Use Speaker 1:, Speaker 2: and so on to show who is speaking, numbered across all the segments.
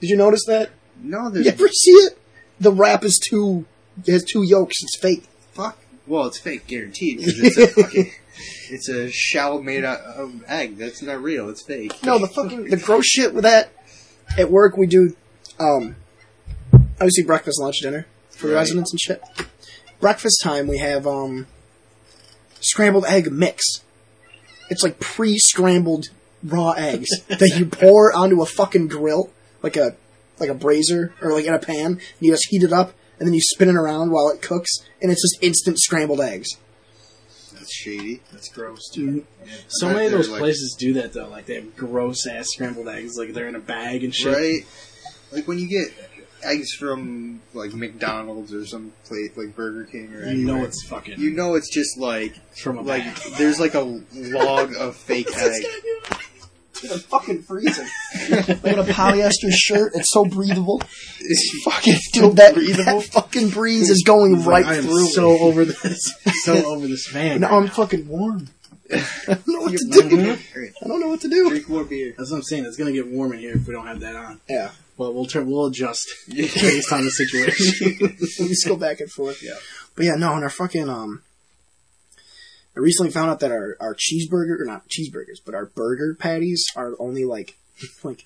Speaker 1: Did you notice that?
Speaker 2: No, there's
Speaker 1: You ever see it? The wrap is too has two yolks. It's fake.
Speaker 2: fuck. Well, it's fake, guaranteed. 'cause it's a fucking, it's a shell made out of egg. That's not real. It's fake.
Speaker 1: No, the fucking the gross shit with that. At work, we do um obviously breakfast, lunch, dinner for
Speaker 2: Right.
Speaker 1: residents and shit. Breakfast time, we have um scrambled egg mix. It's like pre-scrambled raw eggs that you pour onto a fucking grill, like a like a brazier or like in a pan, and you just heat it up, and then you spin it around while it cooks, and it's just instant scrambled eggs.
Speaker 2: That's shady. That's gross, dude. Yeah.
Speaker 3: So
Speaker 2: I bet
Speaker 3: many of
Speaker 2: there's,
Speaker 3: those
Speaker 2: like-
Speaker 3: places do that though. Like they have gross ass scrambled eggs, like they're in a bag and shit.
Speaker 2: right? Like when you get eggs from like McDonald's or some place like Burger King or
Speaker 3: You know
Speaker 2: anywhere,
Speaker 3: it's fucking
Speaker 2: you know it's just like
Speaker 3: from a
Speaker 2: like
Speaker 3: bag.
Speaker 2: there's like a log of fake egg.
Speaker 1: It's fucking freezing. like in a polyester shirt, it's so breathable. It's fucking dude, that,
Speaker 2: breathable?
Speaker 1: that fucking breeze is going right
Speaker 3: I am
Speaker 1: through.
Speaker 3: so
Speaker 1: me.
Speaker 3: over this. So over this man.
Speaker 1: now
Speaker 3: right
Speaker 1: I'm
Speaker 3: now.
Speaker 1: fucking warm. I don't know what to do.
Speaker 2: Alright,
Speaker 1: I don't know what to do.
Speaker 2: Mm-hmm. Drink more beer.
Speaker 3: That's what I'm saying. It's gonna get warm in here if we don't have that on.
Speaker 1: Yeah,
Speaker 3: But we'll turn. We'll adjust
Speaker 2: Yeah.
Speaker 3: based on the situation.
Speaker 1: we just go back and forth.
Speaker 2: Yeah.
Speaker 1: but yeah, no, and our fucking um. I recently found out that our, our cheeseburger, or not cheeseburgers, but our burger patties are only like, like,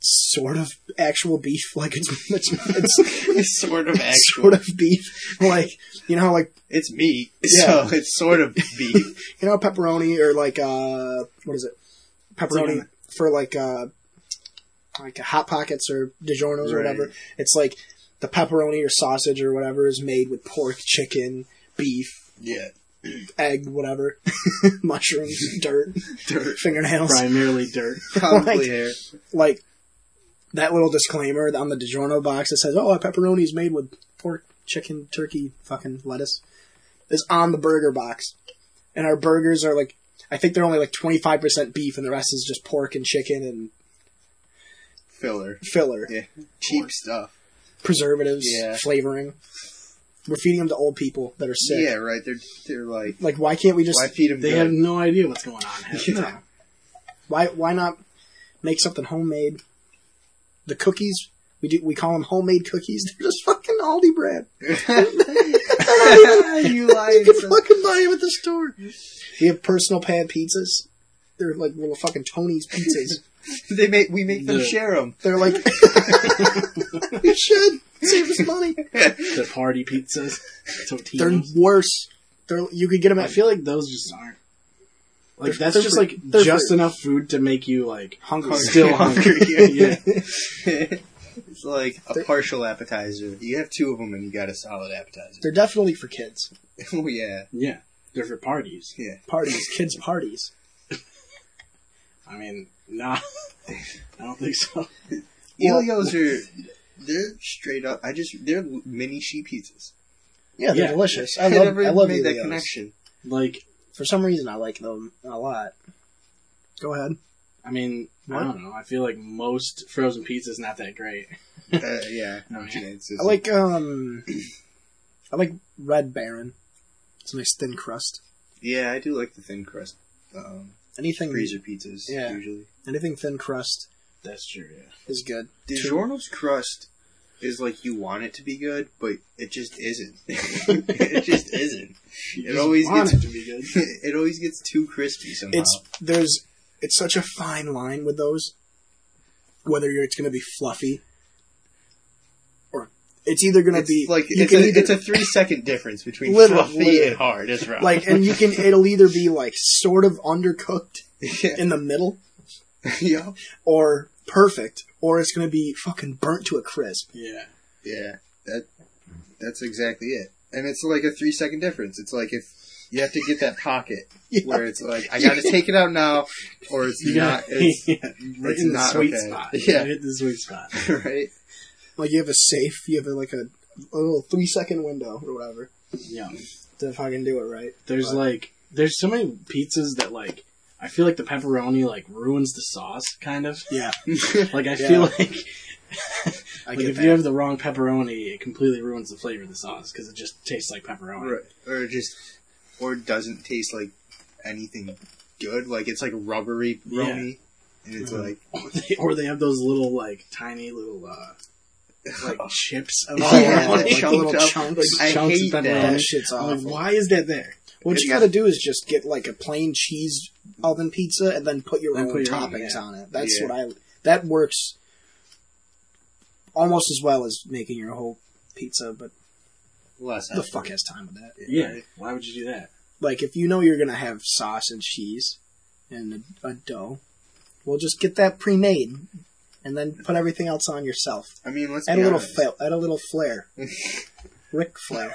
Speaker 1: sort of actual beef. Like it's it's, it's
Speaker 2: It's sort of actual.
Speaker 1: sort of beef. Like you know how like
Speaker 2: It's meat,
Speaker 1: Yeah.
Speaker 2: so it's sort of beef.
Speaker 1: you know pepperoni or like uh what is it? Pepperoni
Speaker 3: It's
Speaker 1: for like uh like hot pockets or DiGiorno's or
Speaker 2: Right.
Speaker 1: whatever. It's like the pepperoni or sausage or whatever is made with pork, chicken, beef,
Speaker 2: yeah,
Speaker 1: egg, whatever, mushrooms, dirt,
Speaker 2: dirt,
Speaker 1: fingernails.
Speaker 3: Primarily dirt.
Speaker 2: probably
Speaker 1: Like-
Speaker 2: hair.
Speaker 1: Like that little disclaimer on the DiGiorno box that says, "Oh, our pepperoni is made with pork, chicken, turkey, fucking lettuce," is on the burger box, and our burgers are like, I think they're only like twenty five percent beef, and the rest is just pork and chicken and
Speaker 2: filler.
Speaker 1: filler,
Speaker 2: Yeah, cheap stuff.
Speaker 1: preservatives,
Speaker 2: Yeah.
Speaker 1: flavoring. We're feeding them to old people that are sick.
Speaker 2: Yeah, right. They're they're like
Speaker 1: Like, why can't we just?
Speaker 2: why feed them?
Speaker 3: They have no idea what's going on. half the
Speaker 1: No.
Speaker 3: time.
Speaker 1: Why why not make something homemade? The cookies we do we call them homemade cookies. They're just fucking Aldi bread.
Speaker 2: you lying.
Speaker 1: You can
Speaker 2: son.
Speaker 1: fucking buy them at the store. We have personal pan pizzas. They're like little fucking Tony's pizzas.
Speaker 2: They make we make them
Speaker 3: The-
Speaker 2: share them.
Speaker 1: They're like we should save us money.
Speaker 3: The party pizzas,
Speaker 1: They're
Speaker 3: Totino's.
Speaker 1: worse. They're you could get them
Speaker 3: I
Speaker 1: at
Speaker 3: feel like those just aren't. Like
Speaker 1: They're-
Speaker 3: that's
Speaker 1: they're
Speaker 3: just
Speaker 1: for-
Speaker 3: like
Speaker 1: they're
Speaker 3: just
Speaker 1: for-
Speaker 3: enough food to make you like
Speaker 1: hungry.
Speaker 3: still hungry. yeah.
Speaker 2: it's like a partial appetizer. You have two of them and you got a solid appetizer.
Speaker 1: They're definitely for kids
Speaker 2: oh yeah,
Speaker 3: Yeah. Different parties.
Speaker 1: parties. Kids parties.
Speaker 3: I mean, nah. I don't think so.
Speaker 1: Well-
Speaker 2: Elios are they're straight up. I just they're mini sheep pizzas.
Speaker 1: Yeah, they're
Speaker 3: Yeah.
Speaker 1: delicious. I love.
Speaker 2: never
Speaker 1: I love
Speaker 2: made that
Speaker 1: Elios.
Speaker 2: connection.
Speaker 3: Like,
Speaker 1: For some reason, I like them a lot. Go ahead.
Speaker 3: I mean, I
Speaker 1: What?
Speaker 3: don't know. I feel like most frozen pizza's not that great.
Speaker 2: Uh, yeah, no,
Speaker 3: Okay.
Speaker 2: it's just-
Speaker 1: I like um, I like Red Baron. It's a nice thin crust.
Speaker 2: Yeah, I do like the thin crust um,
Speaker 1: Anything
Speaker 2: freezer pizzas
Speaker 1: Yeah.
Speaker 2: usually.
Speaker 1: anything thin crust
Speaker 3: That's true. Yeah.
Speaker 1: is good.
Speaker 2: DiGiorno's crust is like you want it to be good, but it just isn't. it just isn't. It always
Speaker 3: want
Speaker 2: gets
Speaker 3: it to be good.
Speaker 2: it always gets too crispy somehow.
Speaker 1: It's there's it's such a fine line with those. Whether you're, it's going to be fluffy, or it's either going to
Speaker 2: It's
Speaker 1: be
Speaker 2: like
Speaker 1: you
Speaker 2: it's
Speaker 1: can
Speaker 2: a,
Speaker 1: either-
Speaker 2: it's a three second difference between
Speaker 1: Little-
Speaker 2: fluffy
Speaker 1: little.
Speaker 2: and hard. Is right.
Speaker 1: like, and you can it'll either be like sort of undercooked
Speaker 2: yeah,
Speaker 1: in the middle,
Speaker 2: yeah,
Speaker 1: or perfect, or it's going to be fucking burnt to a crisp.
Speaker 3: Yeah.
Speaker 2: yeah. That that's exactly it. And it's like a three second difference. It's like if you have to get that pocket where it's like I got to take it out now, or it's not. It's,
Speaker 3: yeah. Right
Speaker 2: it's
Speaker 3: in the
Speaker 2: not
Speaker 3: sweet
Speaker 2: okay.
Speaker 3: spot.
Speaker 2: Yeah.
Speaker 3: Right in the sweet spot.
Speaker 2: right.
Speaker 1: Like you have a safe, you have a, like a, a little three second window or whatever
Speaker 3: Yeah.
Speaker 1: to fucking do it right.
Speaker 3: There's
Speaker 1: But-
Speaker 3: like there's so many pizzas that like I feel like the pepperoni like ruins the sauce kind of.
Speaker 1: Yeah,
Speaker 3: Like I
Speaker 1: Yeah.
Speaker 3: feel like,
Speaker 1: I
Speaker 3: like
Speaker 1: get
Speaker 3: if
Speaker 1: that.
Speaker 3: you have the wrong pepperoni, it completely ruins the flavor of the sauce because it just tastes like pepperoni.
Speaker 2: or, or just or doesn't taste like anything good. Like it's like rubbery
Speaker 3: Yeah.
Speaker 2: roni. and it's
Speaker 3: Mhm.
Speaker 2: like
Speaker 3: Or they, or they have those little like tiny little uh, like chips. Of
Speaker 1: Oh,
Speaker 2: Yeah,
Speaker 1: like
Speaker 2: like
Speaker 1: little
Speaker 2: chunks.
Speaker 1: chunks.
Speaker 2: I
Speaker 3: chunks
Speaker 2: hate
Speaker 3: of
Speaker 2: that. Oh,
Speaker 1: That
Speaker 3: pepperoni.
Speaker 1: shit's
Speaker 3: I'm
Speaker 1: awful.
Speaker 3: like, why is that there?
Speaker 1: What you
Speaker 2: It's-
Speaker 1: gotta do is just get like a plain cheese oven pizza and then put your
Speaker 3: Then
Speaker 1: own
Speaker 3: put your own,
Speaker 1: toppings
Speaker 3: yeah.
Speaker 1: on it. That's
Speaker 2: Yeah.
Speaker 1: what I. That works almost as well as making your whole pizza, but
Speaker 2: less.
Speaker 1: the fuck has time with that?
Speaker 3: Yeah, why would you do that?
Speaker 1: Like, if you know you're gonna have sauce and cheese and a, a dough, well, just get that pre-made and then put everything else on yourself.
Speaker 2: I mean, let's
Speaker 1: Add
Speaker 2: be
Speaker 1: a little,
Speaker 2: honest.
Speaker 1: flair, add a little flair, Rick Flair.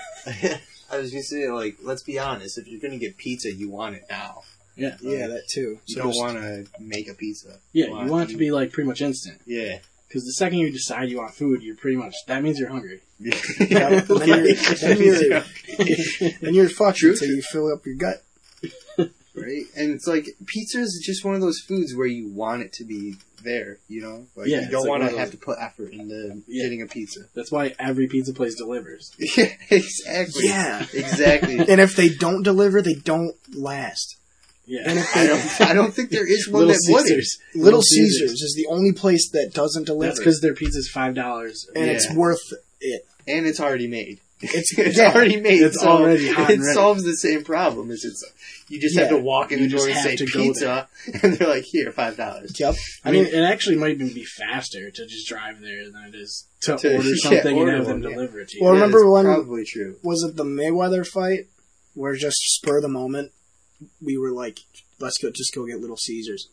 Speaker 4: I was gonna say, like, let's be honest. If you're gonna get pizza, you want it now.
Speaker 3: Yeah,
Speaker 1: Yeah, that too.
Speaker 2: You
Speaker 1: So
Speaker 2: don't
Speaker 1: just-
Speaker 2: want to make a pizza.
Speaker 3: yeah. You want it to be like pretty much instant
Speaker 4: Yeah.
Speaker 3: because the second you decide you want food, you're pretty much that means you're hungry.
Speaker 1: Yeah, then, you're, then, you're, then you're fucked
Speaker 2: True.
Speaker 1: until you fill up your gut.
Speaker 2: right? And it's like pizza is just one of those foods where you want it to be there. You know, like
Speaker 3: Yeah,
Speaker 2: you
Speaker 3: it's
Speaker 2: don't
Speaker 3: like
Speaker 2: want
Speaker 3: one
Speaker 2: to
Speaker 3: of
Speaker 2: have to
Speaker 3: those-
Speaker 2: put effort into
Speaker 3: Yeah.
Speaker 2: getting a pizza.
Speaker 3: That's why every pizza place delivers.
Speaker 2: Yeah, exactly.
Speaker 1: Yeah.
Speaker 2: exactly.
Speaker 1: And if they don't deliver, they don't last.
Speaker 3: Yeah,
Speaker 1: And if
Speaker 2: I
Speaker 1: they,
Speaker 2: don't, I don't think there is one that would.
Speaker 1: Little Caesars is the only place that doesn't
Speaker 3: That's
Speaker 1: deliver,
Speaker 3: because their pizza's five dollars.
Speaker 1: and it's
Speaker 2: Yeah.
Speaker 1: worth it.
Speaker 2: And it's already made.
Speaker 1: It's,
Speaker 2: It's
Speaker 1: yeah,
Speaker 2: already made.
Speaker 3: It's
Speaker 2: so
Speaker 3: already hot
Speaker 2: It
Speaker 3: and ready.
Speaker 2: solves the same problem. Is it's you just have
Speaker 1: Yeah,
Speaker 2: to walk in
Speaker 3: you
Speaker 2: the door
Speaker 3: just
Speaker 2: and
Speaker 3: have
Speaker 2: say
Speaker 3: to go
Speaker 2: pizza, and they're like, "Here, five dollars."
Speaker 1: Yep.
Speaker 3: I mean, it actually might even be faster to just drive there than it is to,
Speaker 2: To-
Speaker 3: order
Speaker 2: yeah,
Speaker 3: something
Speaker 2: order
Speaker 3: and have them
Speaker 2: one, yeah.
Speaker 3: deliver it to you.
Speaker 1: Well, remember when-
Speaker 2: Probably true.
Speaker 1: was it the Mayweather fight where just spur of the moment we were like, let's go, just go get Little Caesars.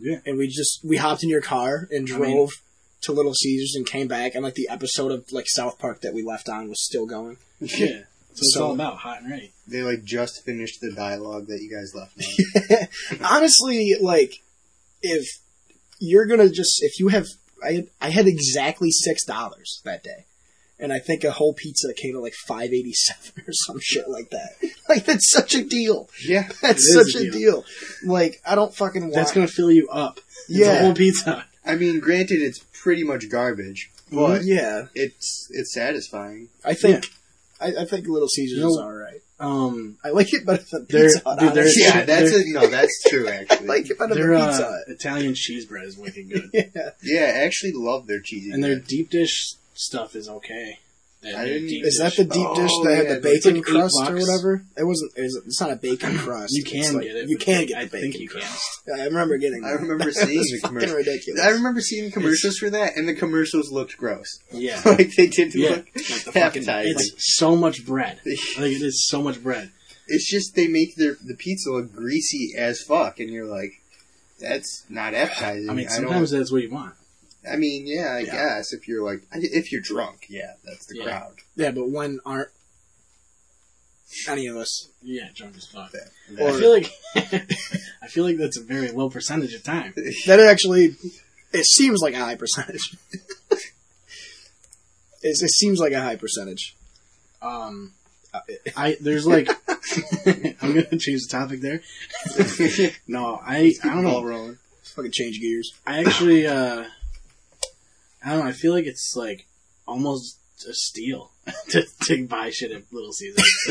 Speaker 3: Yeah.
Speaker 1: And we just we hopped in your car and
Speaker 3: I
Speaker 1: drove
Speaker 3: mean-
Speaker 1: to Little Caesars and came back, and like the episode of like South Park that we left on was still going.
Speaker 3: yeah, that's what it's
Speaker 1: So-
Speaker 3: all about hot and ready.
Speaker 2: They like just finished the dialogue that you guys left. now.
Speaker 1: Honestly, like if you're gonna just if you have I had, I had exactly six dollars that day. And I think a whole pizza came to like five eighty seven or some shit like that. Like that's such a deal.
Speaker 2: yeah,
Speaker 1: That's
Speaker 3: It is
Speaker 1: such
Speaker 3: a
Speaker 1: a deal. Like I don't fucking want.
Speaker 3: That's gonna fill you up. It's
Speaker 1: yeah,
Speaker 3: a whole pizza.
Speaker 2: I mean, granted, it's pretty much garbage, but
Speaker 1: yeah.
Speaker 2: it's it's satisfying.
Speaker 1: I think I, I think Little Caesars
Speaker 3: You know-
Speaker 1: is all right.
Speaker 3: Um,
Speaker 1: I like it better than
Speaker 3: They're-
Speaker 1: Pizza Hut.
Speaker 3: dude, they're-
Speaker 1: honestly.
Speaker 2: Yeah, that's a, no, that's true. Actually,
Speaker 1: I like it better
Speaker 3: their
Speaker 1: than Pizza
Speaker 3: uh,
Speaker 1: Hut.
Speaker 3: Italian cheese bread is wicked good,
Speaker 1: Yeah,
Speaker 2: yeah, I actually love their cheesy.
Speaker 3: and their
Speaker 2: bread.
Speaker 3: deep dish stuff is okay. That
Speaker 2: I
Speaker 3: new
Speaker 2: didn't-
Speaker 3: deep
Speaker 1: is that the
Speaker 3: dish.
Speaker 1: deep
Speaker 2: Oh,
Speaker 1: dish that
Speaker 2: yeah,
Speaker 1: had the
Speaker 3: it's like
Speaker 1: bacon
Speaker 3: eight
Speaker 1: crust or
Speaker 3: bucks.
Speaker 1: whatever? It wasn't. It was, it's not a bacon crust.
Speaker 3: You
Speaker 1: It's
Speaker 3: can
Speaker 1: like-
Speaker 3: get it.
Speaker 1: You
Speaker 3: but
Speaker 1: can get
Speaker 3: I
Speaker 1: the
Speaker 3: think
Speaker 1: bacon
Speaker 3: you
Speaker 1: crust.
Speaker 3: can.
Speaker 1: Yeah, I remember getting.
Speaker 2: I
Speaker 1: that.
Speaker 2: remember
Speaker 1: It
Speaker 2: seeing
Speaker 1: was
Speaker 2: the
Speaker 1: fucking
Speaker 2: commercial.
Speaker 1: ridiculous.
Speaker 2: I remember seeing commercials for that, and the commercials looked gross.
Speaker 3: Yeah.
Speaker 2: like they didn't
Speaker 3: Yeah,
Speaker 2: look.
Speaker 3: like the fucking,
Speaker 2: appetizing.
Speaker 3: it's so much bread. Like it is so much bread.
Speaker 2: It's just they make their the pizza look greasy as fuck, and you're like, that's not appetizing.
Speaker 3: I mean,
Speaker 2: don't-
Speaker 3: sometimes that's what you want.
Speaker 2: I mean, yeah, I
Speaker 3: Yeah.
Speaker 2: guess if you're like, if you're drunk, yeah, that's the
Speaker 3: Yeah.
Speaker 2: crowd.
Speaker 1: Yeah, but when aren't any of us?
Speaker 3: Yeah, drunk as fuck.
Speaker 2: That-
Speaker 1: Or-
Speaker 3: I feel like I feel like that's a very low percentage of time.
Speaker 1: That actually, it seems like a high percentage. it, it seems like a high percentage.
Speaker 3: Um, I there's like I'm gonna change the topic there. No, I I don't know.
Speaker 2: Rolling.
Speaker 1: Fucking change gears.
Speaker 3: I actually uh, I don't know. I feel like it's like almost a steal to, to buy shit at Little Caesars.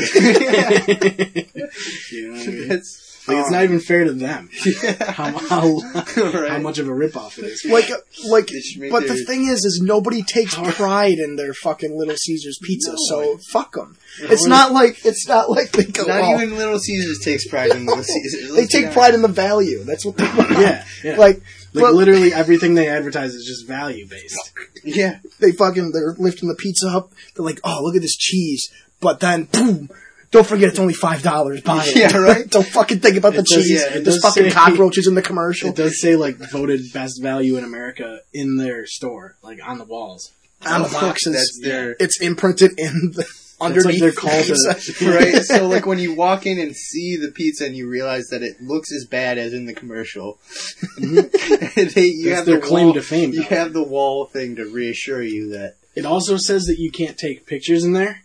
Speaker 3: you know what I mean? Like,
Speaker 2: That's
Speaker 3: it's not even fair to them
Speaker 2: yeah.
Speaker 3: how, how, how
Speaker 2: Right.
Speaker 3: much of a ripoff it is.
Speaker 1: like like
Speaker 2: They should make
Speaker 1: but the
Speaker 2: their-
Speaker 1: thing is is nobody takes
Speaker 3: How-
Speaker 1: pride in their fucking little caesars pizza
Speaker 2: No.
Speaker 1: so fuck them it's not like it's not like they go
Speaker 2: Not
Speaker 1: "Oh,
Speaker 2: even Little Caesars takes pride in Little Caesars.
Speaker 1: they take pride in the value that's what they
Speaker 3: Yeah, yeah.
Speaker 1: like
Speaker 3: Like
Speaker 1: but
Speaker 3: literally everything they advertise is just value based.
Speaker 2: Oh, Yeah,
Speaker 1: they fucking they're lifting the pizza up they're like oh look at this cheese but then boom don't forget it's only five dollars buy it
Speaker 2: Yeah, right?
Speaker 1: don't fucking think about the
Speaker 3: It does-
Speaker 1: cheese
Speaker 2: yeah, it
Speaker 1: there's
Speaker 3: does
Speaker 1: fucking
Speaker 3: say-
Speaker 1: cockroaches in the commercial
Speaker 3: It does say like voted best value in America in their store, like on the walls.
Speaker 1: on the
Speaker 2: That's
Speaker 1: boxes
Speaker 2: their-
Speaker 1: it's imprinted in the
Speaker 3: That's like
Speaker 1: underneath
Speaker 3: their
Speaker 1: the
Speaker 3: call
Speaker 1: pizza.
Speaker 3: to
Speaker 2: right. So like when you walk in and see the pizza and you realize that it looks as bad as in the commercial, they, you
Speaker 3: That's
Speaker 2: have
Speaker 3: their
Speaker 2: the
Speaker 3: Mm-hmm. claim
Speaker 2: wall-
Speaker 3: to fame,
Speaker 2: You
Speaker 3: though.
Speaker 2: have the wall thing to reassure you that
Speaker 3: It also says that you can't take pictures in there.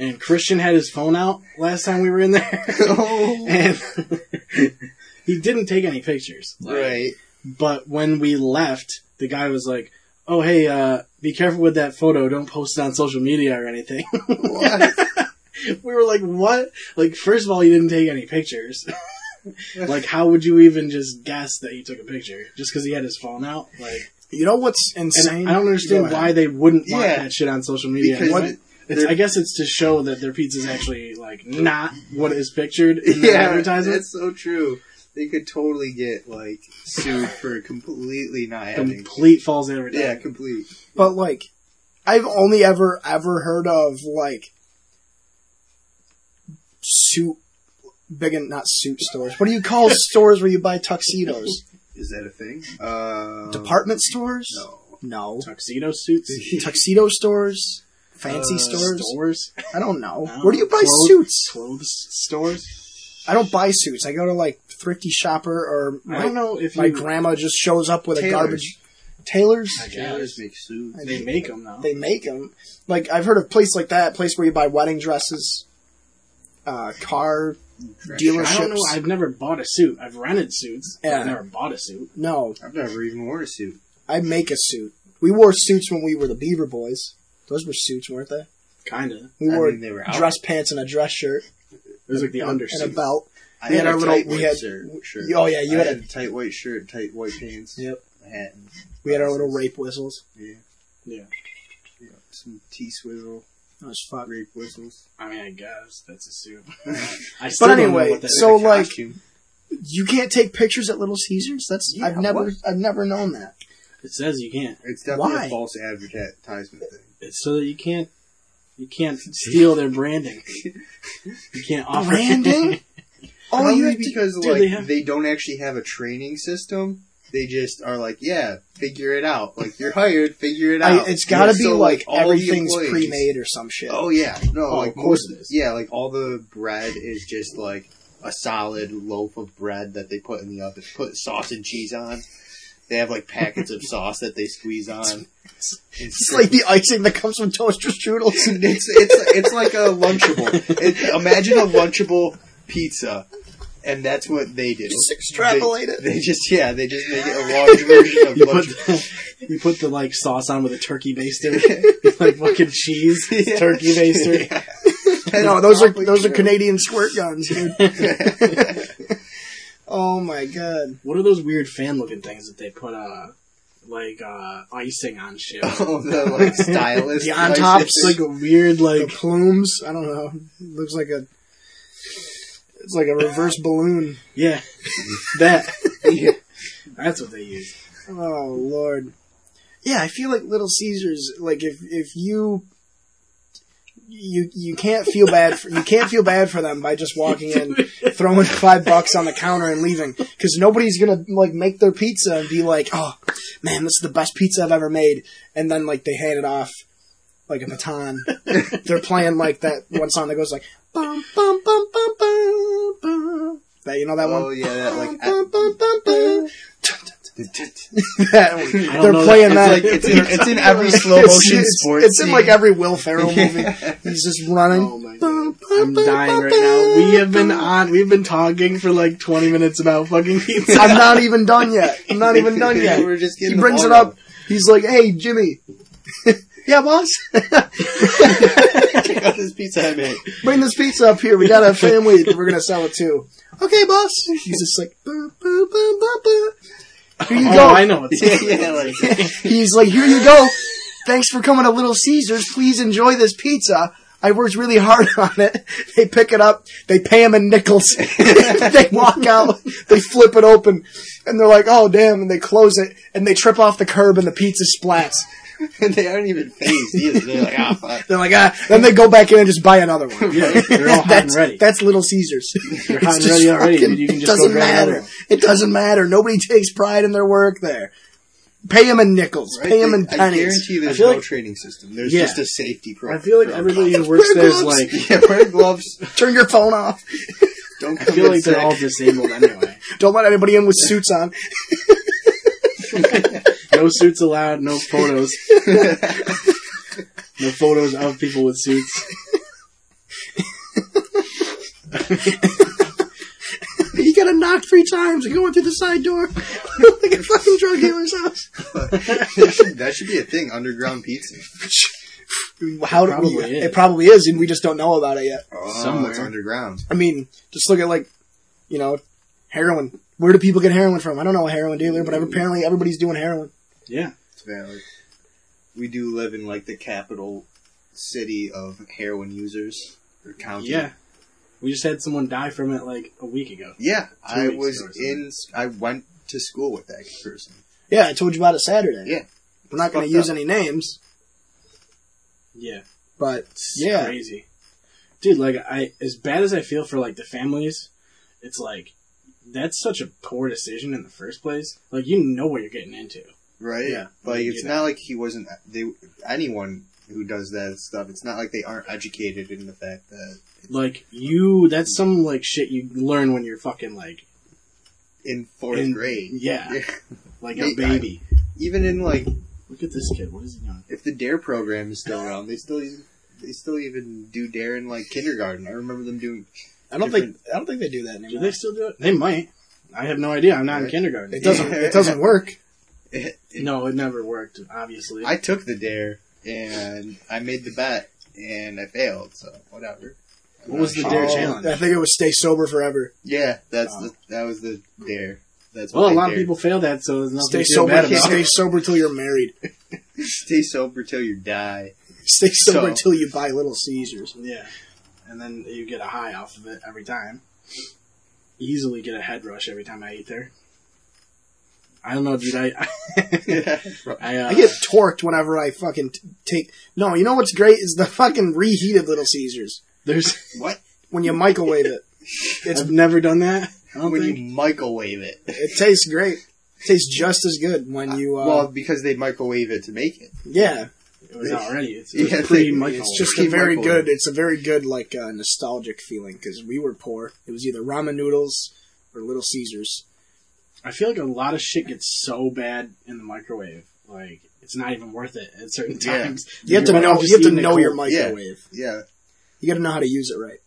Speaker 3: And Christian had his phone out last time we were in there. and he didn't take any pictures.
Speaker 2: right.
Speaker 3: But when we left, the guy was like, Oh, hey, uh, be careful with that photo. Don't post it on social media or anything. we were like, What? Like, first of all, you didn't take any pictures. Like, how would you even just guess that he took a picture just because he had his phone out? Like,
Speaker 1: You know what's insane?
Speaker 3: and I don't understand
Speaker 1: Go
Speaker 3: why
Speaker 1: ahead.
Speaker 3: they wouldn't want
Speaker 2: Yeah.
Speaker 3: that shit on social media.
Speaker 2: Because
Speaker 3: What-
Speaker 2: it-
Speaker 3: it's, I guess it's to show that their pizza's actually like not what is pictured in the
Speaker 2: yeah,
Speaker 3: advertisement.
Speaker 2: that's so true. They could totally get like sued for completely not having.
Speaker 3: Complete false
Speaker 2: Yeah,
Speaker 3: advertising.
Speaker 2: complete.
Speaker 1: But like, I've only ever ever heard of like suit big and not suit stores. What do you call stores where you buy tuxedos?
Speaker 2: Is that a thing? Uh,
Speaker 1: Department stores?
Speaker 2: No.
Speaker 1: No.
Speaker 3: Tuxedo suits,
Speaker 1: Tuxedo stores? Fancy
Speaker 3: Uh,
Speaker 1: stores?
Speaker 3: stores,
Speaker 1: I don't know.
Speaker 3: No.
Speaker 1: Where do you buy
Speaker 3: Clothes?
Speaker 1: suits?
Speaker 3: clothes stores.
Speaker 1: I don't buy suits. I go to like Thrifty Shopper or
Speaker 3: I don't
Speaker 1: my,
Speaker 3: know if
Speaker 1: my
Speaker 3: you,
Speaker 1: grandma just shows up with a
Speaker 2: Tailors.
Speaker 1: garbage. Tailors?
Speaker 3: I guess.
Speaker 2: Tailors make suits.
Speaker 3: they make them though.
Speaker 1: They make them. Like, I've heard of place like that, place where you buy wedding dresses, uh, car dealerships.
Speaker 3: I don't know. I've never bought a suit. I've rented suits.
Speaker 1: Yeah.
Speaker 3: I've never bought a suit.
Speaker 1: no,
Speaker 2: I've never even worn a suit.
Speaker 1: I make a suit. We wore suits when we were the Beaver Boys. Those were suits, weren't they?
Speaker 3: Kinda.
Speaker 1: We
Speaker 2: I
Speaker 1: wore
Speaker 2: mean, they were out.
Speaker 1: dress pants and a dress shirt
Speaker 3: It was like the
Speaker 1: and, and a
Speaker 3: undersuit.
Speaker 1: belt.
Speaker 2: I
Speaker 1: We had
Speaker 2: a
Speaker 1: our little-
Speaker 2: tight
Speaker 1: we
Speaker 2: white
Speaker 1: had-
Speaker 2: shirt. shirt.
Speaker 1: Oh yeah, you
Speaker 2: I
Speaker 1: had,
Speaker 2: had
Speaker 1: a,
Speaker 2: a tight white shirt, tight white pants.
Speaker 1: Yep.
Speaker 2: a hat. and
Speaker 1: we had our
Speaker 2: glasses.
Speaker 1: little rape whistles.
Speaker 2: Yeah, some tea swizzle,
Speaker 1: That was fuck.
Speaker 2: grape whistles.
Speaker 3: I mean, I guess that's a suit.
Speaker 2: It's
Speaker 3: I still don't know
Speaker 1: anyway,
Speaker 3: what that is.
Speaker 1: So,
Speaker 2: a
Speaker 1: like-
Speaker 2: costume.
Speaker 1: You can't take pictures at Little Caesars. That's
Speaker 2: Yeah,
Speaker 1: I've never
Speaker 2: what?
Speaker 1: I've never known that.
Speaker 3: it says you can't.
Speaker 2: it's definitely
Speaker 1: Why?
Speaker 2: a false advertisement thing.
Speaker 3: It's so that you can't you can't steal their branding. You can't offer
Speaker 1: Branding? Oh, you
Speaker 2: Probably
Speaker 1: have to,
Speaker 2: because
Speaker 3: do
Speaker 2: like
Speaker 3: they
Speaker 2: they,
Speaker 3: have-
Speaker 2: don't actually have a training system. They just are like, yeah, figure it out. Like you're hired, figure it out.
Speaker 1: I, it's got to
Speaker 2: Yeah,
Speaker 1: be
Speaker 2: so,
Speaker 1: like
Speaker 2: all the
Speaker 1: everything's
Speaker 2: employees-
Speaker 1: pre-made or some shit.
Speaker 2: Oh yeah, no,
Speaker 3: Oh,
Speaker 2: like
Speaker 3: of course
Speaker 2: most,
Speaker 3: it is.
Speaker 2: yeah, like all the bread is just like a solid loaf of bread that they put in the oven, put sauce and cheese on. They have like packets of sauce that they squeeze on.
Speaker 1: It's like the icing that comes from toaster strudels.
Speaker 2: It's it's it's like a lunchable. It, imagine a lunchable pizza, and that's what they do.
Speaker 1: Just extrapolate
Speaker 2: they,
Speaker 1: it.
Speaker 2: They just yeah, they just make it a large version of
Speaker 3: You put,
Speaker 2: lunchable.
Speaker 3: the, you put the like sauce on with a turkey baster, like fucking cheese turkey baster.
Speaker 2: Yeah.
Speaker 1: no, those are
Speaker 2: Probably
Speaker 1: those are
Speaker 2: true.
Speaker 1: Canadian squirt guns, dude. oh my god.
Speaker 3: What are those weird fan looking things that they put uh like uh icing on shit?
Speaker 2: Oh, the like stylist,
Speaker 1: The on tops,
Speaker 2: license.
Speaker 3: It's like a weird
Speaker 1: The
Speaker 3: like
Speaker 1: plumes, I don't know. It looks like a it's like a reverse balloon.
Speaker 3: yeah that
Speaker 2: Yeah.
Speaker 3: that's what they use.
Speaker 1: Oh lord. Yeah, I feel like Little Caesars. Like if if you you you can't feel bad for, you can't feel bad for them by just walking in, throwing five bucks on the counter and leaving because nobody's gonna like make their pizza and be like, oh man, this is the best pizza I've ever made, and then like they hand it off like a baton. They're playing like that one song that goes like bum bum bum bum bum bum. That you know that one.
Speaker 2: Oh yeah, that like
Speaker 1: Bum, bum, bum, bum.
Speaker 2: it's
Speaker 1: That one.
Speaker 3: I
Speaker 1: They're
Speaker 3: don't know
Speaker 1: playing that.
Speaker 2: like it's in, it's in every slow
Speaker 1: It's-
Speaker 2: motion
Speaker 1: it's,
Speaker 2: sports.
Speaker 1: It's in like
Speaker 2: scene.
Speaker 1: every Will Ferrell movie. He's just running.
Speaker 3: Oh my god. I'm dying right now. We have been on, we've been talking for like 20 minutes about fucking pizza.
Speaker 1: I'm not even done yet. I'm not even done yet.
Speaker 2: We're just
Speaker 1: He
Speaker 2: getting the
Speaker 1: brings it
Speaker 2: ball
Speaker 1: up. He's like, "Hey, Jimmy." yeah, boss.
Speaker 2: Check out this pizza I made.
Speaker 1: Bring this pizza up here. We got a family. that We're gonna sell it to. Okay, boss. He's just like, "Boo, boo, boo, boo, boo." "Here you
Speaker 3: oh,
Speaker 1: go."
Speaker 3: I know what's
Speaker 2: yeah, yeah, like
Speaker 1: He's like, "Here you go. Thanks for coming to Little Caesars. Please enjoy this pizza." I worked really hard on it. They pick it up. They pay him in nickels. they walk out. They flip it open, and they're like, "Oh damn!" And they close it, and they trip off the curb, and the pizza splats.
Speaker 2: they aren't even phased either. They're like, ah, fuck.
Speaker 1: They're like, "Ah!" Then they go back in and just buy another one.
Speaker 3: Yeah, they're all hot and
Speaker 1: that's,
Speaker 3: ready.
Speaker 1: that's Little Caesars.
Speaker 3: They're
Speaker 1: It's
Speaker 3: hot and
Speaker 1: just
Speaker 3: ready already.
Speaker 1: fucking-
Speaker 3: dude. You can
Speaker 1: it
Speaker 3: just go
Speaker 1: doesn't
Speaker 3: grab another
Speaker 1: matter.
Speaker 3: one.
Speaker 1: It doesn't matter. Nobody takes pride in their work there. Pay them in nickels.
Speaker 2: Right?
Speaker 1: Pay them in
Speaker 2: I
Speaker 1: pennies.
Speaker 2: guarantee there's
Speaker 3: I feel
Speaker 2: no
Speaker 3: like-
Speaker 2: training system. There's
Speaker 3: Yeah.
Speaker 2: just a safety
Speaker 3: I
Speaker 2: program.
Speaker 3: feel like everybody who
Speaker 1: Wear
Speaker 3: works there is
Speaker 1: gloves.
Speaker 3: like,
Speaker 2: Yeah, wear gloves.
Speaker 1: Turn your phone off.
Speaker 2: Don't come
Speaker 3: I feel
Speaker 2: in
Speaker 3: like they're
Speaker 2: sick.
Speaker 3: all disabled anyway.
Speaker 1: Don't let anybody in with suits on.
Speaker 3: No suits allowed, no photos. No photos of people with suits.
Speaker 1: You gotta knock three times and go in through the side door like a fucking drug dealer's house.
Speaker 2: that, should, that should be a thing. Underground pizza.
Speaker 1: How do
Speaker 3: Probably
Speaker 1: we,
Speaker 3: is.
Speaker 1: It probably is, and we just don't know about it yet.
Speaker 2: Oh,
Speaker 3: Somewhere.
Speaker 2: it's underground.
Speaker 1: I mean, just look at like, you know, Heroin. Where do people get heroin from? I don't know a heroin dealer, but apparently everybody's doing heroin.
Speaker 3: Yeah.
Speaker 2: It's valid. We do live in like the capital city of heroin users or county.
Speaker 3: Yeah. We just had someone die from it like a week ago.
Speaker 2: Yeah,
Speaker 3: Two
Speaker 2: I
Speaker 3: weeks
Speaker 2: was
Speaker 3: ago or something.
Speaker 2: in. I went to school with that person.
Speaker 1: Yeah, I told you about it Saturday.
Speaker 2: Yeah.
Speaker 1: We're not going
Speaker 2: Fucked
Speaker 1: to use
Speaker 2: up.
Speaker 1: any names,
Speaker 3: Yeah.
Speaker 1: but
Speaker 3: It's
Speaker 1: Yeah.
Speaker 3: crazy. Dude, like I as bad as I feel for like the families, it's like that's such a poor decision in the first place. Like you know what you're getting into.
Speaker 2: Right?
Speaker 3: Yeah.
Speaker 2: Like
Speaker 3: Yeah.
Speaker 2: it's not like he wasn't. They anyone who does that stuff. It's not like they aren't educated in the fact that
Speaker 3: Like you that's some like shit you learn when you're fucking like
Speaker 2: in fourth
Speaker 3: In-
Speaker 2: grade.
Speaker 3: yeah. like a
Speaker 2: Hey,
Speaker 3: baby.
Speaker 2: Even in like
Speaker 3: Look at this kid. What is he on?
Speaker 2: if the dare program is still around, they still even- they still even do dare in like kindergarten. I remember them doing.
Speaker 1: I don't think I don't think they do that
Speaker 3: Do
Speaker 1: anymore.
Speaker 3: they still do it? They might. I have no idea. I'm not in
Speaker 2: Right.
Speaker 3: kindergarten.
Speaker 1: It doesn't it doesn't work.
Speaker 3: No, it never worked, obviously.
Speaker 2: I took the dare and I made the bet and I failed. So whatever. I'm
Speaker 3: What
Speaker 2: not
Speaker 3: was the
Speaker 2: sure.
Speaker 3: dare
Speaker 1: Oh,
Speaker 3: challenge?
Speaker 1: I think it was stay sober forever.
Speaker 2: Yeah, that's
Speaker 3: Oh.
Speaker 2: the that was the dare. That's
Speaker 3: well,
Speaker 2: what
Speaker 3: a
Speaker 2: they
Speaker 3: lot of
Speaker 2: dared.
Speaker 3: people fail that, so there's nothing
Speaker 1: Stay
Speaker 3: to feel
Speaker 1: sober.
Speaker 3: bad about.
Speaker 1: Stay sober till you're married.
Speaker 2: stay sober till you die.
Speaker 1: Stay sober
Speaker 2: So-
Speaker 1: till you buy Little Caesars.
Speaker 3: Yeah. And then you get a high off of it every time. Easily get a head rush every time I eat there. I don't know, dude. I I, I, uh,
Speaker 1: I get torqued whenever I fucking t- take. No, you know what's great is the fucking reheated Little Caesars
Speaker 3: there's.
Speaker 2: What
Speaker 1: when you microwave it. It's
Speaker 3: I've never done that. I don't
Speaker 2: when
Speaker 3: think.
Speaker 2: you microwave it?
Speaker 1: it tastes great. It tastes just as good when you. Uh,
Speaker 2: well, because they microwave it to make it.
Speaker 1: yeah,
Speaker 3: it was already. It's,
Speaker 2: Yeah,
Speaker 3: it's
Speaker 2: they-
Speaker 3: pretty much.
Speaker 2: it's
Speaker 1: it's just a very
Speaker 2: Microwave.
Speaker 1: good. It's a very good like uh, nostalgic feeling because we were poor. It was either ramen noodles or Little Caesars.
Speaker 3: I feel like a lot of shit gets so bad in the microwave. Like it's not even worth it at certain
Speaker 2: Yeah.
Speaker 3: times.
Speaker 1: You have to
Speaker 3: You're
Speaker 1: know.
Speaker 3: just
Speaker 1: You have to
Speaker 3: eating it
Speaker 1: know your
Speaker 3: cold.
Speaker 2: Yeah.
Speaker 1: microwave.
Speaker 2: Yeah,
Speaker 1: You got to know how to use it right.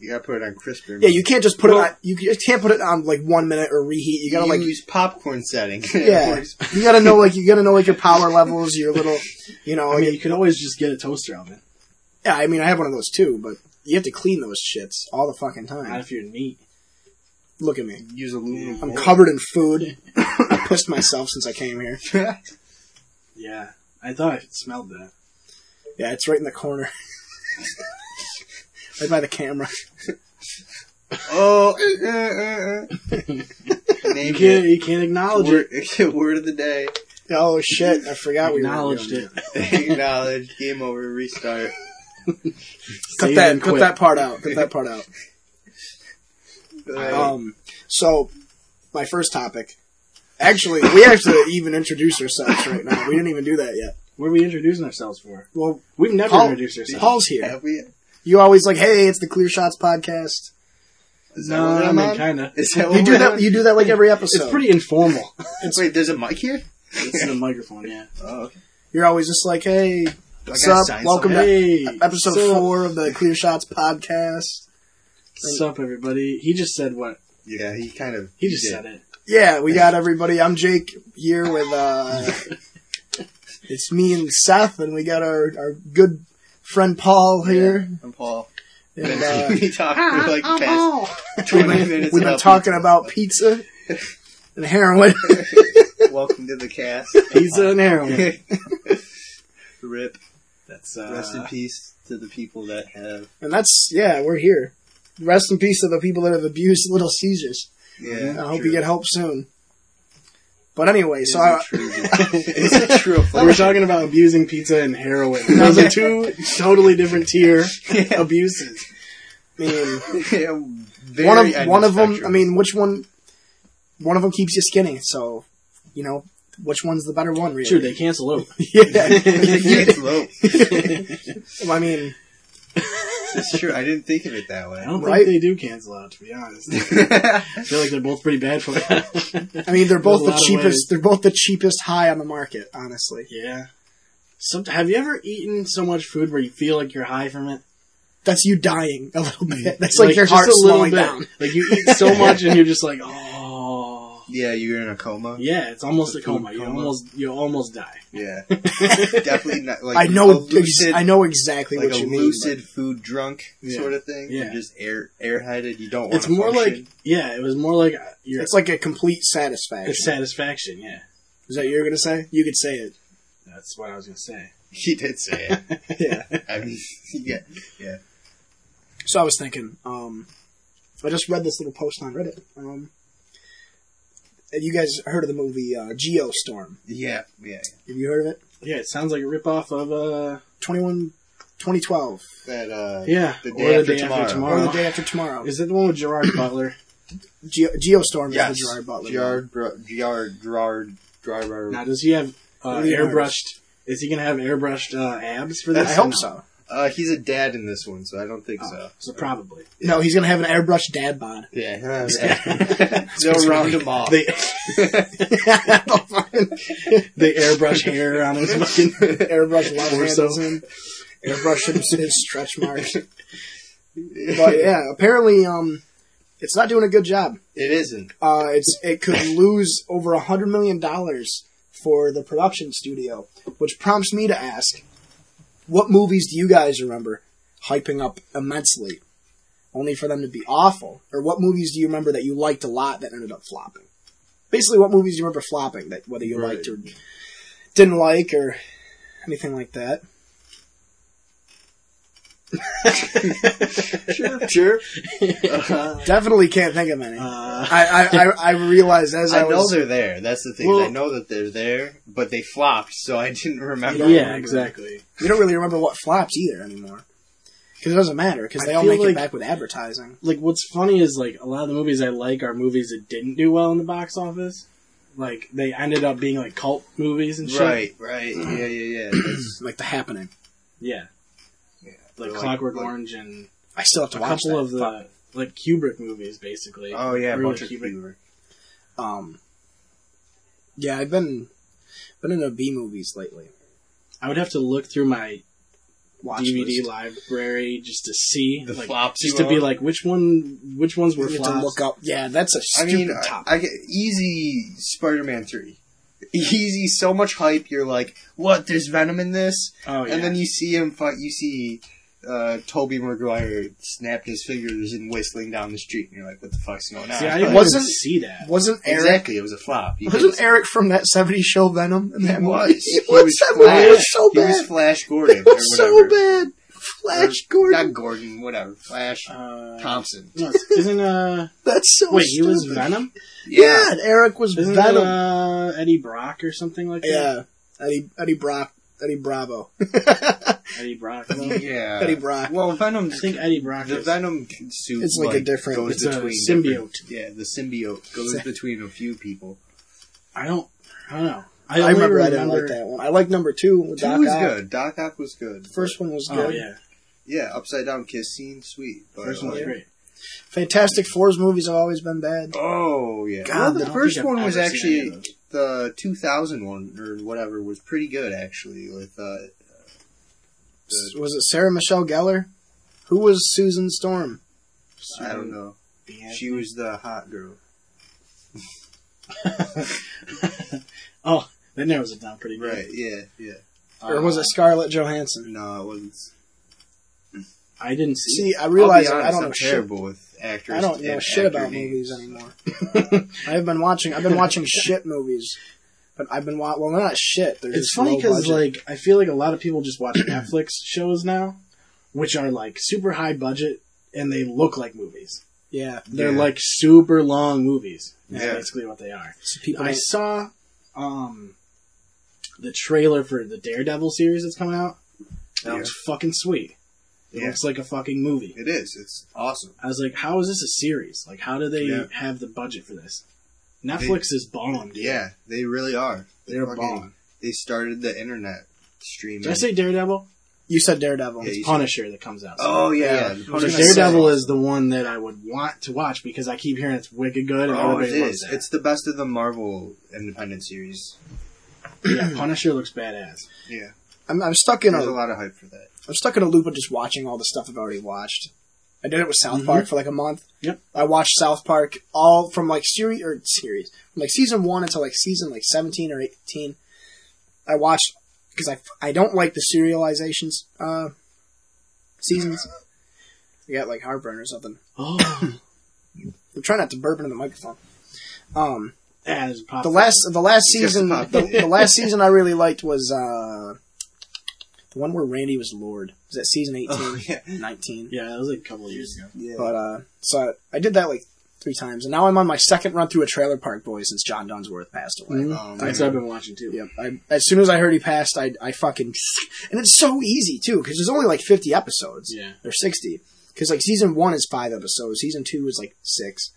Speaker 2: you gotta put it on crisper.
Speaker 1: Yeah, you can't just put
Speaker 3: Well-
Speaker 1: it. On, you c- just can't put it on like one minute or reheat. You gotta like.
Speaker 2: use popcorn setting.
Speaker 1: Yeah. You gotta know like you gotta know like your power levels. Your little, you know.
Speaker 3: I mean, you could always just get a toaster oven.
Speaker 1: Yeah, I mean, I have one of those too, but you have to clean those shits all the fucking time.
Speaker 3: Not if you're neat.
Speaker 1: Look at me.
Speaker 2: use aluminum.
Speaker 1: I'm
Speaker 2: foil.
Speaker 1: covered in food. I pissed myself since I came here.
Speaker 3: Yeah, I thought I smelled that.
Speaker 1: Yeah, it's right in the corner. right by the camera.
Speaker 2: Oh, eh, eh, eh, eh.
Speaker 3: You
Speaker 2: name
Speaker 3: can't.
Speaker 2: it.
Speaker 3: You can't acknowledge it.
Speaker 2: Word, word of the day.
Speaker 1: Oh shit, I forgot we were
Speaker 3: acknowledged
Speaker 1: doing
Speaker 3: it.
Speaker 2: Acknowledge. Game over. Restart.
Speaker 1: that. Cut
Speaker 3: Save
Speaker 1: that
Speaker 3: and
Speaker 1: cut
Speaker 3: quit.
Speaker 1: that part out. Cut that part out.
Speaker 2: Uh,
Speaker 1: Um so my first topic. Actually, we actually even introduced ourselves right now. We didn't even do that yet.
Speaker 3: What are we introducing ourselves for?
Speaker 1: Well,
Speaker 3: We've never
Speaker 1: Paul-
Speaker 3: introduced ourselves.
Speaker 1: Paul's here.
Speaker 2: have we?
Speaker 1: You always like, hey, it's the Clear Shots podcast.
Speaker 2: Is that
Speaker 3: no,
Speaker 2: what
Speaker 3: I
Speaker 2: I'm
Speaker 3: mean,
Speaker 2: on?
Speaker 3: kind of.
Speaker 2: Is that what
Speaker 1: You do
Speaker 2: we're
Speaker 1: that.
Speaker 2: on?
Speaker 1: You do that like every episode.
Speaker 3: Oh, It's pretty informal.
Speaker 2: Wait, there's a mic here.
Speaker 3: it's the microphone, yeah.
Speaker 2: Oh, okay.
Speaker 1: You're always just like, hey,
Speaker 2: Do I
Speaker 1: What's
Speaker 2: gotta
Speaker 1: up?
Speaker 2: sign
Speaker 1: Welcome
Speaker 2: something?
Speaker 3: Hey,
Speaker 1: episode
Speaker 3: sup?
Speaker 1: four of the Clear Shots podcast.
Speaker 3: Sup, everybody. He just said what?
Speaker 2: Yeah, he kind of.
Speaker 3: He just
Speaker 2: did.
Speaker 3: said it.
Speaker 1: Yeah, we got everybody. I'm Jake here with uh it's me and Seth and we got our, our good friend Paul here.
Speaker 2: I'm Paul.
Speaker 1: And uh ah.
Speaker 2: we talked for like past 20 minutes.
Speaker 1: we've been talking about pizza and heroin.
Speaker 2: pizza. Welcome to the cast.
Speaker 3: Pizza and heroin.
Speaker 2: Rip.
Speaker 3: That's uh,
Speaker 2: Rest in peace to the people that have.
Speaker 1: And that's yeah, we're here. Rest in peace to the people that have abused Little Caesars.
Speaker 2: Yeah.
Speaker 1: I hope you get help soon. But anyway, so I,
Speaker 2: It's a true
Speaker 3: We were talking about abusing pizza and heroin. Those are two totally different tier abuses.
Speaker 1: I mean
Speaker 2: Yeah, very
Speaker 1: one of
Speaker 2: end
Speaker 1: one of them. I
Speaker 2: spectrum.
Speaker 1: mean, which one? One of them keeps you skinny, so you know which one's the better one, really.
Speaker 3: True, they cancel out.
Speaker 1: yeah.
Speaker 2: it's low.
Speaker 1: I mean,
Speaker 2: It's true. I didn't think of it that
Speaker 3: I
Speaker 2: way.
Speaker 3: don't
Speaker 1: Right?
Speaker 3: think they do cancel out, to be honest. I feel like they're both pretty bad for that.
Speaker 1: I mean, they're both the
Speaker 3: There's a lot of ways.
Speaker 1: cheapest. They're both the cheapest high on the market, honestly.
Speaker 3: yeah. Some, have you ever eaten so much food where you feel like you're high from it?
Speaker 1: That's you dying a little bit. That's like, your
Speaker 3: just
Speaker 1: heart
Speaker 3: a little
Speaker 1: slowing
Speaker 3: bit.
Speaker 1: down.
Speaker 3: Like you eat so much and you're just like, oh.
Speaker 2: Yeah, you're in a coma.
Speaker 3: Yeah, it's almost
Speaker 2: It's
Speaker 3: a
Speaker 2: a food
Speaker 3: coma. You
Speaker 2: coma.
Speaker 3: almost you almost die.
Speaker 2: Yeah, definitely not. Like
Speaker 1: I know.
Speaker 2: a lucid,
Speaker 1: ex- I know exactly
Speaker 2: like
Speaker 1: what
Speaker 2: a
Speaker 1: you mean.
Speaker 2: lucid food drunk
Speaker 3: Yeah.
Speaker 2: sort of thing.
Speaker 3: Yeah.
Speaker 2: You're just air airheaded. You don't. want
Speaker 3: It's more like yeah, it was more like uh,
Speaker 1: but
Speaker 3: your
Speaker 1: It's like a complete
Speaker 3: the
Speaker 1: satisfaction.
Speaker 3: satisfaction. Yeah,
Speaker 1: Is that what you're gonna say? You could say it.
Speaker 3: that's what I was gonna say.
Speaker 2: he did say it.
Speaker 1: Yeah.
Speaker 2: I mean, yeah,
Speaker 1: So I was thinking, um, I just read this little post on Reddit. Um, and you guys heard of the movie uh, Geostorm?
Speaker 2: yeah, yeah.
Speaker 1: Have you heard of it?
Speaker 3: Yeah, it sounds like a ripoff of uh
Speaker 1: 21, 2012,
Speaker 2: That uh,
Speaker 3: yeah
Speaker 2: The
Speaker 3: or
Speaker 2: Day After Tomorrow.
Speaker 1: or the day after tomorrow.
Speaker 3: Is it the one with Gerard Butler?
Speaker 1: Geo- Geostorm
Speaker 2: yes,
Speaker 1: is the Gerard Butler.
Speaker 2: Gerard, Bro- Gerard, Gerard, Gerard.
Speaker 3: Now, does he have uh,
Speaker 1: Lee Harvey.
Speaker 3: airbrushed? Is he gonna have airbrushed uh, abs for this?
Speaker 1: I
Speaker 3: or
Speaker 1: hope
Speaker 3: no?
Speaker 1: so.
Speaker 2: Uh, he's a dad in this one, so I don't think
Speaker 3: Oh,
Speaker 2: so.
Speaker 3: So probably
Speaker 1: No, he's gonna have an airbrush dad bod.
Speaker 2: Yeah, they'll round him off.
Speaker 3: they they airbrush hair on his uh, fucking.
Speaker 1: airbrush love
Speaker 3: Torso.
Speaker 1: handles him. Airbrush him his stretch marks. But yeah, apparently, um, it's not doing a good job.
Speaker 2: It isn't.
Speaker 1: Uh, it's it could lose over a hundred million dollars for the production studio, which prompts me to ask, what movies do you guys remember hyping up immensely, only for them to be awful? Or what movies do you remember that you liked a lot that ended up flopping? Basically, what movies do you remember flopping that whether you
Speaker 2: Right.
Speaker 1: liked or didn't like or anything like that?
Speaker 2: Sure. Uh,
Speaker 1: Definitely can't think of any.
Speaker 3: Uh,
Speaker 1: I, I, I, I realized as I,
Speaker 2: I know
Speaker 1: was
Speaker 2: they're there. That's the thing.
Speaker 3: Well-
Speaker 2: I know that they're there, but they flopped, so I didn't remember.
Speaker 3: yeah, exactly.
Speaker 1: we don't really remember what flops either anymore. Because it doesn't matter, because
Speaker 3: I
Speaker 1: they all
Speaker 3: feel
Speaker 1: make
Speaker 3: like-
Speaker 1: it back with advertising.
Speaker 3: Like, what's funny is like a lot of the movies I like are movies that didn't do well in the box office. Like they ended up being like cult movies and shit.
Speaker 2: Right, right. Yeah, yeah, yeah. That's-
Speaker 1: Like The Happening.
Speaker 3: Yeah. Like,
Speaker 2: Like-
Speaker 3: Clockwork
Speaker 2: like-
Speaker 3: Orange and
Speaker 1: I still have to
Speaker 3: a
Speaker 1: watch
Speaker 3: couple
Speaker 1: that.
Speaker 3: of the like Kubrick movies, basically.
Speaker 2: oh yeah,
Speaker 3: Early
Speaker 2: bunch of
Speaker 3: Cuban.
Speaker 2: fever.
Speaker 1: um, yeah, I've been been into B movies lately.
Speaker 3: I would have to look through my
Speaker 1: Watch
Speaker 3: DVD
Speaker 1: list.
Speaker 3: library just to see
Speaker 2: The
Speaker 3: like,
Speaker 2: flops
Speaker 3: just
Speaker 2: you
Speaker 3: to be
Speaker 2: own.
Speaker 3: like which one, which ones were
Speaker 1: You have to
Speaker 3: flops.
Speaker 1: look up. Yeah, that's a
Speaker 2: I
Speaker 1: stupid
Speaker 2: mean, I,
Speaker 1: topic.
Speaker 2: I get easy Spider-Man three. Easy, so much hype. You're like, what? There's Venom in this,
Speaker 3: oh yeah,
Speaker 2: and then you see him fight. You see. Uh, Toby Maguire snapped his fingers and whistling down the street, and you're like, "What the fuck's going on?"
Speaker 3: see, I didn't
Speaker 1: wasn't-
Speaker 3: even see that.
Speaker 1: wasn't Eric?
Speaker 2: exactly, it was a flop. You
Speaker 1: Wasn't Eric from that '70s show Venom? In that
Speaker 2: He
Speaker 1: movie?
Speaker 2: was.
Speaker 1: He
Speaker 2: He
Speaker 1: was
Speaker 2: was
Speaker 1: that movie
Speaker 2: Flash.
Speaker 1: was so
Speaker 2: he was
Speaker 1: bad.
Speaker 2: Flash Gordon.
Speaker 1: It was
Speaker 2: or
Speaker 1: so
Speaker 2: whatever.
Speaker 1: bad. Flash Gordon.
Speaker 2: Not Gordon, whatever. Flash
Speaker 3: Uh,
Speaker 2: Thompson.
Speaker 3: no, it's- isn't uh
Speaker 1: That's so.
Speaker 3: wait he
Speaker 1: stupid.
Speaker 3: was Venom?
Speaker 1: Yeah, and Eric was
Speaker 3: Isn't that
Speaker 1: Venom.
Speaker 3: uh, Eddie Brock or something like that?
Speaker 1: yeah, Eddie Eddie Brock. Eddie Bravo.
Speaker 3: Eddie Brock.
Speaker 2: Yeah.
Speaker 3: well,
Speaker 1: Eddie Brock.
Speaker 2: Well,
Speaker 3: I
Speaker 2: Venom's
Speaker 3: think Eddie Brock.
Speaker 2: the
Speaker 3: Is,
Speaker 2: Venom suit.
Speaker 1: It's like a different-
Speaker 2: Goes
Speaker 3: It's a
Speaker 2: between different-
Speaker 3: symbiote.
Speaker 2: Yeah, the symbiote goes
Speaker 1: It's a-
Speaker 2: between a few people.
Speaker 3: I don't. I don't know. I,
Speaker 1: I,
Speaker 3: only
Speaker 1: remember, I didn't like that one. I like number two. With
Speaker 2: Two
Speaker 1: Doc
Speaker 2: was
Speaker 1: Ock.
Speaker 2: good. Doc Ock was good.
Speaker 1: The first one was good.
Speaker 3: Oh yeah,
Speaker 2: Yeah, upside down kiss scene, sweet. But,
Speaker 3: first one was
Speaker 2: like-
Speaker 3: great.
Speaker 1: Fantastic Four's movies have always been bad.
Speaker 2: Oh yeah.
Speaker 1: God,
Speaker 2: well,
Speaker 1: I
Speaker 2: the
Speaker 3: don't
Speaker 2: first
Speaker 3: think I've
Speaker 2: one was
Speaker 3: ever seen any of
Speaker 2: actually the 2000 one or whatever was pretty good actually with uh,
Speaker 1: S- Was it Sarah Michelle Gellar? Who was Susan Storm?
Speaker 2: I don't know.
Speaker 3: Yeah.
Speaker 2: She was the hot girl.
Speaker 3: oh, that narrows it down pretty good.
Speaker 2: Right, yeah, yeah.
Speaker 1: or
Speaker 2: uh,
Speaker 1: was it Scarlett Johansson?
Speaker 2: No, it wasn't.
Speaker 3: I didn't see.
Speaker 1: See, I realize
Speaker 2: I'll be honest,
Speaker 1: I don't
Speaker 2: I'm
Speaker 1: know shit.
Speaker 2: terrible with actors.
Speaker 1: I don't know
Speaker 2: and
Speaker 1: shit
Speaker 2: actor
Speaker 1: about
Speaker 2: names.
Speaker 1: movies anymore. I've been watching. I've been watching shit movies, but I've been watching. Well, they're not shit. They're
Speaker 3: It's
Speaker 1: just
Speaker 3: funny
Speaker 1: low
Speaker 3: because
Speaker 1: budget.
Speaker 3: like I feel like a lot of people just watch Netflix shows now, which are like super high budget and they look like movies.
Speaker 1: yeah,
Speaker 3: They're
Speaker 2: Yeah.
Speaker 3: like super long movies. That's
Speaker 2: Yeah.
Speaker 3: basically what they are.
Speaker 1: so people.
Speaker 3: I
Speaker 1: don't-
Speaker 3: saw um the trailer for the Daredevil series that's coming out. That
Speaker 2: Yeah.
Speaker 3: looks fucking sweet. It
Speaker 2: Yeah.
Speaker 3: looks like a fucking movie.
Speaker 2: It is. It's awesome.
Speaker 3: I was like, how is this a series? Like, how do they
Speaker 2: Yeah.
Speaker 3: have the budget for this? Netflix is bomb, dude.
Speaker 2: Yeah, they really are. They
Speaker 3: They're
Speaker 2: fucking-
Speaker 3: bomb.
Speaker 2: They started the internet streaming.
Speaker 3: Did I say Daredevil?
Speaker 1: you said Daredevil.
Speaker 2: Yeah, you-
Speaker 3: Punisher that comes out.
Speaker 2: oh yeah,
Speaker 1: Yeah.
Speaker 2: the
Speaker 1: I was
Speaker 3: So
Speaker 1: gonna
Speaker 2: Punisher.
Speaker 3: Daredevil is the one that I would want to watch because I keep hearing it's wicked good and
Speaker 2: Oh, it
Speaker 3: everybody loves
Speaker 2: is.
Speaker 3: that.
Speaker 2: It's the best of the Marvel independent series.
Speaker 3: yeah, Punisher looks badass.
Speaker 2: Yeah,
Speaker 1: I'm, I'm stuck in
Speaker 2: there's
Speaker 1: a.
Speaker 2: a lot of hype for that.
Speaker 1: I'm stuck in a loop of just watching all the stuff I've already watched. I did it with South Park for like a month.
Speaker 3: Yep.
Speaker 1: I watched South Park all from like series or series from like season one until like season like seventeen or eighteen. I watched because I I don't like the serializations uh seasons. I got like heartburn or something.
Speaker 3: Oh,
Speaker 1: I'm trying not to burp into the microphone. Um,
Speaker 3: that is pop.
Speaker 1: the last the last
Speaker 2: Just
Speaker 1: season
Speaker 2: about-
Speaker 1: the, the last season I really liked was uh the one where Randy was Lord. Was that season 18,
Speaker 4: Oh, yeah.
Speaker 1: 19?
Speaker 3: Yeah, that was like a couple of years ago.
Speaker 4: Yeah.
Speaker 1: But uh, so I, I did that like three times, and now I'm on my second run through a Trailer Park Boys since John Dunsworth passed away.
Speaker 4: um,
Speaker 3: That's what I've been watching too.
Speaker 1: Yep. I, as soon as I heard he passed, I I fucking and it's so easy too because there's only like 50 episodes
Speaker 3: Yeah.
Speaker 1: or 60 because like season one is five episodes, season two is like six,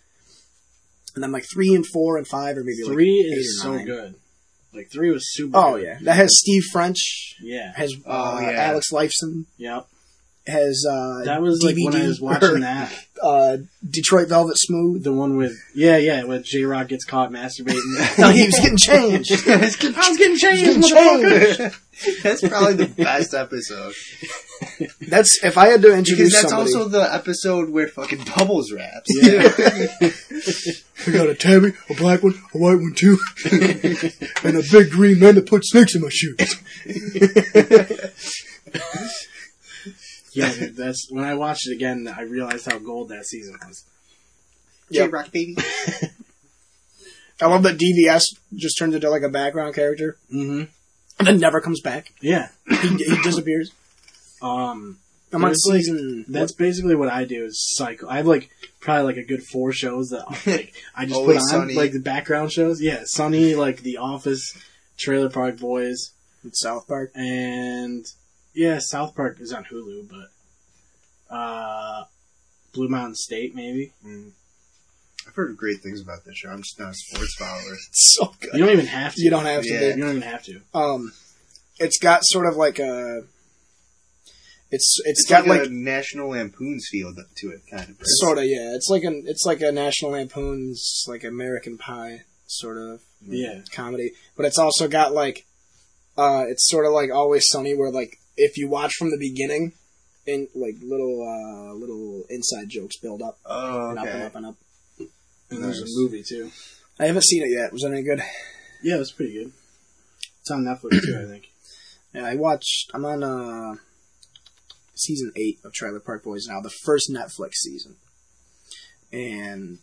Speaker 1: and then like three and four and five or maybe
Speaker 3: Three
Speaker 1: like, eight
Speaker 3: is
Speaker 1: or
Speaker 3: so
Speaker 1: nine.
Speaker 3: good. Like three was super.
Speaker 1: Oh
Speaker 3: good.
Speaker 1: yeah, that has Steve French,
Speaker 3: Yeah.
Speaker 1: has uh,
Speaker 2: Oh, yeah.
Speaker 1: Alex Lifeson,
Speaker 3: Yep.
Speaker 1: has uh,
Speaker 3: That was like when I
Speaker 1: DVD
Speaker 3: was watching
Speaker 1: or,
Speaker 3: that.
Speaker 1: uh, Detroit Velvet Smooth.
Speaker 3: The one with yeah, yeah, when J Rock gets caught masturbating.
Speaker 1: No, he was getting changed.
Speaker 3: I was getting changed,
Speaker 1: Getting
Speaker 3: motherfucker.
Speaker 1: changed.
Speaker 4: that's probably the best episode
Speaker 1: That's if I had to
Speaker 4: because
Speaker 1: introduce
Speaker 4: that's
Speaker 1: somebody.
Speaker 4: also the episode where fucking Bubbles raps.
Speaker 1: I got a tabby, a black one, a white one too, and a big green man that put snakes in my shoes.
Speaker 3: Yeah, dude, that's when I watched it again. I realized how gold that season was.
Speaker 1: Yeah.
Speaker 4: J Rock baby.
Speaker 1: I love that DVS just turned into like a background character
Speaker 3: Mm-hmm.
Speaker 1: and then never comes back.
Speaker 3: Yeah.
Speaker 1: He, he disappears.
Speaker 3: Um.
Speaker 1: I'm mm, on
Speaker 3: There's, like,
Speaker 1: season.
Speaker 3: That's basically what I do is cycle. I have like probably like a good four shows that like I just put on
Speaker 4: Always Sunny.
Speaker 3: like the background shows. Yeah, Sunny, like The Office, Trailer Park Boys,
Speaker 1: what, South Park.
Speaker 3: and yeah, South Park is on Hulu, but uh, Blue Mountain State maybe.
Speaker 4: Mm. I've heard great things about this show. I'm just not a sports follower.
Speaker 1: It's so good.
Speaker 3: You don't even have to.
Speaker 1: You don't have to.
Speaker 4: Yeah.
Speaker 1: do
Speaker 3: You don't even have to.
Speaker 1: Um, it's got sort of like a. It's it's
Speaker 4: It's
Speaker 1: got like,
Speaker 4: a National Lampoon's feel to it, kind of.
Speaker 1: sort of yeah. It's like an it's like a National Lampoon's like American Pie sort of
Speaker 3: Yeah.
Speaker 1: comedy, but it's also got like uh, it's sort of like Always Sunny, where like if you watch from the beginning, and like little uh, little inside jokes build up
Speaker 4: Oh,
Speaker 1: and up and
Speaker 4: okay.
Speaker 1: up and up.
Speaker 3: And there's
Speaker 4: Nice.
Speaker 3: a movie too.
Speaker 1: I haven't seen it yet. Was it any good?
Speaker 3: Yeah, it was pretty good. It's on Netflix too, I think.
Speaker 1: Yeah, I watched. I'm on uh, season eight of Trailer Park Boys now, the first Netflix season, and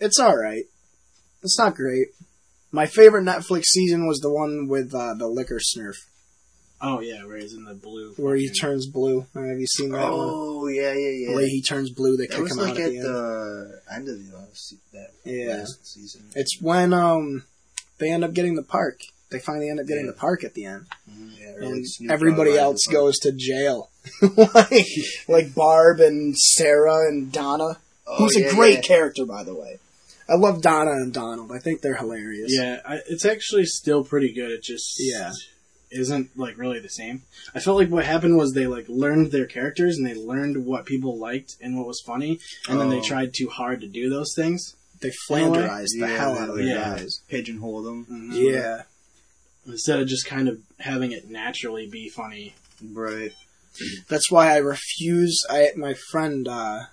Speaker 1: it's all right. It's not great. My favorite Netflix season was the one with uh, the liquor snurf,
Speaker 3: Oh yeah, where he's in the blue.
Speaker 1: where he turns blue. Uh, Have you seen that one?
Speaker 4: Oh, yeah, yeah,
Speaker 1: The
Speaker 4: yeah.
Speaker 1: way he turns blue, they
Speaker 4: That
Speaker 1: kick
Speaker 4: was
Speaker 1: him
Speaker 4: like
Speaker 1: out at, the end.
Speaker 4: end of the last se- that
Speaker 1: Yeah.
Speaker 4: last season.
Speaker 1: It's when um they end up getting the park. They finally end up getting
Speaker 4: Yeah.
Speaker 1: the park at the end,
Speaker 4: Mm-hmm. Yeah, or,
Speaker 1: and
Speaker 4: like, Snoop
Speaker 1: um, everybody
Speaker 4: Dogg
Speaker 1: else
Speaker 4: Live
Speaker 1: goes to jail, like like Barb and Sarah and Donna,
Speaker 4: Oh,
Speaker 1: who's
Speaker 4: yeah,
Speaker 1: a great
Speaker 4: yeah.
Speaker 1: character by the way. I love Donna and Donald. I think they're hilarious.
Speaker 3: Yeah, I, it's actually still pretty good. It just
Speaker 1: Yeah.
Speaker 3: isn't like really the same. I felt like what happened was they like learned their characters and they learned what people liked and what was funny, and then they
Speaker 4: Oh.
Speaker 3: tried too hard to do those things.
Speaker 1: they flanderize the
Speaker 4: Yeah,
Speaker 1: hell out of their
Speaker 3: yeah.
Speaker 1: guys.
Speaker 4: Pigeonhole them,
Speaker 1: Yeah,
Speaker 3: Mm-hmm. Instead of just kind of having it naturally be funny.
Speaker 1: Mm-hmm.
Speaker 4: right?
Speaker 1: that's why I refuse. I my friend uh,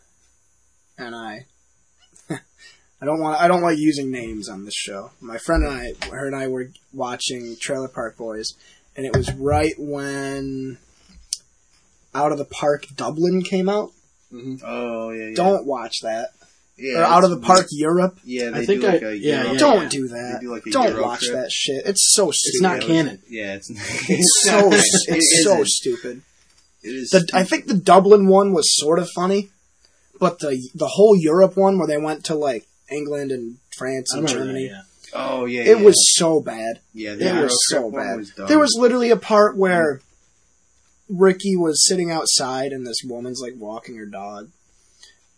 Speaker 1: and I. I don't want. I don't like using names on this show. My friend and I, her and I, were watching Trailer Park Boys, and it was right when Out of the Park Dublin came out.
Speaker 4: Oh, yeah, yeah.
Speaker 1: Don't watch that.
Speaker 4: yeah,
Speaker 1: or Out of the
Speaker 4: it's-
Speaker 1: Park Europe.
Speaker 4: Yeah,
Speaker 3: I
Speaker 4: they
Speaker 3: think
Speaker 4: do like
Speaker 3: I-
Speaker 4: a
Speaker 3: yeah,
Speaker 4: Euro-
Speaker 3: yeah.
Speaker 1: don't do that.
Speaker 4: They do like a
Speaker 1: don't
Speaker 4: Euro
Speaker 1: watch
Speaker 4: trip.
Speaker 1: that shit. It's so stupid.
Speaker 3: It's not canon.
Speaker 4: Yeah, it's
Speaker 1: It's so it's
Speaker 4: It
Speaker 1: so
Speaker 4: isn't.
Speaker 1: stupid.
Speaker 4: It is.
Speaker 1: The, I think the Dublin one was sort of funny, but the the whole Europe one where they went to like England and France
Speaker 3: I
Speaker 1: and
Speaker 3: remember that,
Speaker 1: Germany,
Speaker 3: yeah.
Speaker 4: oh yeah,
Speaker 1: it
Speaker 4: yeah.
Speaker 1: was so bad.
Speaker 4: yeah, the
Speaker 1: It
Speaker 4: Euro
Speaker 1: was so
Speaker 4: trip one
Speaker 1: bad.
Speaker 4: Was dumb.
Speaker 1: There was literally a part where Ricky was sitting outside and this woman's like walking her dog,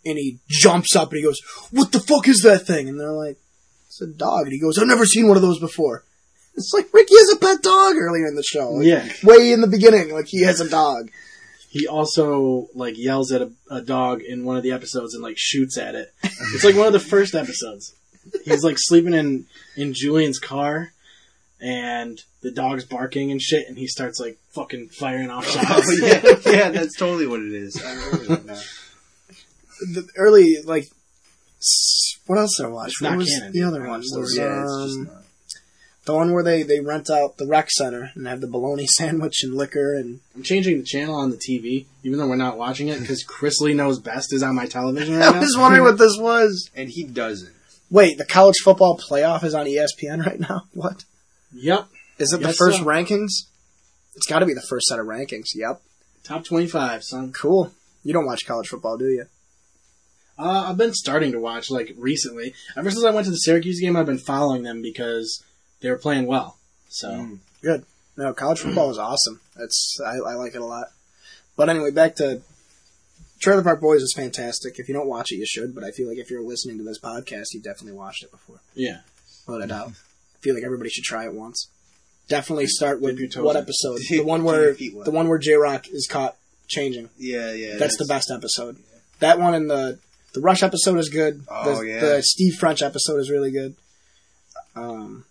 Speaker 1: and he jumps up and he goes, "What the fuck is that thing?" And they're like, "It's a dog." And he goes, "I've never seen one of those before." It's like Ricky has a pet dog earlier in the show. Like,
Speaker 3: Yeah.
Speaker 1: Way in the beginning, like he has a dog.
Speaker 3: He also like yells at a, a dog in one of the episodes and like shoots at it. It's like one of the first episodes. He's like sleeping in in Julian's car, and the dog's barking and shit, and he starts like fucking firing off
Speaker 2: Oh,
Speaker 3: shots.
Speaker 2: yeah, yeah, that's totally what it is. I remember that now.
Speaker 1: The early like s- what else did I watch?
Speaker 3: It's
Speaker 1: what
Speaker 3: not
Speaker 1: was
Speaker 3: canon.
Speaker 1: the other
Speaker 3: I
Speaker 1: one?
Speaker 3: watched
Speaker 1: Was,
Speaker 3: those.
Speaker 2: Yeah, it's just
Speaker 1: um,
Speaker 2: not.
Speaker 1: the one where they they rent out the rec center and have the bologna sandwich and liquor and
Speaker 3: I'm changing the channel on the TV, even though we're not watching it, because Chris Lee knows best is on my television right now.
Speaker 1: I was wondering what this was.
Speaker 2: And he doesn't.
Speaker 1: Wait, the college football playoff is on E ESPN right now. What
Speaker 3: Yep,
Speaker 1: is it? The
Speaker 3: Yes,
Speaker 1: first
Speaker 3: sir.
Speaker 1: rankings? It's got to be the first set of rankings. Yep,
Speaker 3: top 25, son.
Speaker 1: cool. You don't watch college football, do you?
Speaker 3: Uh, I've been starting to watch like recently. Ever since I went to the Syracuse game, I've been following them because they were playing well. So
Speaker 1: Mm. No, college football is awesome. That's I, I like it a lot. But anyway, back to Trailer Park Boys is fantastic. If you don't watch it, you should. But I feel like if you're listening to this podcast, you've definitely watched it before.
Speaker 3: yeah,
Speaker 1: Without a doubt. I feel like everybody should try it once. Definitely start with
Speaker 3: Dip your toes
Speaker 1: what
Speaker 3: in.
Speaker 1: episode? The one where
Speaker 2: Feet wet.
Speaker 1: the one where J Rock is caught changing.
Speaker 2: Yeah, yeah.
Speaker 1: That's the best episode. That one and the the Rush episode is good.
Speaker 2: Oh,
Speaker 1: the,
Speaker 2: yeah.
Speaker 1: the Steve French episode is really good. Um,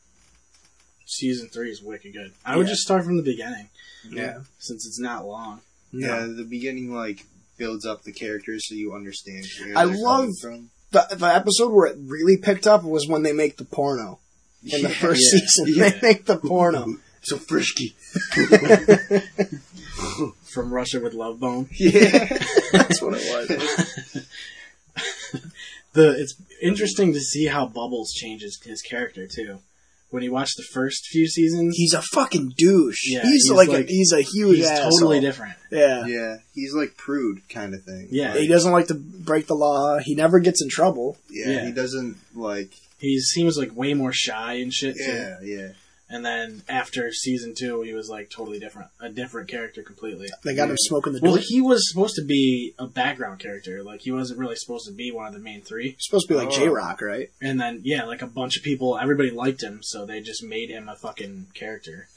Speaker 3: season three is wicked good. I would
Speaker 1: Yeah.
Speaker 3: just start from the beginning
Speaker 1: yeah.
Speaker 3: since it's not long.
Speaker 1: No.
Speaker 2: Yeah, the beginning like builds up the characters so you understand. Where
Speaker 1: I
Speaker 2: they're
Speaker 1: love-
Speaker 2: coming from.
Speaker 1: the the episode where it really picked up was when they make the porno in the
Speaker 2: Yeah.
Speaker 1: first
Speaker 3: yeah,
Speaker 1: season.
Speaker 3: yeah.
Speaker 1: They make the porno.
Speaker 2: so frisky.
Speaker 3: From Russia with Love Bone.
Speaker 2: Yeah,
Speaker 1: That's what it was.
Speaker 3: the it's interesting to see how Bubbles changes his character too. When you watch the first few seasons,
Speaker 1: He's a fucking douche.
Speaker 3: Yeah,
Speaker 1: he's,
Speaker 3: he's
Speaker 1: like,
Speaker 3: like-
Speaker 1: a, he's a huge.
Speaker 3: he's
Speaker 1: asshole.
Speaker 3: totally different.
Speaker 1: Yeah.
Speaker 2: yeah. He's like prude kind of thing.
Speaker 3: Yeah.
Speaker 1: He doesn't like to break the law. He never gets in trouble.
Speaker 2: yeah,
Speaker 3: Yeah.
Speaker 2: He doesn't like.
Speaker 3: He seems like way more shy and shit too.
Speaker 2: Yeah, yeah.
Speaker 3: And then after season two, he was like totally different, a different character completely.
Speaker 1: They got him smoking the
Speaker 3: Well,
Speaker 1: dope.
Speaker 3: he was supposed to be a background character. Like he wasn't really supposed to be one of the main three.
Speaker 1: supposed to be like
Speaker 2: Oh.
Speaker 1: J Rock, right?
Speaker 3: And then yeah, like a bunch of people, everybody liked him, so they just made him a fucking character.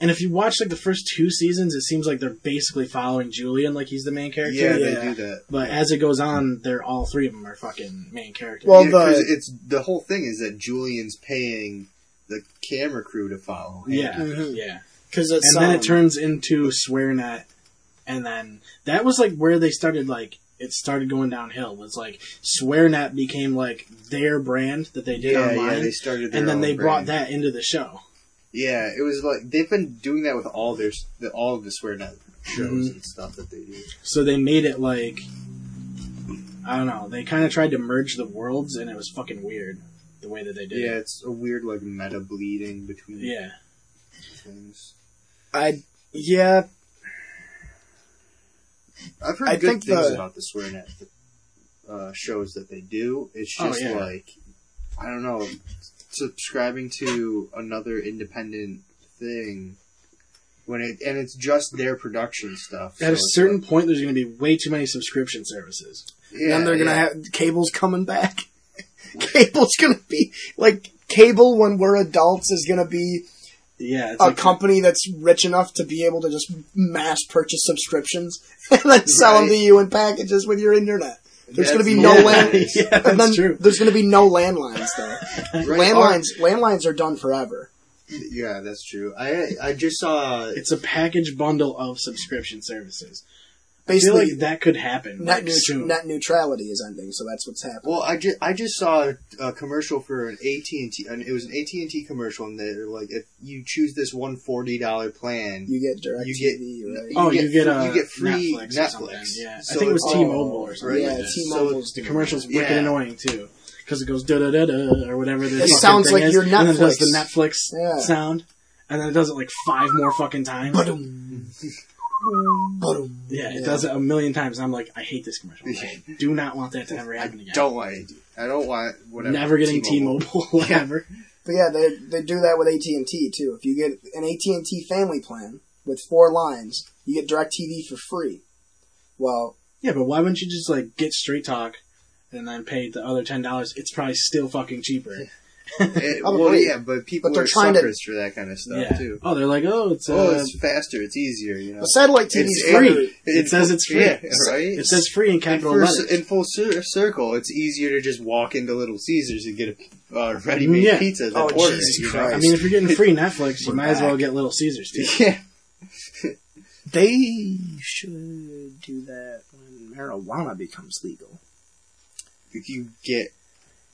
Speaker 3: And if you watch like the first two seasons, it seems like they're basically following Julian, like he's the main character.
Speaker 2: Yeah,
Speaker 1: yeah.
Speaker 2: they do that.
Speaker 3: But as it goes on, they're all three of them are fucking main characters.
Speaker 1: Well,
Speaker 2: Yeah,
Speaker 1: the-
Speaker 2: 'cause it's the whole thing is that Julian's paying the camera crew to follow him.
Speaker 3: yeah,
Speaker 1: Mhm.
Speaker 3: yeah.
Speaker 1: Because it's
Speaker 3: And then
Speaker 1: um,
Speaker 3: it turns into swear net, and then that was like where they started. Like it started going downhill. Was like swear net became like their brand that they did
Speaker 2: yeah, yeah.
Speaker 3: online,
Speaker 2: They started, their
Speaker 3: and then
Speaker 2: own
Speaker 3: they brought
Speaker 2: brand.
Speaker 3: that into the show.
Speaker 2: Yeah, it was like they've been doing that with all their the, all of the swear net shows
Speaker 3: Mhm.
Speaker 2: and stuff that they do.
Speaker 3: So they made it like I don't know. They kind of tried to merge the worlds, and it was fucking weird the way that they did.
Speaker 2: Yeah,
Speaker 3: it.
Speaker 2: it's a weird like meta bleeding between
Speaker 3: yeah.
Speaker 2: things.
Speaker 1: I yeah,
Speaker 2: I've heard
Speaker 1: I
Speaker 2: good
Speaker 1: think
Speaker 2: things
Speaker 1: the-
Speaker 2: about the SwearNet uh, shows that they do. It's
Speaker 3: Oh,
Speaker 2: just
Speaker 3: yeah.
Speaker 2: like I don't know, subscribing to another independent thing when it and it's just their production stuff.
Speaker 3: At a
Speaker 2: so it's
Speaker 3: certain
Speaker 2: like-
Speaker 3: point, there's going to be way too many subscription services.
Speaker 2: yeah,
Speaker 1: then they're gonna
Speaker 2: yeah.
Speaker 1: have cables coming back. cable's gonna be like cable when we're adults is gonna be
Speaker 3: Yeah, it's
Speaker 1: a
Speaker 3: like
Speaker 1: company that's rich enough to be able to just mass purchase subscriptions and then sell them
Speaker 2: Right.
Speaker 1: to you in packages with your internet. There's gonna be
Speaker 2: That's
Speaker 1: no
Speaker 3: yeah,
Speaker 1: landlines.
Speaker 3: yeah, that's
Speaker 1: and then
Speaker 3: true.
Speaker 1: There's gonna be no landlines though.
Speaker 2: Right,
Speaker 1: landlines, landlines are done forever.
Speaker 2: or- yeah, that's true. I I just saw
Speaker 3: It's a package bundle of subscription services. I
Speaker 1: Basically,
Speaker 3: feel like that could happen
Speaker 1: net,
Speaker 3: like,
Speaker 1: neut-
Speaker 3: soon.
Speaker 1: net neutrality is ending, so that's what's happening.
Speaker 2: Well, I just I just saw a commercial for an AT and T, and it was an AT and T commercial, and they're like, if you choose this one forty dollar plan,
Speaker 1: You get direct
Speaker 2: You get-
Speaker 1: TV, right?
Speaker 3: oh,
Speaker 2: you get
Speaker 3: you get
Speaker 2: free-
Speaker 3: a
Speaker 2: you get free
Speaker 3: Netflix. Or
Speaker 2: Netflix.
Speaker 3: something. Yeah, I
Speaker 2: So
Speaker 3: think it was
Speaker 2: it's-
Speaker 3: T-Mobile or something.
Speaker 2: right.
Speaker 1: Oh. Yeah,
Speaker 3: like that.
Speaker 1: T-Mobile's
Speaker 3: The commercial's wicked
Speaker 2: Yeah.
Speaker 3: annoying too because it goes da da da da or whatever. The
Speaker 1: It
Speaker 3: fucking
Speaker 1: sounds
Speaker 3: thing
Speaker 1: like
Speaker 3: is,
Speaker 1: your
Speaker 3: And then it does
Speaker 1: Netflix.
Speaker 3: the Netflix
Speaker 1: Yeah.
Speaker 3: sound, and then it does it like five more fucking times.
Speaker 1: Ba-dum. Ba-dum.
Speaker 3: yeah, it does it a million times. I'm like, I hate this commercial. I do not want that to ever
Speaker 2: I
Speaker 3: happen again.
Speaker 2: don't want it. I don't want whatever.
Speaker 3: Never getting
Speaker 2: T-Mobile.
Speaker 3: T-Mobile ever.
Speaker 1: But yeah, they they do that with AT and T too. If you get an AT and T family plan with four lines, you get Direct TV for free. Well,
Speaker 3: Yeah, but why wouldn't you just like get Straight Talk and then pay the other ten dollars? It's probably still fucking cheaper.
Speaker 2: It-
Speaker 1: Probably.
Speaker 2: well, yeah, but people
Speaker 1: But they're
Speaker 2: are
Speaker 1: trying to-
Speaker 2: suckers for that kind of stuff
Speaker 3: yeah.
Speaker 2: too.
Speaker 3: Oh, they're like, oh, it's, uh,
Speaker 2: oh, it's faster. It's easier. You know,
Speaker 1: The satellite TV's
Speaker 2: It's
Speaker 1: free.
Speaker 2: free.
Speaker 3: It says it's free.
Speaker 2: Yeah, right.
Speaker 3: it says free in
Speaker 2: in
Speaker 3: capital
Speaker 2: full,
Speaker 3: letters.
Speaker 2: in full cir- circle, it's easier to just walk into Little Caesars and get a uh, ready-made
Speaker 3: Yeah.
Speaker 2: pizza than
Speaker 1: Oh,
Speaker 2: order.
Speaker 1: Jesus
Speaker 2: it, you know?
Speaker 1: Christ.
Speaker 3: I mean, if you're getting free Netflix, you
Speaker 2: We're
Speaker 3: might as well
Speaker 2: back.
Speaker 3: get Little Caesars too.
Speaker 2: Yeah,
Speaker 1: They should do that when marijuana becomes legal.
Speaker 2: If you get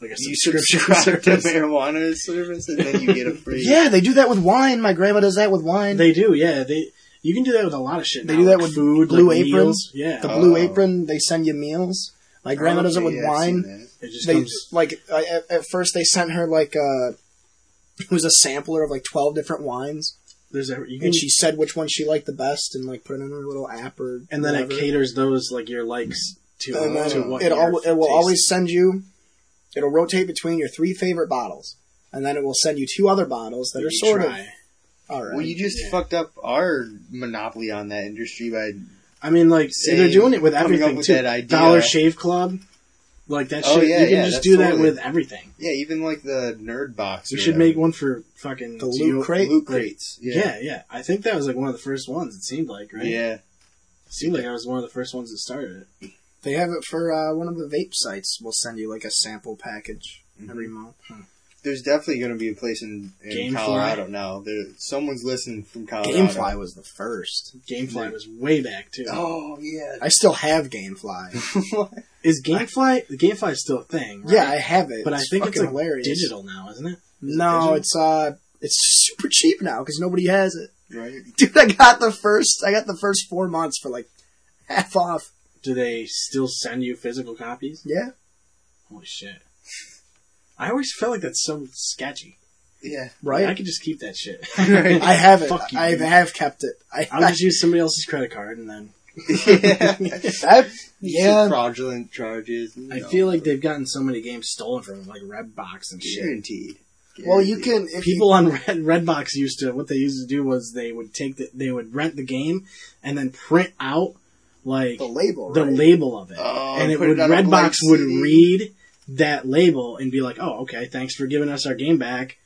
Speaker 3: Like a
Speaker 2: you
Speaker 3: subscription
Speaker 2: subscribe to
Speaker 3: service.
Speaker 2: marijuana service and then you get a free.
Speaker 1: Yeah, they do that with wine. My grandma does that with wine.
Speaker 3: They do, yeah. They you can do that with a lot of shit.
Speaker 1: They
Speaker 3: now,
Speaker 1: do that
Speaker 3: like
Speaker 1: with
Speaker 3: food,
Speaker 1: Blue
Speaker 3: like
Speaker 1: Apron.
Speaker 3: meals. Yeah,
Speaker 1: the
Speaker 2: Oh.
Speaker 1: Blue Apron, they send you meals. My grandma does it
Speaker 2: Okay,
Speaker 1: with
Speaker 2: Oh, yeah, I've
Speaker 1: wine.
Speaker 2: seen that.
Speaker 3: it just
Speaker 1: they
Speaker 3: comes.
Speaker 1: like I, at, at first they sent her like uh it was a sampler of like 12 different wines
Speaker 3: There's every, you can,
Speaker 1: and she said which one she liked the best and like put it in her little app or
Speaker 3: and then it
Speaker 1: whatever.
Speaker 3: caters those like your likes to,
Speaker 1: and
Speaker 2: Oh.
Speaker 3: to
Speaker 1: then
Speaker 3: what
Speaker 1: Um, it,
Speaker 3: your
Speaker 1: al- it will
Speaker 3: taste-
Speaker 1: always send you it'll rotate between your three favorite bottles and then it will send you two other bottles that
Speaker 3: you
Speaker 1: are sort
Speaker 3: try.
Speaker 1: of all right
Speaker 2: Well, you just
Speaker 3: Yeah.
Speaker 2: fucked up our monopoly on that industry by
Speaker 3: I mean, like
Speaker 2: Same.
Speaker 3: they're doing it with
Speaker 2: Coming up
Speaker 3: everything
Speaker 2: with
Speaker 3: too.
Speaker 2: that idea.
Speaker 3: Dollar Shave Club, like that
Speaker 2: Oh,
Speaker 3: shit.
Speaker 2: yeah,
Speaker 3: you can
Speaker 2: yeah,
Speaker 3: just
Speaker 2: that's
Speaker 3: do that
Speaker 2: totally-
Speaker 3: with everything.
Speaker 2: yeah, even like the nerd box.
Speaker 3: We
Speaker 2: or
Speaker 3: should
Speaker 2: whatever.
Speaker 3: make one for fucking
Speaker 1: The
Speaker 3: do
Speaker 1: loot
Speaker 3: you-
Speaker 1: crate?
Speaker 2: loot crates.
Speaker 3: Yeah. yeah, I think that was like one of the first ones. It seemed like, right?
Speaker 2: yeah.
Speaker 3: It seemed like I was one of the first ones that started it.
Speaker 1: they have it for uh, one of the vape sites will send you like a sample package
Speaker 3: Mm-hmm.
Speaker 1: every month
Speaker 2: There's definitely going to be a place in, in
Speaker 3: Gamefly.
Speaker 2: Colorado now. There, someone's listening from
Speaker 3: Oh,
Speaker 2: Colorado.
Speaker 1: gamefly was the first
Speaker 3: Gamefly
Speaker 2: Yeah.
Speaker 3: was way back too.
Speaker 2: Oh yeah.
Speaker 1: i still have gamefly
Speaker 3: Is Gamefly the Gamefly is still a thing? Right?
Speaker 1: yeah i have it
Speaker 3: but I think it's
Speaker 1: fucking
Speaker 3: like digital now, isn't it?
Speaker 1: No,
Speaker 3: digital?
Speaker 1: it's uh, it's super cheap now because nobody has it.
Speaker 2: right.
Speaker 1: Dude, I got the first, I got the first four months for like half off.
Speaker 3: Do they still send you physical copies?
Speaker 1: Yeah,
Speaker 3: Holy shit! I always felt like that's so sketchy.
Speaker 2: Yeah.
Speaker 1: right.
Speaker 3: I could just keep that shit.
Speaker 2: Right.
Speaker 1: I have it.
Speaker 3: Fuck you,
Speaker 1: I
Speaker 3: dude.
Speaker 1: have kept it. I,
Speaker 3: I'll just use somebody else's credit card and then
Speaker 2: yeah.
Speaker 1: I- yeah.
Speaker 2: Fraudulent charges. you
Speaker 3: I
Speaker 2: know.
Speaker 3: feel like they've gotten so many games stolen from them, like Redbox and shit.
Speaker 2: guaranteed.
Speaker 1: Well, you
Speaker 2: Guaranteed.
Speaker 1: can if
Speaker 3: People
Speaker 1: You,
Speaker 3: on Red, Redbox used to what they used to do was they would take the, they would rent the game and then print out like
Speaker 1: the label,
Speaker 3: the
Speaker 1: right?
Speaker 3: label of it,
Speaker 2: Oh,
Speaker 3: and it
Speaker 2: put it
Speaker 3: would
Speaker 2: on a blank
Speaker 3: Redbox would
Speaker 2: CD.
Speaker 3: read that label and be like, "Oh, okay, thanks for giving us our game back,"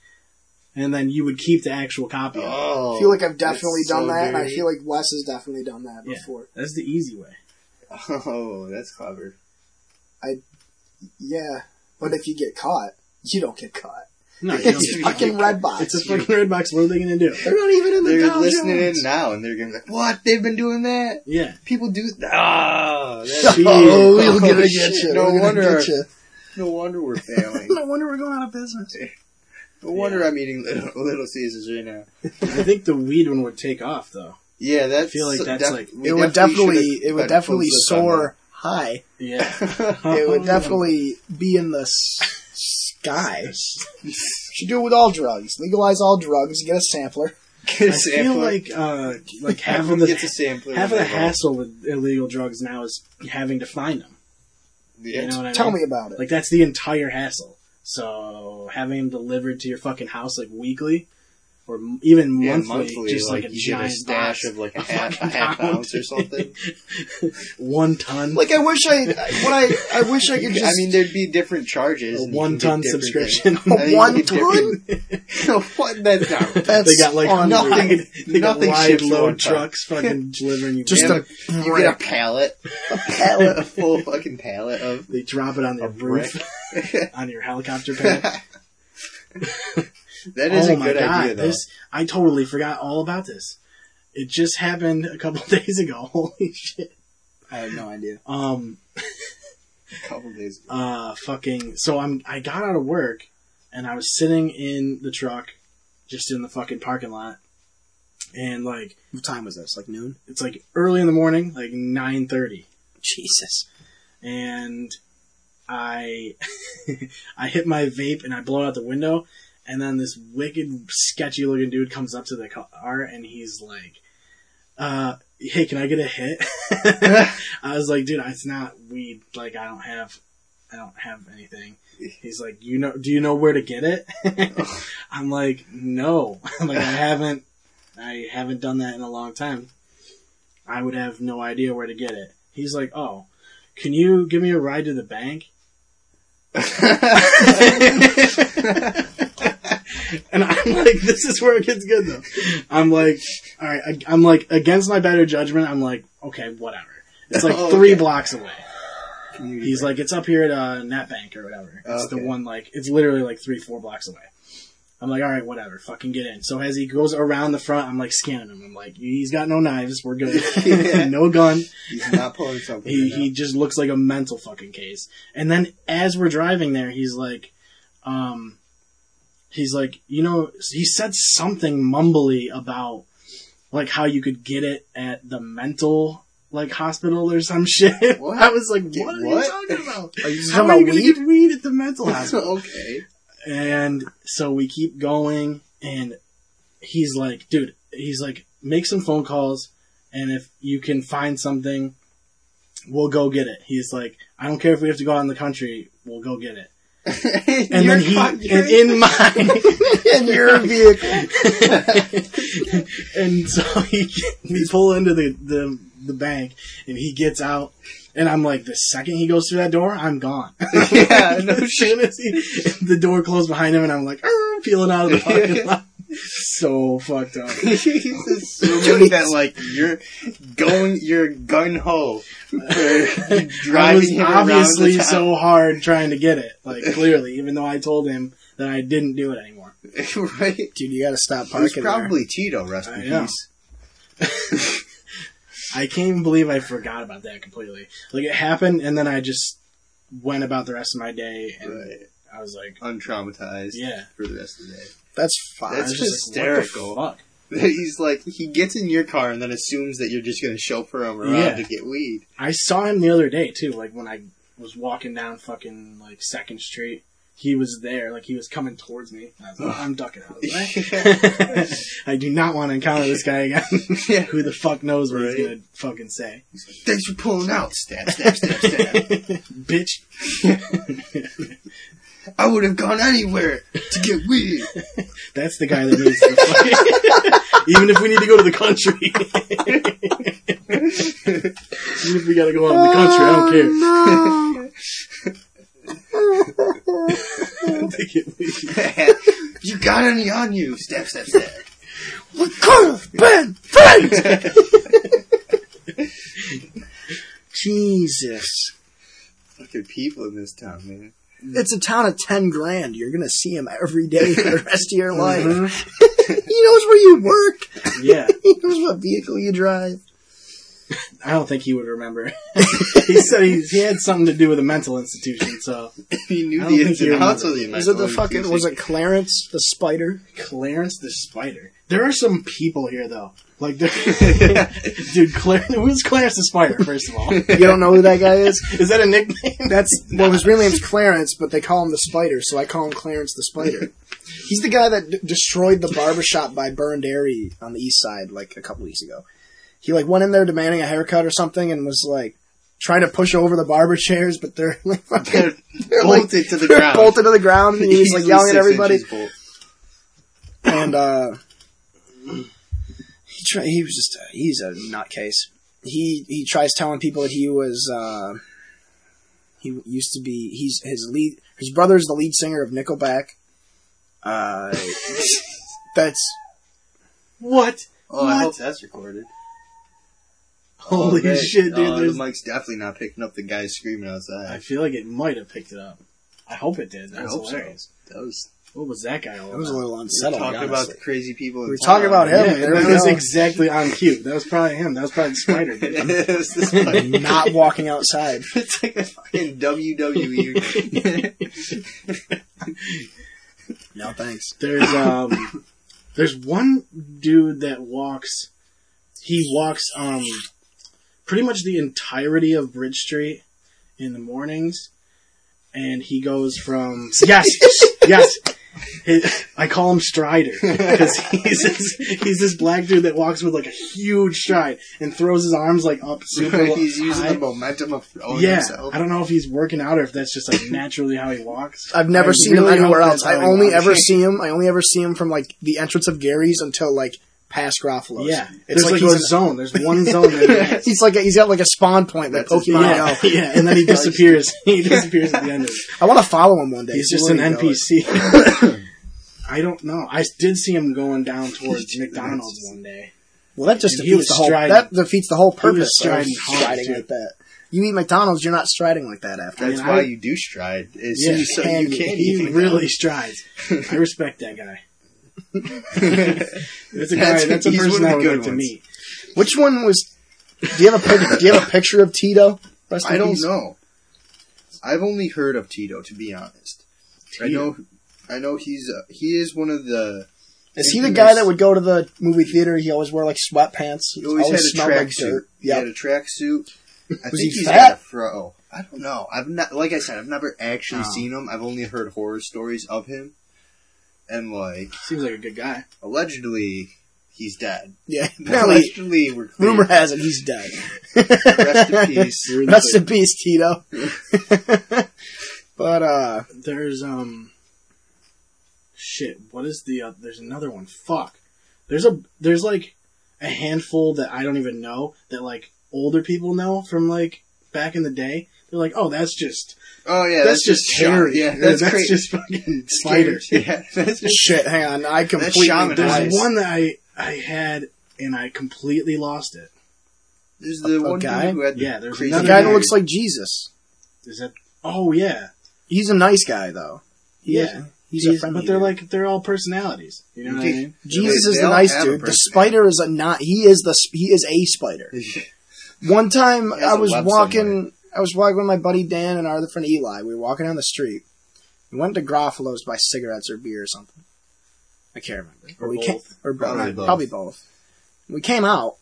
Speaker 3: and then you would keep the actual copy. of it.
Speaker 2: Oh,
Speaker 1: I feel like I've definitely
Speaker 2: that's
Speaker 1: done
Speaker 2: so
Speaker 1: that, and I
Speaker 2: dirty.
Speaker 1: feel like Wes has definitely done that
Speaker 3: Yeah.
Speaker 1: before.
Speaker 3: That's the easy way.
Speaker 2: Oh, that's clever.
Speaker 1: Yeah, but if you get caught, you don't get caught.
Speaker 3: No, you don't
Speaker 1: It's
Speaker 3: get
Speaker 1: fucking
Speaker 3: caught.
Speaker 1: Redbox.
Speaker 3: It's a fucking Redbox. What are they gonna do?
Speaker 1: They're not even in the
Speaker 2: They're
Speaker 1: Dow
Speaker 2: listening
Speaker 1: Jones.
Speaker 2: in now, and they're gonna be like, "What? They've been doing that?
Speaker 3: Yeah,
Speaker 2: People do th- ah." that's-
Speaker 3: Jeez.
Speaker 1: Oh, we're gonna
Speaker 2: Oh,
Speaker 1: get
Speaker 2: shit.
Speaker 1: you.
Speaker 2: No
Speaker 1: we're
Speaker 2: wonder.
Speaker 1: Gonna
Speaker 2: our-
Speaker 1: get you.
Speaker 2: No wonder we're failing.
Speaker 1: No wonder we're going out of business.
Speaker 2: No wonder I'm eating little, little Caesars right now.
Speaker 3: I think the weed one would take off though.
Speaker 2: Yeah, that's.
Speaker 3: feel like that's like-
Speaker 2: we
Speaker 1: It would definitely, it would definitely soar high.
Speaker 3: Yeah,
Speaker 1: It would definitely be in the s- sky. Should do it with all drugs. Legalize all drugs. Get a sampler.
Speaker 2: I
Speaker 3: I feel like uh, like half of
Speaker 2: gets a
Speaker 3: the
Speaker 2: sampler.
Speaker 3: half of the
Speaker 2: Everyone.
Speaker 3: hassle with illegal drugs now is having to find them.
Speaker 2: Yeah.
Speaker 3: You know what I
Speaker 1: Tell
Speaker 3: mean?
Speaker 1: me about it.
Speaker 3: Like that's the entire hassle. So having them delivered to your fucking house like weekly, or m- even
Speaker 2: Yeah,
Speaker 3: monthly,
Speaker 2: monthly,
Speaker 3: just like,
Speaker 2: like,
Speaker 3: a
Speaker 2: you get
Speaker 3: giant
Speaker 2: a stash
Speaker 3: box
Speaker 2: of like a half, a
Speaker 3: fucking
Speaker 2: half
Speaker 3: pound.
Speaker 2: ounce or something.
Speaker 3: one ton,
Speaker 1: Like I wish I, what I, I wish I could just.
Speaker 2: I mean, there'd be different charges.
Speaker 3: a
Speaker 2: and you
Speaker 3: one
Speaker 2: could get
Speaker 3: ton
Speaker 2: different
Speaker 3: subscription.
Speaker 2: I think you
Speaker 1: one
Speaker 2: get
Speaker 1: ton.
Speaker 2: things. what? That's not right.
Speaker 1: That's
Speaker 3: they got like
Speaker 1: on
Speaker 3: nothing,
Speaker 1: nothing.
Speaker 3: they got
Speaker 2: nothing
Speaker 3: wide
Speaker 2: shipped for
Speaker 3: load
Speaker 2: one ton.
Speaker 3: trucks fucking delivering you.
Speaker 1: Just
Speaker 3: Yeah,
Speaker 1: a
Speaker 2: You get a pallet,
Speaker 1: pallet.
Speaker 2: a full fucking pallet of.
Speaker 3: they drop it on your roof, on your helicopter pad.
Speaker 2: that is
Speaker 3: oh
Speaker 2: a
Speaker 3: my
Speaker 2: good
Speaker 3: god,
Speaker 2: idea, though.
Speaker 3: this I totally forgot all about this. It just happened a couple days ago. Holy shit.
Speaker 1: I have no idea.
Speaker 3: Um
Speaker 2: A couple days ago.
Speaker 3: uh fucking so I'm I got out of work and I was sitting in the truck just in the fucking parking lot and like
Speaker 1: What time was this? Like noon.
Speaker 3: it's like early in the morning, like 9:30
Speaker 1: Jesus.
Speaker 3: and I I hit my vape and I blow out the window, and then this wicked sketchy looking dude comes up to the car and he's like, uh, "Hey, can I get a hit?" I was like, "Dude, it's not weed. Like, I don't have." I don't have anything. He's like, you know, do you know where to get it? I'm like, no, I'm like I haven't, I haven't done that in a long time. I would have no idea where to get it. He's like, oh, can you give me a ride to the bank? And I'm like, this is where it gets good though. I'm like, all right, I, I'm like against my better judgment. I'm like, okay, whatever. It's like
Speaker 2: Oh,
Speaker 3: three
Speaker 2: okay.
Speaker 3: blocks away. He's like, it's up here at uh, NatBank or whatever. It's the
Speaker 2: Okay.
Speaker 3: one like, it's literally like three, four blocks away. I'm like, all right, whatever, fucking get in. So as he goes around the front, I'm like scanning him. I'm like, he's got no knives, we're good,
Speaker 2: Yeah.
Speaker 3: no gun.
Speaker 2: He's not pulling something.
Speaker 3: He he just looks like a mental fucking case. And then as we're driving there, he's like, um, he's like, you know, he said something mumbly about like how you could get it at the mental like hospital or some shit.
Speaker 2: What?
Speaker 3: I was like,
Speaker 2: Get
Speaker 3: what are
Speaker 2: what?
Speaker 3: you talking about?
Speaker 1: Are you just
Speaker 3: How
Speaker 1: talking
Speaker 3: are you
Speaker 1: about
Speaker 3: gonna
Speaker 1: weed?
Speaker 3: get weed at the mental hospital?
Speaker 2: okay.
Speaker 3: And so we keep going, and he's like, dude, he's like, make some phone calls, and if you can find something, we'll go get it. He's like, I don't care if we have to go out in the country, we'll go get it. And then he, and in my,
Speaker 1: in your vehicle.
Speaker 3: and so he, we pull into the, the, the bank, and he gets out, and I'm like, the second he goes through that door, I'm gone.
Speaker 2: yeah, no
Speaker 3: as soon as he, the door closed behind him, and I'm like, "Arr," peeling out of the parking lot. So fucked up.
Speaker 2: He's assuming that like you're going, you're gun ho for
Speaker 3: I was
Speaker 2: driving him
Speaker 3: obviously
Speaker 2: around the town.
Speaker 3: so hard trying to get it, like clearly, even though I told him that I didn't do it anymore.
Speaker 2: right? It
Speaker 1: Dude, you gotta stop
Speaker 2: was
Speaker 1: parking there.
Speaker 2: probably Cheeto. Rest
Speaker 3: I
Speaker 2: in
Speaker 3: know.
Speaker 2: peace.
Speaker 3: Uh, I can't even believe I forgot about that completely. Like it happened, and then I just went about the rest of my day, and
Speaker 2: Right.
Speaker 3: I was like,
Speaker 2: uh, Untraumatized.
Speaker 3: Yeah.
Speaker 2: For the rest of the day.
Speaker 1: That's fine.
Speaker 3: I was
Speaker 2: That's
Speaker 3: just
Speaker 2: hysterical.
Speaker 3: Like, what the fuck?
Speaker 2: He's like he gets in your car and then assumes that you're just going to chauffeur him around
Speaker 3: Yeah.
Speaker 2: to get weed.
Speaker 3: I saw him the other day too. Like when I was walking down fucking like Second Street, he was there. Like he was coming towards me. I was like, I'm ducking out of the way. I do not want to encounter this guy again.
Speaker 2: Yeah.
Speaker 3: Who the fuck knows what he's
Speaker 2: Right.
Speaker 3: gonna fucking say?
Speaker 2: Thanks for pulling out. Stab, stab, stab, stab.
Speaker 3: Bitch.
Speaker 2: I would have gone anywhere to get weed.
Speaker 3: That's the guy that needs to fight. Even if we need to go to the country. Even if we gotta go out in the country, I don't care. They get me.
Speaker 2: you got any on you? Stab, stab, stab.
Speaker 1: We could have been friends! Jesus.
Speaker 2: Fucking people in this town, man.
Speaker 1: It's a town of 10 grand. You're gonna see him every day for the rest of your life. he knows where you work.
Speaker 3: Yeah.
Speaker 1: He knows what vehicle you drive.
Speaker 3: I don't think he would remember. he said he, he had something to do with a mental institution, so
Speaker 2: He
Speaker 3: I
Speaker 2: knew
Speaker 3: don't
Speaker 2: the
Speaker 3: think
Speaker 2: ins
Speaker 3: he
Speaker 2: and outs of
Speaker 3: remembered.
Speaker 2: the
Speaker 1: Was it
Speaker 2: mental
Speaker 1: the fucking, was
Speaker 2: institution.
Speaker 1: it Clarence the Spider?
Speaker 3: Clarence the Spider. There are some people here though. Like there- dude, Clarence who's Clarence the Spider, first of all?
Speaker 1: You don't know who that guy is?
Speaker 3: Is that a nickname?
Speaker 1: That's, well, his real name's Clarence, but they call him the Spider, so I call him Clarence the Spider. He's the guy that d- destroyed the barbershop by Burned Airy on the east side, like, a couple weeks ago. He, like, went in there demanding a haircut or something and was, like, trying to push over the barber chairs, but they're, like, fucking
Speaker 2: They're bolted to the ground.
Speaker 1: bolted to the ground, and he was, like,
Speaker 2: Easily
Speaker 1: yelling at
Speaker 2: six
Speaker 1: everybody.
Speaker 2: inches bolt.
Speaker 1: and uh, he try, he was just a, he's a nutcase. He he tries telling people that he was uh, he used to be he's his lead his brother's the lead singer of Nickelback. Uh, that's
Speaker 3: What?
Speaker 2: Oh, I
Speaker 3: What?
Speaker 2: hope that's recorded.
Speaker 3: Holy
Speaker 2: Oh, hey.
Speaker 3: shit, dude.
Speaker 2: Oh, the
Speaker 3: there's-
Speaker 2: mic's definitely not picking up the guy screaming
Speaker 3: I
Speaker 2: outside.
Speaker 3: feel like it might have picked it up. I hope it did.
Speaker 2: I
Speaker 3: That's
Speaker 2: hope so.
Speaker 3: hilarious.
Speaker 2: That was
Speaker 3: What was that guy all
Speaker 1: that was a
Speaker 3: about?
Speaker 1: little
Speaker 2: we
Speaker 1: unsettling.
Speaker 2: talking about the
Speaker 1: honestly.
Speaker 2: crazy people. in
Speaker 1: We were
Speaker 2: town.
Speaker 1: talking about him.
Speaker 3: Yeah,
Speaker 1: There
Speaker 3: that
Speaker 1: we
Speaker 3: was
Speaker 1: go.
Speaker 3: exactly on cue. That was probably him. That was probably the spider. Dude.
Speaker 2: It was this fucking-
Speaker 1: not walking outside.
Speaker 2: it's like a fucking E. WWE.
Speaker 1: No thanks.
Speaker 3: There's um, there's one dude that walks. He walks um, pretty much the entirety of Bridge Street in the mornings, and he goes from yes, yes. His- I call him Strider because he's this, he's this black dude that walks with like a huge stride and throws his arms like up super.
Speaker 2: He's using
Speaker 3: high.
Speaker 2: the momentum of throwing
Speaker 3: yeah,
Speaker 2: himself.
Speaker 3: I don't know if he's working out or if that's just like naturally how he walks.
Speaker 1: I've never
Speaker 3: I
Speaker 1: seen
Speaker 3: really
Speaker 1: him anywhere
Speaker 3: hope
Speaker 1: else.
Speaker 3: that's
Speaker 1: I
Speaker 3: how he
Speaker 1: only
Speaker 3: walks.
Speaker 1: ever see him. I only ever see him from like the entrance of Gary's until like past Groffalo's.
Speaker 3: Yeah,
Speaker 1: it's
Speaker 3: there's like,
Speaker 1: like,
Speaker 3: a
Speaker 1: he's,
Speaker 3: zone. There's one zone. That he has.
Speaker 1: he's like a, he's got like a spawn point like
Speaker 2: That's his
Speaker 1: Pokemon Go.
Speaker 3: yeah, yeah, and then he disappears. he disappears at the end of it.
Speaker 1: I want to follow him one day.
Speaker 3: He's
Speaker 1: see
Speaker 3: just
Speaker 1: where
Speaker 3: an
Speaker 1: he goes.
Speaker 3: NPC. I don't know. I did see him going down towards McDonald's one day.
Speaker 1: Well, that just
Speaker 3: And he
Speaker 1: defeats
Speaker 3: was
Speaker 1: the whole.
Speaker 3: striding.
Speaker 1: That defeats the whole
Speaker 3: He was
Speaker 1: purpose
Speaker 3: striding
Speaker 1: of
Speaker 3: hard,
Speaker 1: striding
Speaker 3: too.
Speaker 1: like that. You eat McDonald's, you're not striding like that after.
Speaker 2: That's
Speaker 3: I mean,
Speaker 2: why
Speaker 3: I-
Speaker 2: you do stride. Is
Speaker 3: Yeah,
Speaker 2: so you
Speaker 1: and
Speaker 2: can't
Speaker 3: He
Speaker 2: even
Speaker 3: really strides. I respect that guy. That's a guy.
Speaker 2: That's-
Speaker 3: That's, a
Speaker 2: he's one
Speaker 3: person
Speaker 2: of
Speaker 3: I
Speaker 2: the
Speaker 3: would
Speaker 2: good
Speaker 3: like to
Speaker 2: ones.
Speaker 3: meet.
Speaker 1: Which one was? Do you have a pic, Do you have a picture of Tito? Rest in
Speaker 2: I don't
Speaker 1: peace.
Speaker 2: know. I've only heard of Tito, to be honest. I know, I know he's uh, he is one of the
Speaker 1: Is he the
Speaker 2: Infamous.
Speaker 1: guy that would go to the movie theater? He always wore like sweatpants.
Speaker 2: he always, had
Speaker 1: smelled
Speaker 2: a tracksuit. He
Speaker 1: Yeah.
Speaker 2: had a tracksuit. I
Speaker 1: Was
Speaker 2: think
Speaker 1: he
Speaker 2: he's
Speaker 1: fat?
Speaker 2: got a fro. I don't know. I've not like I said, I've never actually
Speaker 3: Oh.
Speaker 2: seen him. I've only heard horror stories of him, and like
Speaker 3: Seems like a good guy.
Speaker 2: allegedly he's dead.
Speaker 1: Yeah. Apparently,
Speaker 2: allegedly, we're clear.
Speaker 1: rumor has it he's dead.
Speaker 2: Rest in peace.
Speaker 3: You're in the
Speaker 1: Rest in peace, Tito. but uh,
Speaker 3: there's um shit what is the uh, there's another one fuck there's a there's like a handful that i don't even know that like older people know from like back in the day they're like oh that's just
Speaker 2: Oh yeah,
Speaker 3: that's, just
Speaker 2: shaman.
Speaker 3: terry
Speaker 2: Yeah, that's, crazy.
Speaker 3: just fucking spiders
Speaker 2: Yeah, that's just
Speaker 1: shit, hang on, I completely.
Speaker 2: shaman
Speaker 1: died.
Speaker 2: eyes.
Speaker 3: there's one that i i had and i completely lost it
Speaker 2: There's the
Speaker 1: A- a
Speaker 2: one
Speaker 1: guy?
Speaker 2: dude who had
Speaker 3: Yeah, there's
Speaker 2: crazy
Speaker 1: The
Speaker 3: another
Speaker 1: guy
Speaker 2: beard.
Speaker 1: that looks like Jesus.
Speaker 3: is that oh yeah
Speaker 1: He's a nice guy though. He
Speaker 3: Yeah.
Speaker 1: is- He's, a
Speaker 3: Jeez,
Speaker 1: friendly.
Speaker 3: but they're
Speaker 1: dude.
Speaker 3: like they're all personalities you know what i
Speaker 2: Okay.
Speaker 3: mean
Speaker 1: Jesus
Speaker 2: They-
Speaker 1: is
Speaker 2: they
Speaker 1: the
Speaker 2: all
Speaker 1: nice
Speaker 2: have a
Speaker 1: dude. The
Speaker 2: personality.
Speaker 1: spider is a not. He is the sp- he is a spider. One time
Speaker 2: He has
Speaker 1: I
Speaker 2: a
Speaker 1: was
Speaker 2: web
Speaker 1: walking
Speaker 2: somewhere.
Speaker 1: I was walking with my buddy Dan and our other friend Eli. We were walking down the street. We went to Groffalo's to buy cigarettes or beer or something. I can't remember. But
Speaker 3: Or
Speaker 1: we
Speaker 3: both.
Speaker 1: Came, or both.
Speaker 2: Probably
Speaker 1: Probably,
Speaker 2: both.
Speaker 1: both. We came out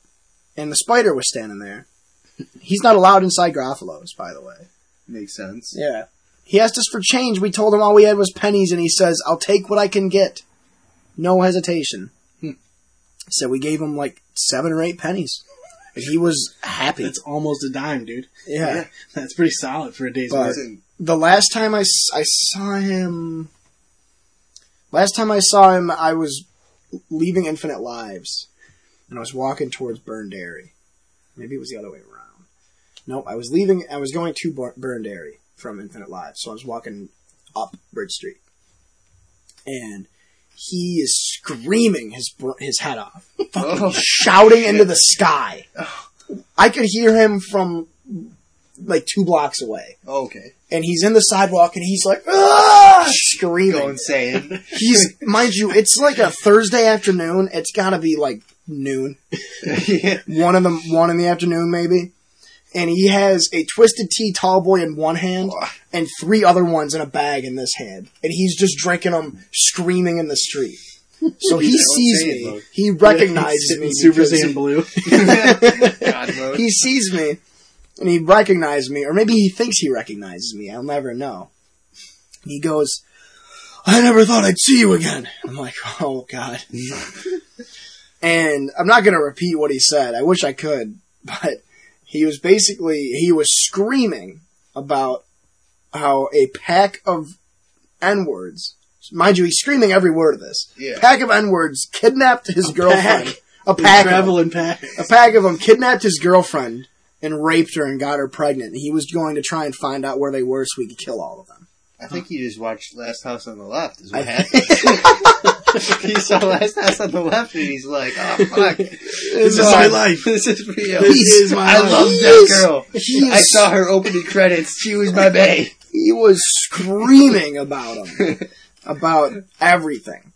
Speaker 1: and the spider was standing there. He's not allowed inside Groffalo's, by the way.
Speaker 2: Makes sense.
Speaker 1: Yeah. He asked us for change. We told him all we had was pennies, and he says, I'll take what I can get. No hesitation. So we gave him like seven or eight pennies. And he was happy.
Speaker 3: that's almost a dime dude
Speaker 1: yeah.
Speaker 3: that's pretty solid for a day's
Speaker 1: But-
Speaker 3: work
Speaker 2: Listen,
Speaker 1: The last time I, s- I saw him. Last time I saw him, I was leaving Infinite Lives. And I was walking towards Burned Dairy. Maybe it was the other way around. Nope, I was leaving. I was going to Bur- Burned Dairy from Infinite Lives. So I was walking up Bridge Street. And he is screaming his br- his head off, fucking
Speaker 2: Oh,
Speaker 1: shouting into the sky. I could hear him from like two blocks away,
Speaker 2: okay.
Speaker 1: and he's in the sidewalk, and he's like "Ah!"
Speaker 2: Go
Speaker 1: screaming.
Speaker 2: insane.
Speaker 1: He's mind you, it's like a Thursday afternoon. It's got to be like noon,
Speaker 2: yeah.
Speaker 1: one in the one in the afternoon maybe. And he has a twisted tea tall boy in one hand and three other ones in a bag in this hand, and he's just drinking them, screaming in the street. So he sees
Speaker 2: insane,
Speaker 1: me.
Speaker 2: look.
Speaker 1: He
Speaker 3: He's
Speaker 1: recognizes
Speaker 3: sitting
Speaker 1: me.
Speaker 3: Super
Speaker 1: because-
Speaker 3: Saiyan Blue.
Speaker 2: God mode.
Speaker 1: he sees me and he recognizes me, or maybe he thinks he recognizes me. I'll never know. He goes, I never thought I'd see you again. I'm like, oh god. and I'm not gonna repeat what he said. I wish I could, but he was basically he was screaming about how a pack of n words. Mind you, he's screaming every word of this.
Speaker 2: Yeah.
Speaker 1: Pack of n words kidnapped his girlfriend.
Speaker 3: pack.
Speaker 1: A
Speaker 3: The
Speaker 1: pack. of them
Speaker 3: traveling pack.
Speaker 1: a pack of them kidnapped his girlfriend and raped her and got her pregnant. And he was going to try and find out where they were so he could kill all of them.
Speaker 2: I think he just watched Last House on the Left. Is what
Speaker 1: I-
Speaker 2: happened. he saw Last House on the Left, and he's like, "Oh fuck,
Speaker 3: This is my life.
Speaker 2: this is real.
Speaker 1: He's-
Speaker 3: is my
Speaker 2: I
Speaker 3: life.
Speaker 2: love
Speaker 1: He
Speaker 2: that
Speaker 1: is-
Speaker 2: girl.
Speaker 1: he
Speaker 2: I
Speaker 1: is-
Speaker 2: saw her opening credits. She was my bae."
Speaker 1: He was screaming about him, about everything.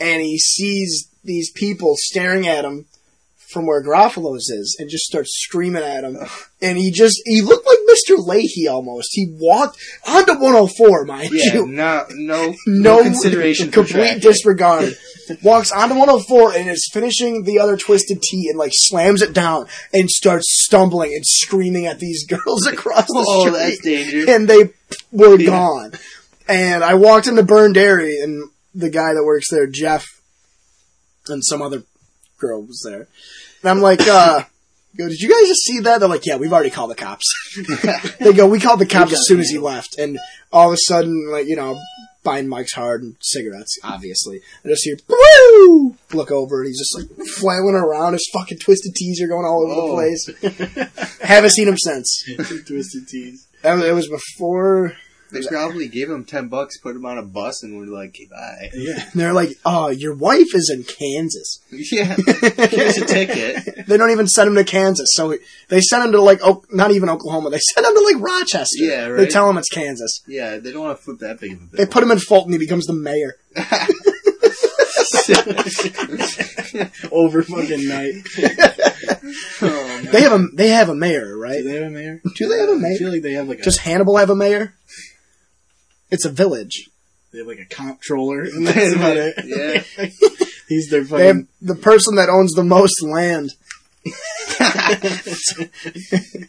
Speaker 1: And he sees these people staring at him from where Garofalo's is and just starts screaming at him. And he just, he looked like Mr. Leahy almost. He walked onto 104, mind
Speaker 2: Yeah,
Speaker 1: you.
Speaker 2: no, no,
Speaker 1: no,
Speaker 2: consideration. for
Speaker 1: complete
Speaker 2: traffic.
Speaker 1: disregard. Walks onto 104 and is finishing the other twisted T and like slams it down and starts stumbling and screaming at these girls across the
Speaker 2: Oh,
Speaker 1: street.
Speaker 2: that's dangerous.
Speaker 1: And they were gone. And I walked into Burn Dairy and the guy that works there, Jeff, and some other girl was there. And I'm like, uh, go, did you guys just see that? They're like, yeah, we've already called the cops. they go, we called the cops as soon as he left. And all of a sudden, like, you know, buying Mike's hard and cigarettes, obviously. I just hear, woo! Look over and he's just like flailing around. His fucking twisted tees are going all over
Speaker 2: Oh.
Speaker 1: the place. Haven't seen him since.
Speaker 3: Twisted tees.
Speaker 1: That was, it was before,
Speaker 2: They probably gave him ten bucks, put him on a bus, and were like, "Bye."
Speaker 3: Yeah.
Speaker 1: And they're like, oh, your wife is in Kansas.
Speaker 2: Yeah, here's a ticket.
Speaker 1: They don't even send him to Kansas. So they send him to like, oh, not even Oklahoma. They send him to like Rochester.
Speaker 2: Yeah, right.
Speaker 1: They tell him it's Kansas.
Speaker 2: Yeah, they don't want to flip that big of a
Speaker 1: They
Speaker 2: bill.
Speaker 1: put him in Fulton. He becomes the mayor.
Speaker 3: Over fucking night.
Speaker 2: Oh, man.
Speaker 1: They have a they have a mayor,
Speaker 3: Do
Speaker 1: right?
Speaker 3: they have a mayor?
Speaker 1: Do they have a
Speaker 3: I
Speaker 1: mayor?
Speaker 3: feel like they have like a
Speaker 1: Does Hannibal have a mayor? It's a village.
Speaker 3: they have like a comptroller, and that's about it.
Speaker 2: yeah,
Speaker 3: He's their
Speaker 1: They have
Speaker 3: fucking.
Speaker 1: the person that owns the most land.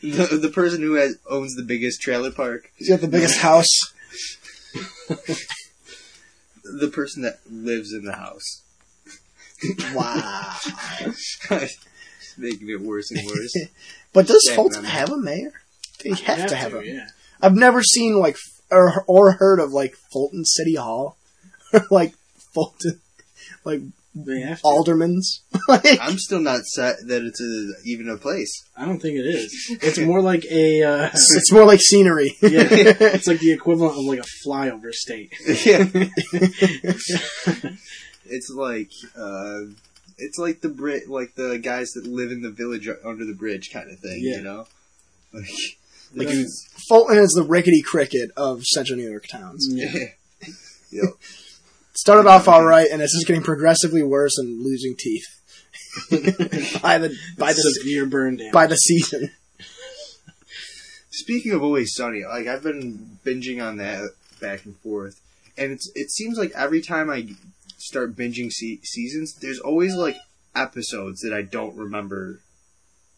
Speaker 2: the, the person who has, owns the biggest trailer park,
Speaker 1: He's got the biggest house.
Speaker 2: the person that lives in the house,
Speaker 1: Wow.
Speaker 2: making it worse and worse.
Speaker 1: But does
Speaker 2: Yeah,
Speaker 1: Fulton
Speaker 2: man.
Speaker 1: have a mayor? They have, to have a.
Speaker 3: yeah.
Speaker 1: I've never seen like f- or or heard of like Fulton City Hall, or like Fulton, like
Speaker 3: They have to.
Speaker 1: aldermans. Like,
Speaker 2: I'm still not set that it's a, even a place.
Speaker 3: I don't think it is. It's more like a. Uh,
Speaker 1: it's more like scenery.
Speaker 3: yeah, it's like the equivalent of like a flyover state.
Speaker 2: Yeah, it's like uh, it's like the Brit, like the guys that live in the village under the bridge kind of thing.
Speaker 3: Yeah.
Speaker 2: You know, like, like
Speaker 3: Like
Speaker 1: Fulton is the rickety cricket of central New York towns.
Speaker 3: Yeah.
Speaker 2: Yep.
Speaker 1: Started off all right, and it's just getting progressively worse and losing teeth by the by the
Speaker 3: severe burn damage.
Speaker 1: by the season.
Speaker 2: Speaking of Always Sunny, like I've been binging on that back and forth, and it's it seems like every time I start binging se- seasons, there's always like episodes that I don't remember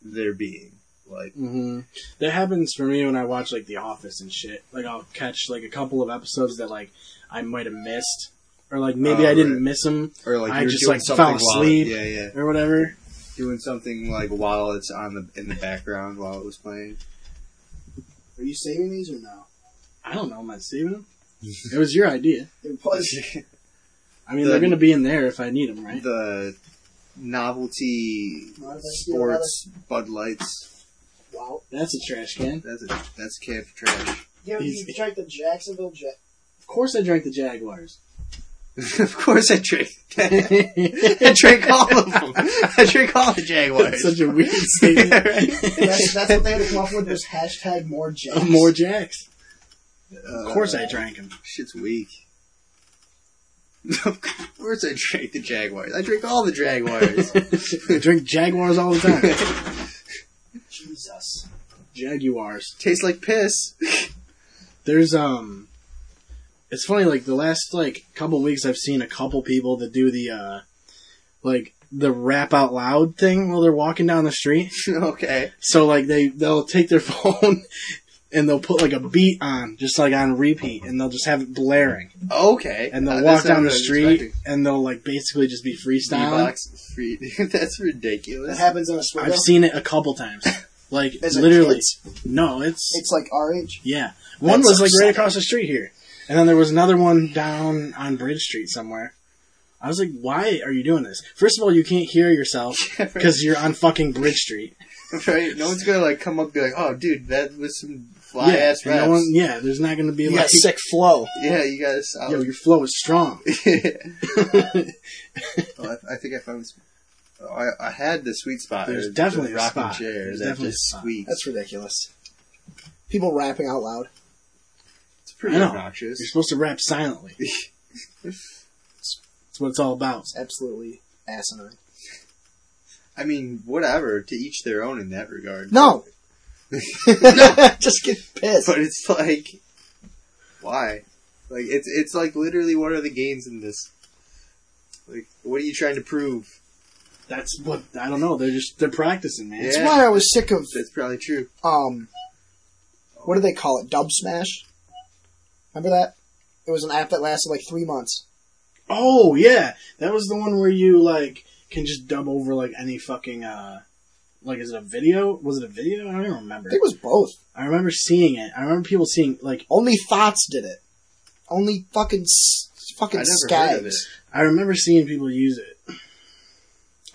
Speaker 2: there being. Like
Speaker 3: hmm That happens for me when I watch like The Office and shit. Like I'll catch like a couple of episodes that like I might have missed, or like maybe
Speaker 2: Oh,
Speaker 3: I didn't
Speaker 2: right.
Speaker 3: miss them
Speaker 2: or like
Speaker 3: I
Speaker 2: you're
Speaker 3: just,
Speaker 2: doing
Speaker 3: like,
Speaker 2: something
Speaker 3: fell
Speaker 2: while-
Speaker 3: asleep.
Speaker 2: yeah, yeah,
Speaker 3: or whatever.
Speaker 2: doing something like while it's on the in the background while it was playing.
Speaker 4: Are you saving these or no?
Speaker 3: I don't know. Am I saving them? it was your idea.
Speaker 4: It was.
Speaker 3: I mean,
Speaker 2: The-
Speaker 3: they're gonna be in there if I need them, right?
Speaker 2: The novelty sports Bud Lights.
Speaker 4: Wow.
Speaker 3: That's a trash can.
Speaker 2: That's a, that's can of trash.
Speaker 4: Yeah,
Speaker 3: you He's-
Speaker 4: drank the Jacksonville Jet.
Speaker 3: Of course, I drank the Jaguars.
Speaker 2: of course, I drink. that. I
Speaker 3: That's
Speaker 2: drink all of them. I drink all the Jaguars.
Speaker 3: such a weird statement.
Speaker 4: That's, that's what they had to come up with was hashtag more Jets.
Speaker 3: More Jacks.
Speaker 2: Uh,
Speaker 3: Of course, I drank them.
Speaker 2: Shit's weak. of course, I drink the Jaguars. I drink all the Jaguars.
Speaker 3: I drink Jaguars all the time.
Speaker 4: Jesus.
Speaker 3: Jaguars.
Speaker 2: Tastes like piss.
Speaker 3: there's um it's funny like the last like couple weeks i've seen a couple people that do the uh like the rap out loud thing while they're walking down the street
Speaker 2: okay.
Speaker 3: so like they they'll take their phone and they'll put like a beat on just like on repeat and they'll just have it blaring
Speaker 2: Okay.
Speaker 3: and they'll
Speaker 2: Uh,
Speaker 3: walk
Speaker 2: that's
Speaker 3: down
Speaker 2: not
Speaker 3: the
Speaker 2: what I was
Speaker 3: street
Speaker 2: expecting.
Speaker 3: and they'll like basically just be freestyling
Speaker 2: D-box free. that's ridiculous.
Speaker 4: That happens in a swing.
Speaker 3: i've seen it a couple times like
Speaker 4: As a
Speaker 3: literally
Speaker 4: kid's-
Speaker 3: no it's
Speaker 4: It's like our age.
Speaker 3: Yeah. One
Speaker 1: That's
Speaker 3: was like right
Speaker 1: upsetting.
Speaker 3: across the street here. And then there was another one down on Bridge Street somewhere. I was like, why are you doing this? First of all, you can't hear yourself because you're on fucking Bridge Street.
Speaker 2: right? No one's gonna like come up and be like, "Oh, dude, that was some fly
Speaker 3: yeah.
Speaker 2: ass
Speaker 3: and
Speaker 2: raps."
Speaker 3: no one- yeah, there's not going to be
Speaker 1: You
Speaker 3: like,
Speaker 1: got sick flow.
Speaker 2: yeah, you gotta
Speaker 3: yo,
Speaker 2: solid.
Speaker 3: your flow is strong.
Speaker 2: oh, I, I think I found. This, oh, I, I had the sweet spot.
Speaker 3: There's
Speaker 2: The
Speaker 3: definitely a
Speaker 2: rocking
Speaker 3: spot.
Speaker 2: chair.
Speaker 3: There's
Speaker 2: that
Speaker 3: definitely a
Speaker 2: just
Speaker 3: spot.
Speaker 2: squeaks.
Speaker 1: That's ridiculous. People rapping out loud.
Speaker 2: It's pretty
Speaker 3: I know.
Speaker 2: obnoxious.
Speaker 3: You're supposed to rap silently. That's what it's all about.
Speaker 1: It's absolutely asinine.
Speaker 2: I mean, whatever. To each their own in that regard.
Speaker 1: No. Just get pissed.
Speaker 2: but it's like, why? Like it's it's like literally what are the gains in this? Like, what are you trying to prove?
Speaker 3: That's what, I don't know. They're just, they're practicing, man.
Speaker 1: That's
Speaker 2: Yeah.
Speaker 1: why I was sick of
Speaker 2: That's probably true.
Speaker 1: um, what do they call it? Dub Smash. Remember that? It was an app that lasted like three months.
Speaker 3: Oh, yeah. That was the one where you, like, can just dub over, like, any fucking, uh, like, is it a video? Was it a video? I don't even remember.
Speaker 1: I think it was both.
Speaker 3: I remember seeing it. I remember people seeing like
Speaker 1: Only Thoughts did it. Only fucking s-
Speaker 2: I
Speaker 1: fucking
Speaker 2: never heard of it.
Speaker 1: Skags.
Speaker 3: I remember seeing people use it.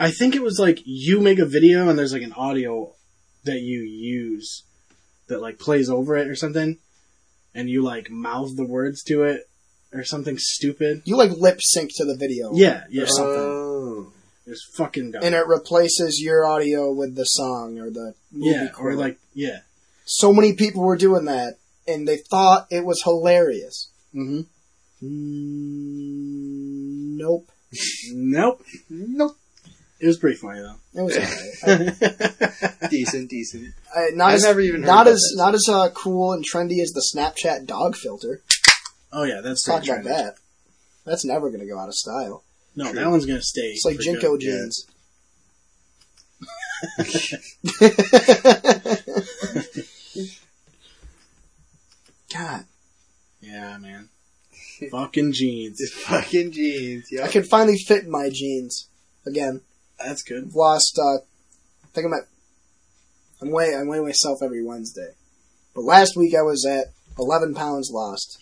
Speaker 3: I think it was like you make a video and there's like an audio that you use that like plays over it or something. and you like mouth the words to it or something stupid.
Speaker 4: You like lip sync to the video.
Speaker 3: Yeah, yeah,
Speaker 4: Or something.
Speaker 2: Oh.
Speaker 3: it's fucking dumb.
Speaker 4: And it replaces your audio with the song or the movie
Speaker 3: yeah, or
Speaker 4: quote.
Speaker 3: like yeah,
Speaker 4: so many people were doing that and they thought it was hilarious.
Speaker 3: mm-hmm.
Speaker 4: Mm, nope.
Speaker 3: nope.
Speaker 2: Nope.
Speaker 3: It was pretty funny though.
Speaker 4: It was alright.
Speaker 2: Decent, decent.
Speaker 4: Uh, not
Speaker 2: I've
Speaker 4: as,
Speaker 2: never even heard
Speaker 4: not
Speaker 2: about
Speaker 4: as
Speaker 2: that.
Speaker 4: not as uh, cool and trendy as the Snapchat dog filter.
Speaker 3: oh yeah, that's
Speaker 4: Let's talk
Speaker 3: pretty
Speaker 4: about
Speaker 3: trendy.
Speaker 4: that. That's never going to go out of style.
Speaker 3: No,
Speaker 2: True.
Speaker 3: that one's gonna stay.
Speaker 4: It's like
Speaker 3: for
Speaker 4: Jinko
Speaker 3: good.
Speaker 4: jeans. God,
Speaker 3: Yeah, man. fucking jeans.
Speaker 2: Just fucking jeans. Yeah.
Speaker 4: I can finally fit my jeans again.
Speaker 3: That's good.
Speaker 4: I've lost. Uh, I think I'm at. I'm weigh I weigh myself every Wednesday, but last week I was at 11 pounds lost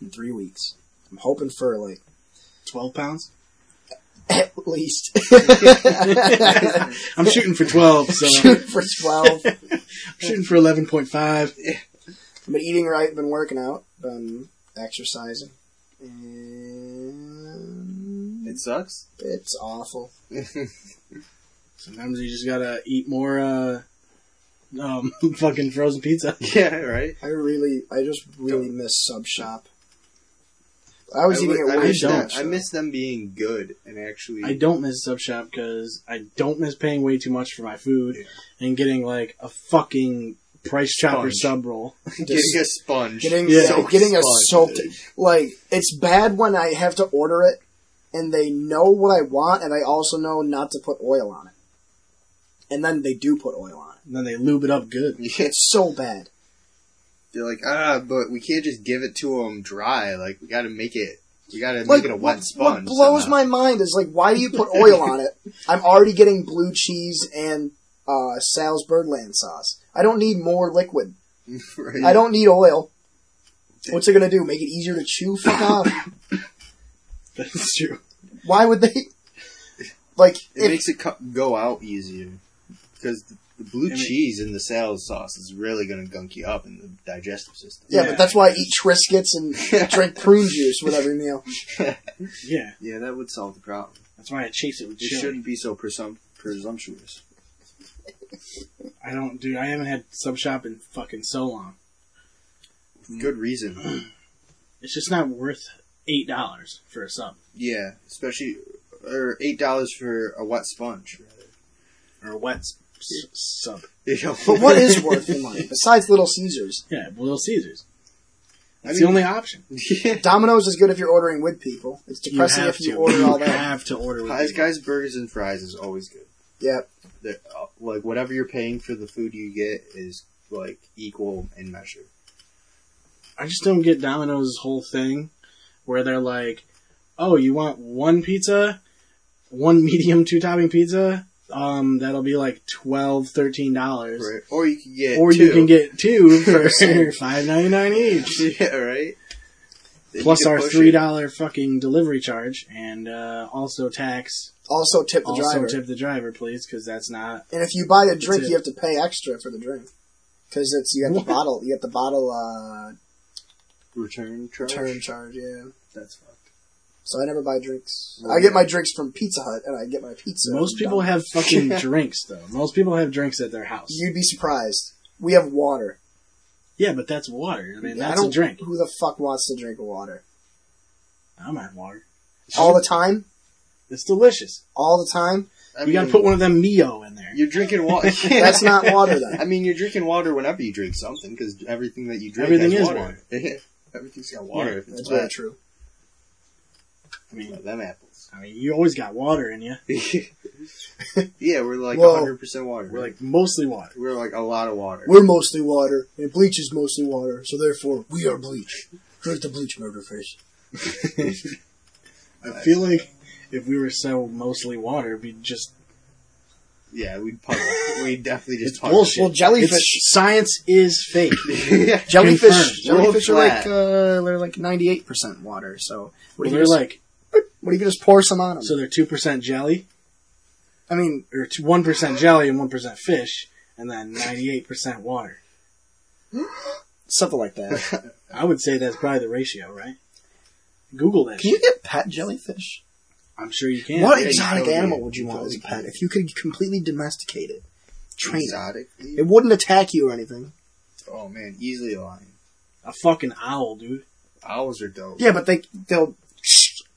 Speaker 4: in three weeks. I'm hoping for like
Speaker 3: Twelve pounds.
Speaker 4: at least.
Speaker 3: I'm shooting for twelve, so
Speaker 4: Shoot for 12. I've
Speaker 3: shooting for eleven point five.
Speaker 4: been eating right, been working out, been exercising. And
Speaker 2: It sucks.
Speaker 4: it's awful.
Speaker 3: Sometimes you just gotta eat more uh um fucking frozen pizza.
Speaker 2: yeah, right?
Speaker 4: I really, I just really miss Sub Shop. I was
Speaker 2: I
Speaker 4: eating
Speaker 2: wi- I
Speaker 4: it way
Speaker 2: wish
Speaker 4: too
Speaker 3: don't,
Speaker 2: that-
Speaker 4: much.
Speaker 2: I
Speaker 4: though.
Speaker 2: miss them being good and actually.
Speaker 3: I don't miss Sub Shop because I don't miss paying way too much for my food and getting like a fucking price chopper
Speaker 2: Sponge.
Speaker 3: sub roll.
Speaker 2: getting a sponge.
Speaker 4: Getting
Speaker 3: Yeah.
Speaker 4: so- getting a
Speaker 2: Sponge.
Speaker 4: soaked like it's bad when I have to order it and they know what I want and I also know not to put oil on it. And then they do put oil on it.
Speaker 3: And then they lube it up good.
Speaker 4: It's so bad.
Speaker 2: They're like, ah, but we can't just give it to them dry. Like, we gotta make it. We gotta
Speaker 4: Like,
Speaker 2: make it a
Speaker 4: what-
Speaker 2: wet sponge.
Speaker 4: What blows
Speaker 2: somehow.
Speaker 4: my mind is like why do you put oil on it? I'm already getting blue cheese and uh Sal's Birdland sauce. I don't need more liquid.
Speaker 2: Right.
Speaker 4: I don't need oil. What's it gonna do? Make it easier to chew? Fuck off.
Speaker 3: That's true.
Speaker 4: Why would they like
Speaker 2: It
Speaker 4: if-
Speaker 2: makes it co- go out easier because the, the blue
Speaker 3: I mean-
Speaker 2: cheese in the salad sauce is really going to gunk you up in the digestive system.
Speaker 4: Yeah,
Speaker 3: Yeah.
Speaker 4: but that's why I eat Triscuits and drink prune juice with every meal.
Speaker 3: Yeah.
Speaker 2: Yeah, that would solve the problem.
Speaker 3: That's why I chase it with
Speaker 2: You
Speaker 3: chili.
Speaker 2: shouldn't be so presum- presumptuous.
Speaker 3: I don't dude, I haven't had Sub Shop in fucking so long.
Speaker 2: Good reason.
Speaker 3: It's just not worth eight dollars for a sub.
Speaker 2: Yeah, especially or eight dollars for a wet sponge.
Speaker 3: Or a wet s- s- sub.
Speaker 2: You know?
Speaker 4: But what is worth the money besides Little Caesars?
Speaker 3: Yeah, Little Caesars.
Speaker 2: I
Speaker 3: That's
Speaker 2: mean-
Speaker 3: the only option.
Speaker 2: yeah.
Speaker 4: Domino's is good if you're ordering with people. It's depressing if you order all
Speaker 3: You
Speaker 4: that.
Speaker 3: have to order with
Speaker 2: Pies,
Speaker 3: people.
Speaker 2: guys, burgers, and fries is always good.
Speaker 4: Yep.
Speaker 2: They're, uh, like whatever you're paying for the food you get is like equal in measure.
Speaker 3: I just don't get Domino's whole thing where they're like, "Oh, you want one pizza, one medium two topping pizza? Um, that'll be like twelve, thirteen dollars,
Speaker 2: Right? Or you can get
Speaker 3: or you
Speaker 2: two.
Speaker 3: can get two for five ninety nine each,
Speaker 2: yeah, right. Then you
Speaker 3: plus
Speaker 2: can
Speaker 3: our
Speaker 2: push
Speaker 3: three
Speaker 2: it.
Speaker 3: dollar fucking delivery charge, and uh, also tax.
Speaker 4: Also tip the
Speaker 3: also
Speaker 4: driver.
Speaker 3: tip the driver, please, because that's not.
Speaker 4: And if you buy a drink,
Speaker 3: it.
Speaker 4: you have to pay extra for the drink because it's you have to
Speaker 3: What?
Speaker 4: bottle you have to bottle uh,
Speaker 2: return charge.
Speaker 4: return charge. Yeah.
Speaker 2: That's fucked.
Speaker 4: So I never buy drinks.
Speaker 2: Well,
Speaker 4: I get
Speaker 2: yeah.
Speaker 4: my drinks from Pizza Hut, and I get my pizza.
Speaker 3: Most
Speaker 4: from
Speaker 3: people
Speaker 4: Domino's.
Speaker 3: have fucking drinks, though. Most people have drinks at their house.
Speaker 4: You'd be surprised. We have water.
Speaker 3: yeah, but that's water. I mean,
Speaker 4: I
Speaker 3: that's
Speaker 4: don't.
Speaker 3: a drink.
Speaker 4: Who the fuck wants to drink water
Speaker 3: I'm at water.
Speaker 4: all the time?
Speaker 3: It's delicious.
Speaker 4: All the time.
Speaker 2: I
Speaker 3: you gotta
Speaker 2: mean,
Speaker 3: put one of them Mio in there.
Speaker 2: You're drinking water.
Speaker 4: That's not water then.
Speaker 2: I mean, you're drinking water whenever you drink something because everything that you drink
Speaker 3: Everything
Speaker 2: has
Speaker 3: is
Speaker 2: water. Everything's got water.
Speaker 3: Yeah,
Speaker 2: if it's
Speaker 4: That's
Speaker 2: wet.
Speaker 4: very true.
Speaker 3: I mean,
Speaker 2: Well, them apples.
Speaker 3: I mean, you always got water in you.
Speaker 2: yeah, we're like
Speaker 4: Whoa.
Speaker 2: 100 percent water.
Speaker 3: We're like mostly water.
Speaker 2: we're like a lot of water.
Speaker 4: We're mostly water, and bleach is mostly water, so therefore we are bleach. Drink the bleach, murder face.
Speaker 3: I feel like if we were so mostly water, we'd just
Speaker 2: yeah, we puddle. we definitely just
Speaker 3: it's
Speaker 2: puddle.
Speaker 3: bullshit.
Speaker 4: Well, jellyfish-
Speaker 3: It's- science is fake.
Speaker 2: yeah,
Speaker 4: Jellyfish,
Speaker 3: Confirmed.
Speaker 4: jellyfish are
Speaker 2: World
Speaker 4: like
Speaker 2: flat.
Speaker 4: uh, they're like ninety eight percent water. So what
Speaker 3: Well,
Speaker 4: if you
Speaker 3: they're
Speaker 4: just,
Speaker 3: like
Speaker 4: what if you just pour some on them?
Speaker 3: so they're two percent jelly
Speaker 4: I mean,
Speaker 3: or one percent jelly and one percent fish, and then ninety eight percent water.
Speaker 1: something like that.
Speaker 3: I would say that's probably the ratio, right? Google that.
Speaker 1: Can
Speaker 3: Shit.
Speaker 1: you get pet jellyfish?
Speaker 3: I'm sure you can.
Speaker 1: what
Speaker 2: yeah, you
Speaker 1: exotic
Speaker 2: totally-
Speaker 1: animal would you
Speaker 2: you
Speaker 1: want as a
Speaker 2: totally
Speaker 1: pet? If you could completely domesticate it, train it,
Speaker 2: Exotically?
Speaker 1: it wouldn't attack you or anything.
Speaker 2: Oh man, easily a lion.
Speaker 3: A fucking owl, dude.
Speaker 2: Owls are dope.
Speaker 1: Yeah, but they they'll.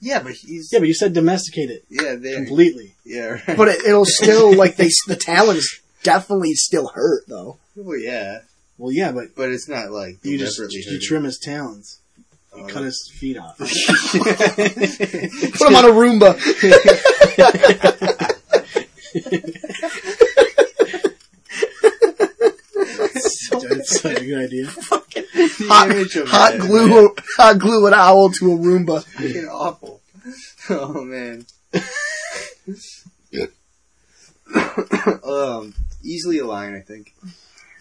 Speaker 2: Yeah, but he's
Speaker 3: Yeah, but you said domesticate it
Speaker 2: yeah there.
Speaker 3: completely.
Speaker 2: Yeah, right.
Speaker 1: But it, it'll still like they the talons definitely still hurt though.
Speaker 2: well, yeah,
Speaker 3: Well, yeah, but
Speaker 2: but it's not like
Speaker 3: you just
Speaker 2: deliberately Oh,
Speaker 3: you trim his talons, you
Speaker 2: hurting.
Speaker 3: cut his feet off.
Speaker 1: Put them on a Roomba.
Speaker 3: That's such a good idea.
Speaker 2: The
Speaker 1: Hot,
Speaker 2: image of
Speaker 1: hot
Speaker 2: that, man.
Speaker 1: glue, hot glue an owl to a Roomba.
Speaker 2: Fucking awful. Oh man. um, easily a lion. I think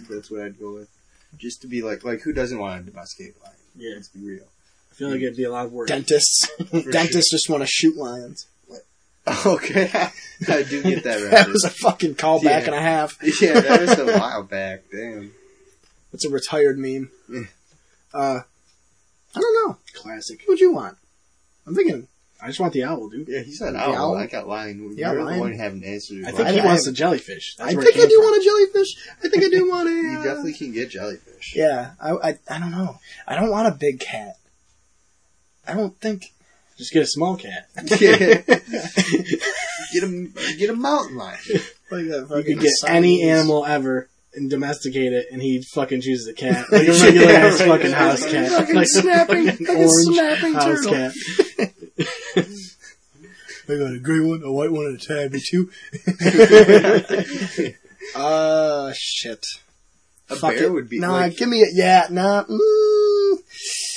Speaker 2: that's what I'd go with. Just to be like, like who doesn't want to domesticate a lion?
Speaker 3: Yeah,
Speaker 2: Let's be real.
Speaker 3: I feel like it'd be a lot of work.
Speaker 1: Dentists,
Speaker 2: For
Speaker 1: dentists just want to shoot lions.
Speaker 2: sure. Okay, I do get that
Speaker 1: That
Speaker 2: reference.
Speaker 1: was a fucking callback
Speaker 2: Yeah.
Speaker 1: and a half.
Speaker 2: yeah, that was a while back. Damn.
Speaker 1: It's a retired meme.
Speaker 2: Yeah.
Speaker 1: Uh, I don't know.
Speaker 3: Classic.
Speaker 1: What would you want? I'm thinking.
Speaker 3: I just want the owl, dude.
Speaker 2: Yeah, he said
Speaker 1: The
Speaker 2: owl.
Speaker 1: owl?
Speaker 2: I got lion.
Speaker 1: Yeah,
Speaker 2: You're
Speaker 1: lion.
Speaker 2: the one having answers.
Speaker 3: I think
Speaker 1: I-
Speaker 3: he
Speaker 1: I-
Speaker 3: wants the jellyfish. That's
Speaker 1: I
Speaker 3: where
Speaker 1: think
Speaker 3: it
Speaker 1: I
Speaker 3: came
Speaker 1: do
Speaker 3: from.
Speaker 1: want a jellyfish. I think I do want a.
Speaker 2: you
Speaker 1: uh,
Speaker 2: definitely can get jellyfish.
Speaker 1: Yeah, I, I, I don't know. I don't want a big cat. I don't think.
Speaker 3: Just get a small cat.
Speaker 2: get a get a mountain lion.
Speaker 1: Like a
Speaker 3: You
Speaker 1: fucking
Speaker 3: could get any
Speaker 1: Siamese.
Speaker 3: animal ever and domesticate it, and he fucking chooses a cat. Like a regular ass
Speaker 2: right.
Speaker 3: fucking house
Speaker 2: Like
Speaker 3: cat.
Speaker 1: fucking
Speaker 3: Like a
Speaker 1: snapping-
Speaker 3: fucking
Speaker 1: like a
Speaker 3: orange
Speaker 1: snapping
Speaker 3: house
Speaker 1: turtle.
Speaker 3: cat.
Speaker 1: I got a gray one, a white one, and a tabby too. uh, shit.
Speaker 2: A
Speaker 1: Fuck
Speaker 2: bear
Speaker 1: it.
Speaker 2: would be
Speaker 1: Nah,
Speaker 2: like,
Speaker 1: give me a yeah. Nah. Mm,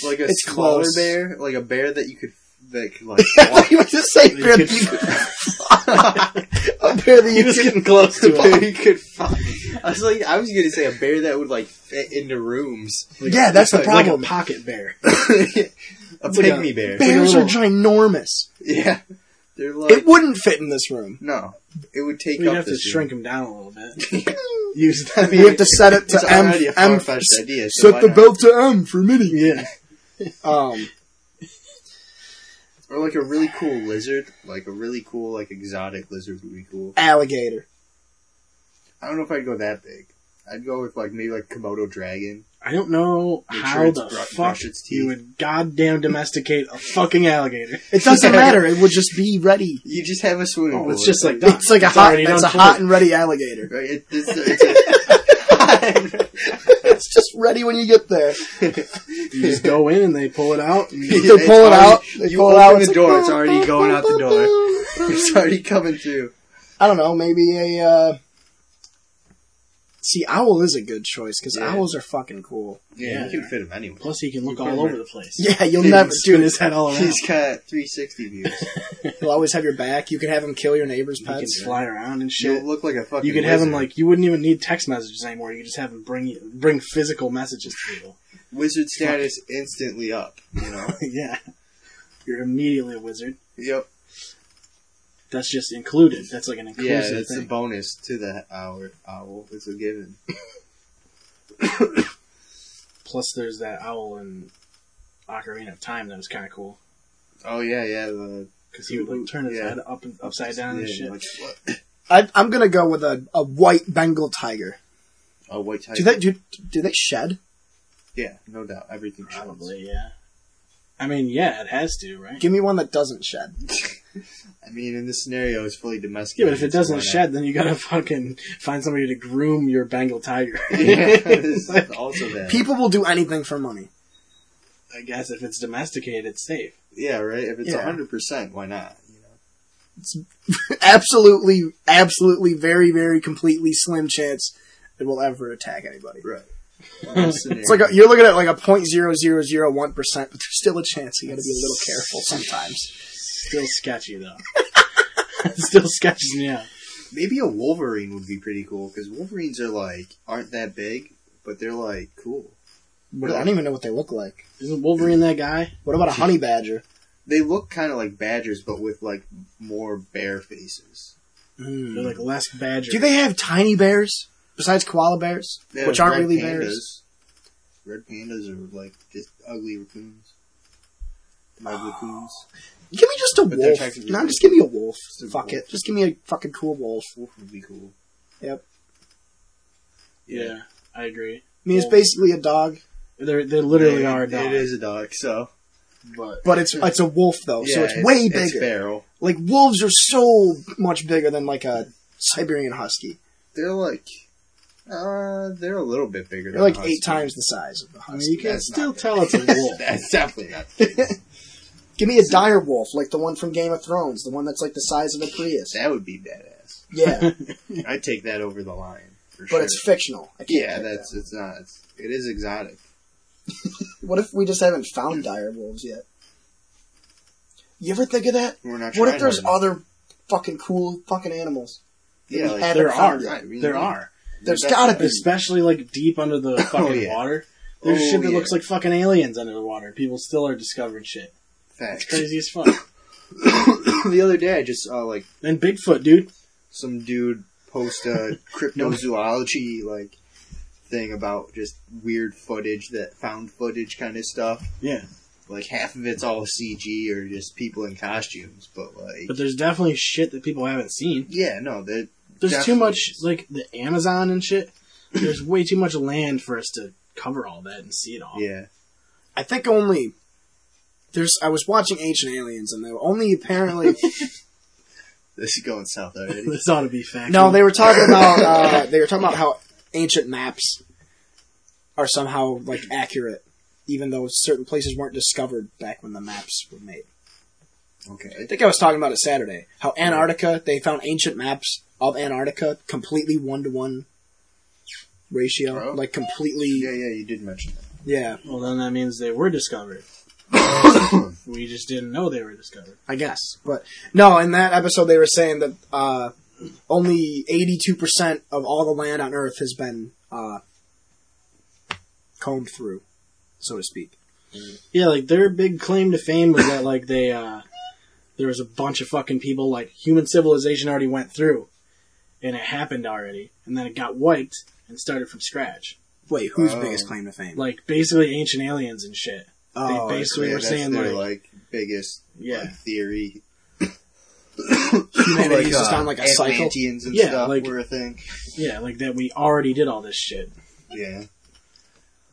Speaker 2: like a
Speaker 1: it's
Speaker 2: smaller
Speaker 1: close.
Speaker 2: bear, like a bear that you could that could like
Speaker 1: I thought
Speaker 2: walk.
Speaker 1: you were just saying
Speaker 3: You
Speaker 1: bear
Speaker 3: could-
Speaker 1: that you a bear that
Speaker 3: He
Speaker 1: you
Speaker 3: was
Speaker 1: could
Speaker 3: getting close to it.
Speaker 2: you could fuck. I was like, I was gonna say a bear that would like fit into rooms. Like,
Speaker 1: Yeah, that's the
Speaker 2: like-
Speaker 1: problem.
Speaker 3: Like a pocket bear.
Speaker 2: a
Speaker 3: It's like a-
Speaker 2: pygmy bear.
Speaker 3: like a
Speaker 1: Bears are
Speaker 3: little-
Speaker 1: ginormous.
Speaker 2: Yeah, they're like
Speaker 1: It wouldn't fit in this room.
Speaker 2: no. It would take
Speaker 3: We'd
Speaker 2: up
Speaker 3: have to
Speaker 2: this
Speaker 3: shrink
Speaker 2: room.
Speaker 3: him down a little bit. Use that.
Speaker 1: We have to set it to
Speaker 2: It's
Speaker 1: M.
Speaker 2: already a
Speaker 1: M-
Speaker 2: far-fetched idea. So
Speaker 1: set
Speaker 2: why
Speaker 1: the
Speaker 2: not?
Speaker 1: belt to M for mini.
Speaker 3: Yeah.
Speaker 1: Um,
Speaker 2: or like a really cool lizard, like a really cool like exotic lizard would be cool.
Speaker 1: alligator.
Speaker 2: I don't know if I'd go that big. I'd go with like maybe like Komodo dragon.
Speaker 3: I don't know
Speaker 2: Make
Speaker 3: how
Speaker 2: sure it's
Speaker 3: the
Speaker 2: bru-
Speaker 3: fuck
Speaker 2: brush its
Speaker 3: you
Speaker 2: teeth.
Speaker 3: would goddamn domesticate a fucking alligator.
Speaker 1: It doesn't matter. It would just be ready.
Speaker 2: You just have a swimming
Speaker 3: Oh,
Speaker 2: pool.
Speaker 3: it's just like done.
Speaker 1: It's like a hot.
Speaker 3: already
Speaker 1: It's a
Speaker 3: done for
Speaker 1: hot
Speaker 3: me.
Speaker 1: and ready alligator.
Speaker 2: Right? It, it's, it's a,
Speaker 1: It's just ready when you get there.
Speaker 3: You just go in and they pull it out. And
Speaker 1: They
Speaker 2: It's
Speaker 1: pull it out.
Speaker 2: already-
Speaker 1: They
Speaker 2: you
Speaker 1: pull it
Speaker 2: open
Speaker 1: out.
Speaker 2: the
Speaker 1: like,
Speaker 2: door, it's
Speaker 1: "Bum,
Speaker 2: already
Speaker 1: bum,
Speaker 2: going
Speaker 1: bum,
Speaker 2: out the
Speaker 1: bum,
Speaker 2: door."
Speaker 1: bum, bum."
Speaker 2: it's already coming through.
Speaker 1: I don't know. Maybe a. Uh, see, owl is a good choice because
Speaker 2: Yeah.
Speaker 1: owls are fucking cool.
Speaker 2: Yeah,
Speaker 3: Yeah.
Speaker 2: you can fit him anyway.
Speaker 3: plus, he can look
Speaker 2: You
Speaker 3: all
Speaker 2: can uh,
Speaker 3: over
Speaker 2: run-
Speaker 3: the place.
Speaker 1: Yeah, you'll
Speaker 3: He can
Speaker 1: never
Speaker 3: spin
Speaker 1: do.
Speaker 3: his head all around.
Speaker 2: He's got 360 views.
Speaker 1: You'll always have your back. You can have him kill your neighbor's
Speaker 3: He can
Speaker 1: pets.
Speaker 3: fly around and
Speaker 2: She'll
Speaker 3: shit.
Speaker 2: look like a fucking.
Speaker 3: You could have him
Speaker 2: wizard.
Speaker 3: like you wouldn't even need text messages anymore. You could just have him bring you, bring physical messages to people.
Speaker 2: wizard status instantly up. You know.
Speaker 3: yeah, you're immediately a wizard.
Speaker 2: yep.
Speaker 3: That's just included. That's like an
Speaker 2: Yeah,
Speaker 3: inclusive
Speaker 2: that's a
Speaker 3: thing.
Speaker 2: bonus to the owl. Owl, it's a given.
Speaker 3: Plus, there's that owl in Ocarina of Time that was kind of cool
Speaker 2: Oh yeah, yeah. The,
Speaker 3: because he would like turn his
Speaker 2: Yeah.
Speaker 3: head up and upside down and
Speaker 2: yeah,
Speaker 3: shit.
Speaker 2: Like, what?
Speaker 1: I, I'm gonna go with a, a white Bengal tiger.
Speaker 2: Oh, white tiger.
Speaker 1: Do they do do they shed?
Speaker 2: Yeah, no doubt. Everything. shines.
Speaker 3: Probably, yeah. I mean, yeah, it has to, right?
Speaker 1: Give me one that doesn't shed.
Speaker 2: I mean, in this scenario, it's fully
Speaker 3: yeah,
Speaker 2: domesticated.
Speaker 3: but if it
Speaker 2: so
Speaker 3: doesn't
Speaker 2: why not?
Speaker 3: shed, then you gotta fucking find somebody to groom your Bengal tiger.
Speaker 2: yeah, this is also that.
Speaker 1: People will do anything for money.
Speaker 3: I guess if it's domesticated, it's safe.
Speaker 2: yeah, right. If it's
Speaker 1: Yeah.
Speaker 2: hundred percent, why not?
Speaker 1: absolutely, absolutely, very, very, completely slim chance it will ever attack anybody.
Speaker 2: Right. it's
Speaker 1: It's like a, you're looking at like a point zero zero zero one percent, but there's still a chance. You got to be a little careful sometimes.
Speaker 3: Still sketchy though. Still sketches me out.
Speaker 2: maybe a Wolverine would be pretty cool because Wolverines are like aren't that big, but they're like cool.
Speaker 1: But I don't even know what they look like.
Speaker 3: Isn't Wolverine that guy?
Speaker 1: What about a honey badger?
Speaker 2: They look kind of like badgers, but with like more bear faces.
Speaker 3: They're
Speaker 1: Mm.
Speaker 3: like less badger.
Speaker 1: Do they have tiny bears besides koala bears,
Speaker 2: They have
Speaker 1: which aren't
Speaker 2: red
Speaker 1: really
Speaker 2: pandas.
Speaker 1: bears?
Speaker 2: Red pandas are like just ugly raccoons. Mud
Speaker 1: Ah,
Speaker 2: raccoons.
Speaker 1: Give me just a
Speaker 2: they're
Speaker 1: wolf.
Speaker 2: technically-
Speaker 1: No, just give me a wolf.
Speaker 2: a
Speaker 1: Fuck
Speaker 2: wolf.
Speaker 1: it. Just give me a fucking cool wolf.
Speaker 2: Wolf would be cool.
Speaker 3: Yeah, I agree.
Speaker 1: I mean, it's
Speaker 3: Wolf.
Speaker 1: basically a dog,
Speaker 3: They're they literally are
Speaker 2: It-
Speaker 3: dogs.
Speaker 2: It is a dog, so
Speaker 3: But
Speaker 1: but it's it's a wolf though, Oh, so
Speaker 2: Yeah,
Speaker 1: it's way bigger.
Speaker 2: It's feral.
Speaker 1: like wolves are so much bigger than like a Siberian husky.
Speaker 2: They're like, uh, they're a little bit bigger.
Speaker 1: They're
Speaker 2: than
Speaker 1: like
Speaker 2: a
Speaker 1: eight
Speaker 2: husky.
Speaker 1: times Oh, the size of a
Speaker 3: I mean,
Speaker 1: husky.
Speaker 3: you can
Speaker 2: that's not Oh,
Speaker 3: still tell it's a wolf.
Speaker 2: That's definitely not.
Speaker 1: Give me a dire wolf, like the one from Game of Thrones, the one that's like the size of a Prius.
Speaker 2: That would be badass.
Speaker 1: Yeah,
Speaker 2: I'd take that over the lion for sure.
Speaker 1: but it's fictional. I can't
Speaker 2: yeah,
Speaker 1: pick
Speaker 2: that's it's not. It's, it is exotic.
Speaker 1: that. What if we just haven't found dire wolves yet? You ever think of that?
Speaker 2: We're not.
Speaker 1: What if
Speaker 2: trying
Speaker 1: there's
Speaker 2: hard enough.
Speaker 1: other fucking cool fucking animals?
Speaker 2: Yeah, like,
Speaker 1: had
Speaker 3: there
Speaker 1: a
Speaker 3: are.
Speaker 1: found-
Speaker 2: I mean,
Speaker 3: There are.
Speaker 1: There's
Speaker 2: that's-
Speaker 1: gotta be.
Speaker 3: Especially like deep under the fucking
Speaker 2: Oh, yeah.
Speaker 3: water. There's
Speaker 2: Oh,
Speaker 3: shit that
Speaker 2: yeah.
Speaker 3: looks like fucking aliens under the water. People still are discovering shit. It's
Speaker 2: Facts.
Speaker 3: crazy as fuck.
Speaker 2: the other day, I just saw like
Speaker 3: And Bigfoot, dude.
Speaker 2: some dude post a cryptozoology like thing about just weird footage that found footage kind of stuff.
Speaker 3: Yeah.
Speaker 2: Like half of it's all CG or just people in costumes, but like
Speaker 3: But there's definitely shit that people haven't seen.
Speaker 2: yeah, no, that
Speaker 3: There's
Speaker 2: Definitely.
Speaker 3: too much, like the Amazon and shit. There's way too much land for us to cover all that and see it all.
Speaker 2: yeah,
Speaker 1: I think only there's. I was watching Ancient Aliens, and they were only apparently
Speaker 2: this is going south already.
Speaker 3: This ought to be fact.
Speaker 1: No, they were talking about uh, they were talking about how ancient maps are somehow like accurate, even though certain places weren't discovered back when the maps were made. I
Speaker 2: okay,
Speaker 1: think I was talking about it Saturday. How Antarctica they found ancient maps of Antarctica completely one to one ratio,
Speaker 2: Oh.
Speaker 1: like completely
Speaker 2: yeah,
Speaker 1: yeah.
Speaker 2: yeah, you did mention that.
Speaker 3: Well, then that means they were discovered. we just didn't know they were discovered.
Speaker 1: I guess. But no, in that episode they were saying that uh, only eighty two percent of all the land on Earth has been uh, combed through, so to speak.
Speaker 3: Yeah, like their big claim to fame was that like they uh there was a bunch of fucking people like human civilization already went through and it happened already and then it got wiped and started from scratch.
Speaker 1: Wait, whose
Speaker 2: Oh.
Speaker 1: biggest claim to fame?
Speaker 3: Like basically ancient aliens and shit.
Speaker 1: oh,
Speaker 3: they basically
Speaker 2: yeah,
Speaker 3: were
Speaker 2: that's
Speaker 3: saying
Speaker 2: their,
Speaker 3: like,
Speaker 2: like biggest
Speaker 3: yeah.
Speaker 2: like, theory. uh,
Speaker 1: Humanity's just on, like, a cycle.
Speaker 2: Atlanteans and
Speaker 3: Yeah,
Speaker 2: stuff
Speaker 3: like-
Speaker 2: were a thing.
Speaker 3: Yeah, like that we already did all this shit
Speaker 2: Yeah,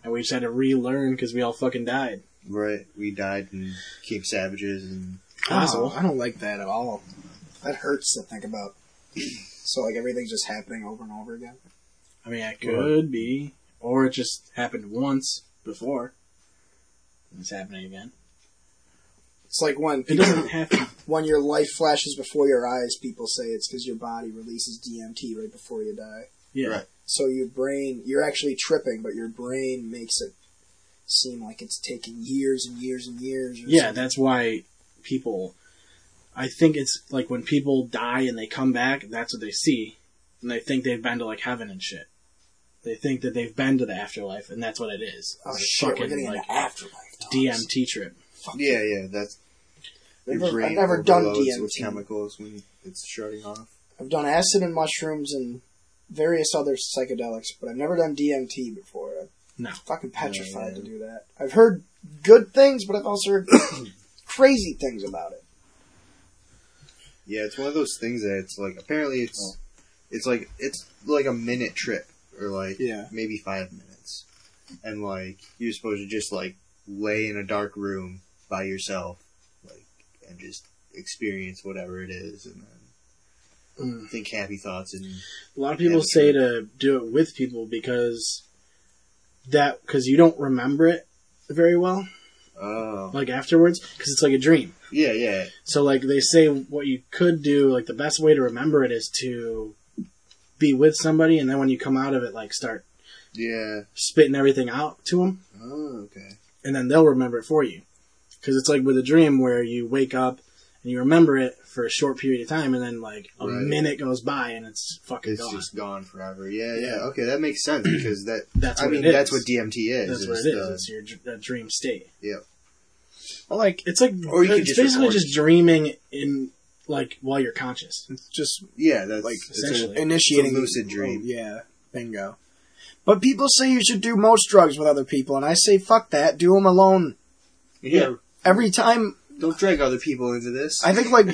Speaker 3: and we just had to relearn cuz we all fucking died.
Speaker 2: right. We died and King Savages and
Speaker 1: oh,
Speaker 3: Possible.
Speaker 1: I don't like that at all. That hurts to think about. So like everything's just happening over and over again.
Speaker 3: I mean, it could be or it just happened once before. and It's happening again.
Speaker 1: It's like when
Speaker 3: It
Speaker 1: people,
Speaker 3: doesn't have to.
Speaker 1: when your life flashes before your eyes, people say it's because your body releases DMT right before you die.
Speaker 3: Yeah.
Speaker 2: Right.
Speaker 1: So your brain, you're actually tripping, but your brain makes it seem like it's taking years and years and years. Or
Speaker 3: Yeah,
Speaker 1: something.
Speaker 3: that's why people. I think it's like when people die and they come back, that's what they see, and they think they've been to like heaven and shit. They think that they've been to the afterlife, and that's what it is.
Speaker 1: oh
Speaker 3: It's a
Speaker 1: shit, we're
Speaker 3: fucking,
Speaker 1: getting
Speaker 3: like
Speaker 1: into afterlife. talks.
Speaker 3: DMT trip.
Speaker 1: Fuck
Speaker 2: yeah, yeah. That's
Speaker 1: I've
Speaker 2: your
Speaker 1: never, I've
Speaker 2: brain
Speaker 1: never done
Speaker 2: overloads with
Speaker 1: DMT.
Speaker 2: chemicals when it's shutting off.
Speaker 1: I've done acid and mushrooms and various other psychedelics, but I've never done DMT before. I'm
Speaker 3: No.
Speaker 1: fucking petrified
Speaker 2: yeah.
Speaker 1: to do that. I've heard good things, but I've also heard crazy things about it.
Speaker 2: Yeah, it's one of those things that it's like apparently it's it's like it's like a minute trip or like
Speaker 1: Yeah.
Speaker 2: maybe five minutes, and like you're supposed to just like lay in a dark room by yourself, like and just experience whatever it is, and then
Speaker 3: Mm.
Speaker 2: think happy thoughts and
Speaker 3: A lot of people
Speaker 2: Yeah,
Speaker 3: say to do it with people because that because you don't remember it very well,
Speaker 2: oh
Speaker 3: like afterwards, because it's like a dream.
Speaker 2: yeah yeah
Speaker 3: So like they say what you could do, like the best way to remember it is to be with somebody and then when you come out of it like start
Speaker 2: yeah
Speaker 3: spitting everything out to them
Speaker 2: oh okay
Speaker 3: and then they'll remember it for you. Cuz it's like with a dream where you wake up and you remember it for a short period of time and then like a
Speaker 2: Right.
Speaker 3: minute goes by and it's fucking
Speaker 2: it's
Speaker 3: gone.
Speaker 2: just gone forever yeah yeah okay that makes sense because that
Speaker 3: that's
Speaker 2: I
Speaker 3: what
Speaker 2: mean
Speaker 3: it is.
Speaker 2: that's what DMT is
Speaker 3: That's what
Speaker 2: is
Speaker 3: it is.
Speaker 2: the-
Speaker 3: It's your dr- that dream state.
Speaker 2: Yeah.
Speaker 3: Well, like it's like
Speaker 2: Or you could
Speaker 3: it's
Speaker 2: just
Speaker 3: basically
Speaker 2: record
Speaker 3: just dreaming in like while you're conscious.
Speaker 1: It's just
Speaker 2: yeah that's
Speaker 1: Like,
Speaker 2: it's a-
Speaker 3: essentially.
Speaker 1: initiating
Speaker 2: lucid dream.
Speaker 1: Oh, yeah, bingo. But people say you should do most drugs with other people, and I say fuck that. Do them alone.
Speaker 2: Yeah.
Speaker 1: Every time,
Speaker 2: Don't drag other people into this.
Speaker 1: I think like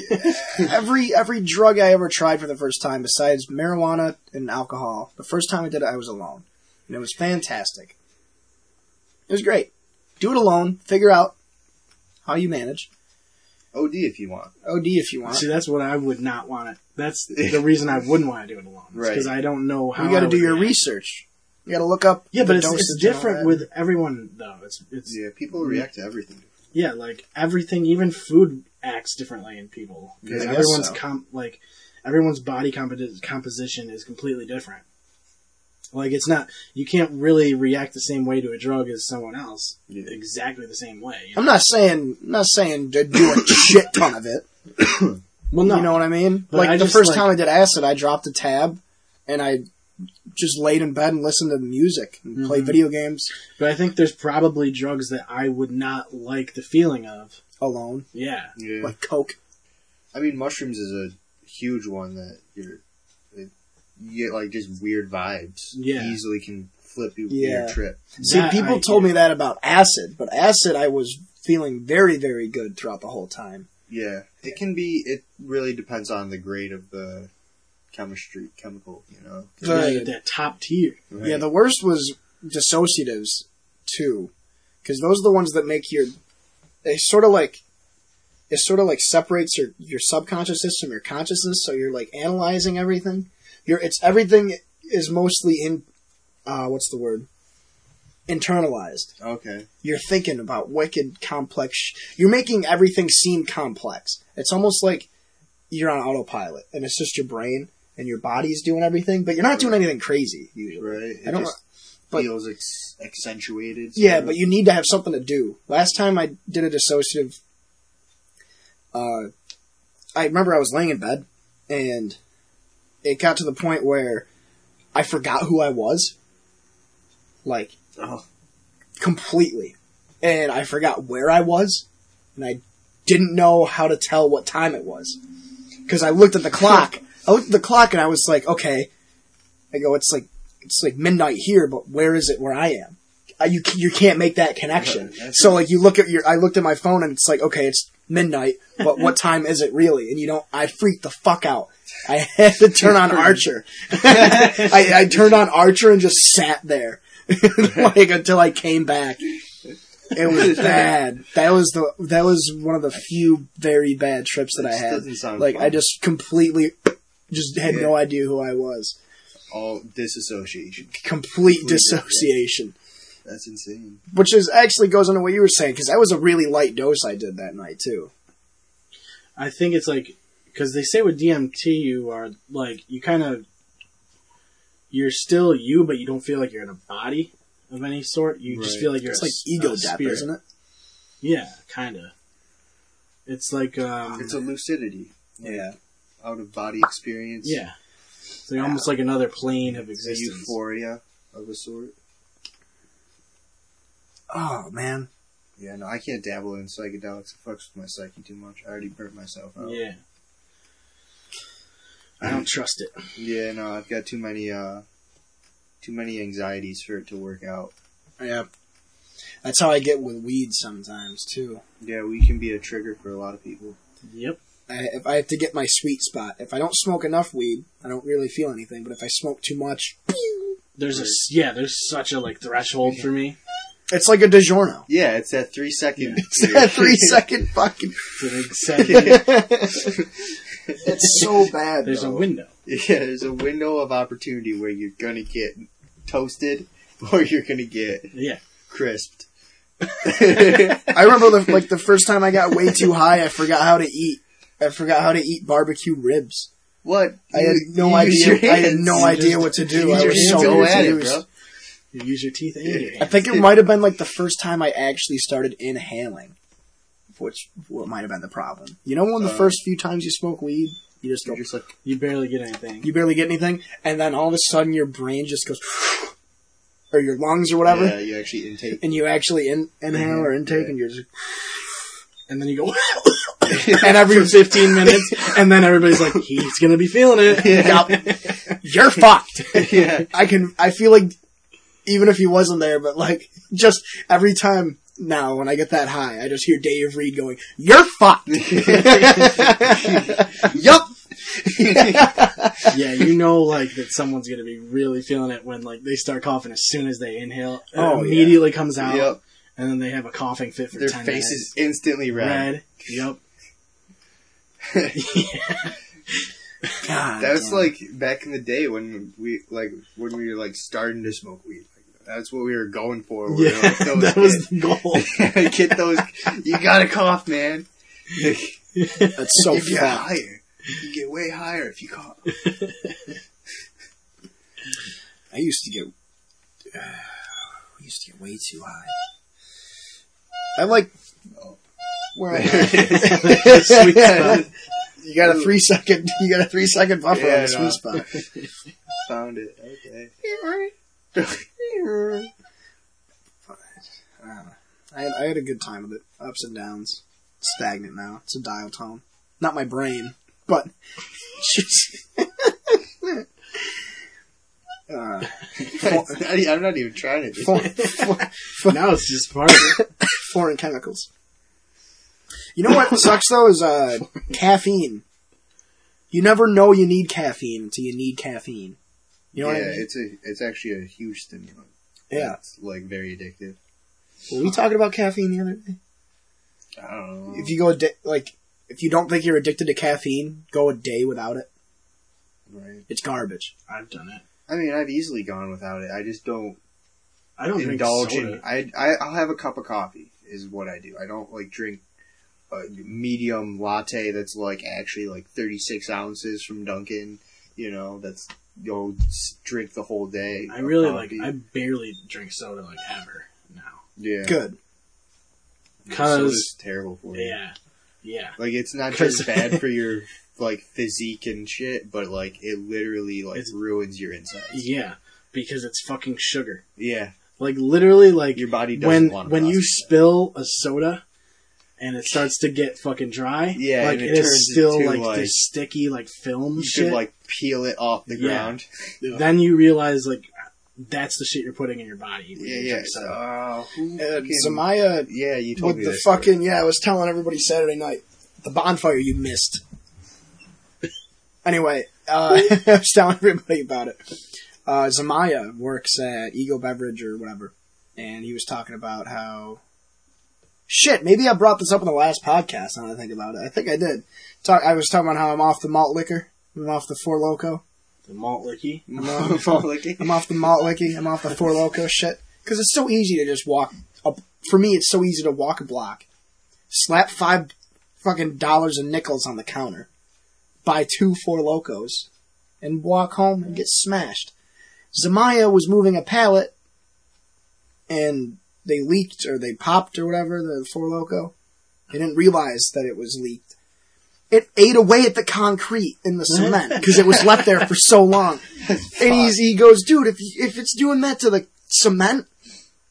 Speaker 1: every every drug I ever tried for the first time, besides marijuana and alcohol, the first time I did it, I was alone, and it was fantastic. It was great. Do it alone. Figure out how you manage.
Speaker 2: OD if you want.
Speaker 1: OD if you want.
Speaker 3: See, that's what I would not want it. That's the reason I wouldn't want to do it alone.
Speaker 2: Right.
Speaker 3: Because I don't know how.
Speaker 1: you got
Speaker 3: I
Speaker 1: to do
Speaker 3: would
Speaker 1: your
Speaker 3: react.
Speaker 1: research. You got to look up.
Speaker 3: Yeah,
Speaker 1: the
Speaker 3: but it's,
Speaker 1: dosage
Speaker 3: it's
Speaker 1: and all
Speaker 3: different
Speaker 1: that.
Speaker 3: with everyone though. It's it's yeah.
Speaker 2: Yeah, people react to everything.
Speaker 3: like everything, even food acts differently in people because
Speaker 1: Yeah, I guess
Speaker 3: everyone's
Speaker 1: so.
Speaker 3: com- like everyone's body compo- composition is completely different. Like it's not you can't really react the same way to a drug as someone else
Speaker 2: Yeah.
Speaker 3: exactly the same way. you know?
Speaker 1: I'm not saying I'm not saying to do a shit ton of it.
Speaker 3: Well, no,
Speaker 1: You know what I mean?
Speaker 3: But
Speaker 1: like
Speaker 3: I
Speaker 1: the
Speaker 3: just,
Speaker 1: first
Speaker 3: like-
Speaker 1: time I did acid, I dropped a tab and I just laid in bed and listened to music and played
Speaker 3: Mhm.
Speaker 1: video games
Speaker 3: but I think there's probably drugs that I would not like the feeling of.
Speaker 1: alone,
Speaker 3: Yeah,
Speaker 2: Yeah.
Speaker 1: like coke.
Speaker 2: I mean, mushrooms is a huge one that you're, it, you get like just weird vibes.
Speaker 3: Yeah.
Speaker 2: Easily can flip you
Speaker 1: Yeah.
Speaker 2: your trip.
Speaker 1: See,
Speaker 3: That
Speaker 1: people
Speaker 3: I-
Speaker 1: told me that about acid, but acid I was feeling very very good throughout the whole time.
Speaker 2: Yeah. It can be, it really depends on the grade of the chemistry, chemical, you know?
Speaker 3: You gotta
Speaker 1: The-
Speaker 3: get that top tier.
Speaker 2: Right.
Speaker 1: Yeah, the worst was dissociatives too, because those are the ones that make your. They sort of like, it sort of like separates your your subconsciousness from your consciousness. So you're like analyzing everything. You're it's everything is mostly in, uh, what's the word? Internalized.
Speaker 2: Okay.
Speaker 1: You're thinking about wicked complex. Sh- you're making everything seem complex. It's almost like you're on autopilot, and it's just your brain and your body's doing everything, but you're not doing anything crazy usually.
Speaker 2: Right. It
Speaker 1: I don't-
Speaker 2: just
Speaker 1: but-
Speaker 2: feels ex- accentuated.
Speaker 1: Yeah,
Speaker 2: sort of.
Speaker 1: but you need to have something to do. Last time I did a dissociative, uh, I remember I was laying in bed, and it got to the point where I forgot who I was, like
Speaker 2: Oh.
Speaker 1: completely, and I forgot where I was, and I didn't know how to tell what time it was because I looked at the clock. I looked at the clock, and I was like, okay. I go, it's like it's like midnight here, but where is it where I am? I, you c- you can't make that connection.
Speaker 2: Right, that's-
Speaker 1: So like you look at your I looked at my phone and it's like okay it's midnight, but what time is it really? And you don't I freaked the fuck out. I had to turn on Archer. I, I turned on Archer and just sat there like until I came back. It was bad. That was the that was one of the few very bad trips that I
Speaker 2: This
Speaker 1: had.
Speaker 2: doesn't sound
Speaker 1: Like I
Speaker 2: fun.
Speaker 1: just completely just had
Speaker 2: Yeah.
Speaker 1: no idea who I was.
Speaker 2: all disassociation.
Speaker 1: Complete
Speaker 2: Completely.
Speaker 1: dissociation
Speaker 2: That's insane.
Speaker 1: which is actually goes into what you were saying because that was a really light dose I did that night too.
Speaker 3: I think it's like because they say with DMT you are like you kind of you're still you, but you don't feel like you're in a body of any sort. You just
Speaker 2: Right.
Speaker 3: feel like you're
Speaker 1: It's
Speaker 3: a
Speaker 1: like
Speaker 3: s-
Speaker 1: ego
Speaker 3: a
Speaker 1: death,
Speaker 3: spirit.
Speaker 1: isn't it?
Speaker 3: Yeah, kind of. It's like um,
Speaker 2: It's a lucidity,
Speaker 1: Yeah,
Speaker 2: out of body experience.
Speaker 3: yeah, it's like almost like another plane of
Speaker 2: It's a
Speaker 3: existence.
Speaker 2: euphoria of a sort.
Speaker 1: Oh man,
Speaker 2: Yeah, no, I can't dabble in psychedelics. It fucks with my psyche too much. I already burnt myself out.
Speaker 3: Yeah, I don't trust it.
Speaker 2: Yeah, no, I've got too many, uh, too many anxieties for it to work out.
Speaker 1: yeah. That's how I get with weed sometimes too.
Speaker 2: Yeah, we can be a trigger for a lot of people.
Speaker 3: Yep.
Speaker 1: I, if I have to get my sweet spot, if I don't smoke enough weed, I don't really feel anything. But if I smoke too much,
Speaker 3: There's a s- yeah. There's such a like threshold for me.
Speaker 1: it's like a DiGiorno.
Speaker 2: Yeah, it's that three second.
Speaker 1: It's that three second fucking.
Speaker 3: It's an exact-
Speaker 1: it's so bad.
Speaker 3: There's a
Speaker 1: though.
Speaker 3: window.
Speaker 2: Yeah, there's a window of opportunity where you're gonna get toasted or you're gonna get
Speaker 3: Yeah.
Speaker 2: crisped.
Speaker 1: I remember the, like the first time I got way too high, I forgot how to eat. I forgot how to eat barbecue ribs.
Speaker 2: what?
Speaker 1: I had
Speaker 2: You-
Speaker 1: no
Speaker 2: you use
Speaker 1: idea.
Speaker 2: your
Speaker 1: I had
Speaker 2: hands.
Speaker 1: no
Speaker 2: You
Speaker 1: idea
Speaker 2: just-
Speaker 1: what to do.
Speaker 2: you use
Speaker 1: I
Speaker 2: your
Speaker 1: was
Speaker 2: hands
Speaker 1: so
Speaker 2: to go at it,
Speaker 1: confused.
Speaker 2: bro.
Speaker 3: You use your teeth and your
Speaker 1: I
Speaker 3: hands.
Speaker 1: think it might have been like the first time I actually started inhaling, which what might have been the problem. You know, when the
Speaker 2: Uh,
Speaker 1: first few times you smoke weed, you just go,
Speaker 2: You're just like,
Speaker 3: You barely get anything.
Speaker 1: you barely get anything, and then all of a sudden your brain just goes, or your lungs or whatever,
Speaker 2: yeah, Mm-hmm. you actually intake.
Speaker 1: and you actually in, inhale or intake, and you're just,
Speaker 3: And then you go
Speaker 1: and every
Speaker 3: for 15 minutes, and then everybody's like, he's gonna be feeling it.
Speaker 1: Yup. you're fucked.
Speaker 2: yeah,
Speaker 1: I can. I feel like even if he wasn't there, but like just every time now when I get that high, I just hear Dave Reed going, "You're fucked." yup.
Speaker 3: yeah, you know, like that someone's gonna be really feeling it when like they start coughing as soon as they inhale. It
Speaker 1: Oh, yeah.
Speaker 3: immediately comes out,
Speaker 2: Yep.
Speaker 3: and then they have a coughing fit for
Speaker 2: Their
Speaker 3: ten
Speaker 2: face
Speaker 3: minutes.
Speaker 2: is instantly red.
Speaker 3: red. Yep.
Speaker 1: God,
Speaker 2: That's
Speaker 1: damn.
Speaker 2: like back in the day when we like when we were like starting to smoke weed. Like, that's what we were going for. We were
Speaker 3: Yeah,
Speaker 2: like, those
Speaker 3: that was the goal.
Speaker 2: kids- get those. You gotta cough, man. if
Speaker 1: that's so
Speaker 2: you get
Speaker 1: fucked.
Speaker 2: higher, you get way higher if you cough.
Speaker 1: I used to get, I used to get way too high. I like. Where I
Speaker 3: Sweet spot.
Speaker 1: you got a three second, you got a three second buffer on
Speaker 2: Yeah,
Speaker 1: the
Speaker 2: no.
Speaker 1: sweet spot.
Speaker 2: Found it. Okay.
Speaker 1: Uh, I had, I had a good time with it. Ups and downs. Stagnant now. It's a dial tone. Not my brain, but. uh,
Speaker 2: It's not e- I'm not even trying to.
Speaker 1: foreign,
Speaker 3: now it's just part of it.
Speaker 1: foreign chemicals. You know what sucks though is uh, caffeine. You never know you need caffeine until you need caffeine. You know
Speaker 2: yeah,
Speaker 1: what I mean?
Speaker 2: it's a it's actually a huge stimulant.
Speaker 1: yeah.
Speaker 2: it's like very addictive.
Speaker 1: Were we talking about caffeine the other day?
Speaker 2: I don't know.
Speaker 1: If you go a day, like, if you don't think you're addicted to caffeine, go a day without it.
Speaker 2: right.
Speaker 1: It's garbage.
Speaker 3: I've done it.
Speaker 2: I mean, I've easily gone without it. I just don't
Speaker 3: I don't
Speaker 2: indulge
Speaker 3: drink
Speaker 2: in.
Speaker 3: soda.
Speaker 2: I, I I'll have a cup of coffee is what I do. I don't like drink a medium latte that's like actually like thirty six ounces from Dunkin'. You know, that's you'll s- drink the whole day.
Speaker 3: I
Speaker 2: of
Speaker 3: really like.
Speaker 2: coffee.
Speaker 3: I barely drink soda like ever now.
Speaker 2: yeah,
Speaker 1: Good.
Speaker 2: soda's
Speaker 3: Cause
Speaker 2: terrible for you.
Speaker 3: yeah, yeah.
Speaker 2: Like it's not
Speaker 3: 'Cause-
Speaker 2: just bad for your like physique and shit, but like it literally like
Speaker 3: It's-
Speaker 2: ruins your insides.
Speaker 3: Yeah, because it's fucking sugar.
Speaker 2: Yeah,
Speaker 3: Like literally, like
Speaker 2: your body doesn't
Speaker 3: when
Speaker 2: want. to
Speaker 3: when you
Speaker 2: process that.
Speaker 3: spill a soda and it starts to get fucking dry,
Speaker 2: Yeah,
Speaker 3: like
Speaker 2: and it
Speaker 3: it
Speaker 2: turns
Speaker 3: is still
Speaker 2: into,
Speaker 3: like,
Speaker 2: like-
Speaker 3: this sticky like film
Speaker 2: you
Speaker 3: shit.
Speaker 2: should like uh, peel it off the
Speaker 3: Yeah.
Speaker 2: ground.
Speaker 3: then you realize like that's the shit you're putting in your body. when
Speaker 2: Yeah,
Speaker 3: you
Speaker 2: yeah.
Speaker 3: drink
Speaker 2: So,
Speaker 3: soda.
Speaker 2: who
Speaker 1: Uh,
Speaker 2: fucking-
Speaker 1: Samaya
Speaker 2: yeah, you told
Speaker 1: with
Speaker 2: me
Speaker 1: the
Speaker 2: this story.
Speaker 1: fucking yeah, I was telling everybody Saturday night the bonfire you missed. anyway, uh, I was telling everybody about it. Uh, Zamaya works at Ego Beverage or whatever, and he was talking about how shit. Maybe I brought this up in the last podcast. Now that I think about it, I think I did. Talk. I was talking about how I'm off the malt liquor. I'm off the four loco.
Speaker 3: the malt licky.
Speaker 1: I'm off the malt licky. I'm off the four loco shit. Because it's so easy to just walk up. For me, it's so easy to walk a block, slap five fucking dollars and nickels on the counter, buy two four locos, and walk home and get smashed. Zamaya was moving a pallet, and they leaked or they popped or whatever the four loco. They didn't realize that it was leaked. It ate away at the concrete in the cement because it was left there for so long. And he's, he goes, dude, if if it's doing that to the cement,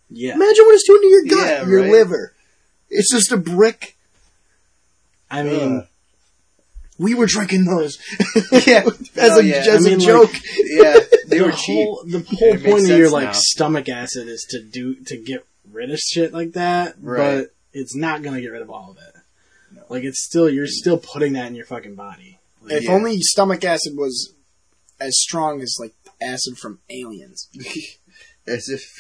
Speaker 3: Yeah,
Speaker 1: imagine what it's doing to your gut,
Speaker 2: Yeah,
Speaker 1: your
Speaker 2: right.
Speaker 1: liver. It's just a brick.
Speaker 3: I mean,
Speaker 2: Ugh.
Speaker 1: We were drinking those
Speaker 2: yeah,
Speaker 1: as
Speaker 2: No,
Speaker 1: a
Speaker 2: yeah.
Speaker 1: as
Speaker 3: I mean,
Speaker 1: a
Speaker 3: like-
Speaker 1: joke.
Speaker 2: yeah, they
Speaker 3: the
Speaker 2: were cheap.
Speaker 3: whole the whole
Speaker 2: It makes
Speaker 3: point of your
Speaker 2: sense
Speaker 3: like
Speaker 2: now.
Speaker 3: stomach acid is to do to get rid of shit like that,
Speaker 2: Right.
Speaker 3: but it's not gonna get rid of all of it.
Speaker 2: No.
Speaker 3: Like it's still you're still putting that in your fucking body. Like,
Speaker 1: If
Speaker 2: Yeah.
Speaker 1: only stomach acid was as strong as like acid from aliens.
Speaker 2: as if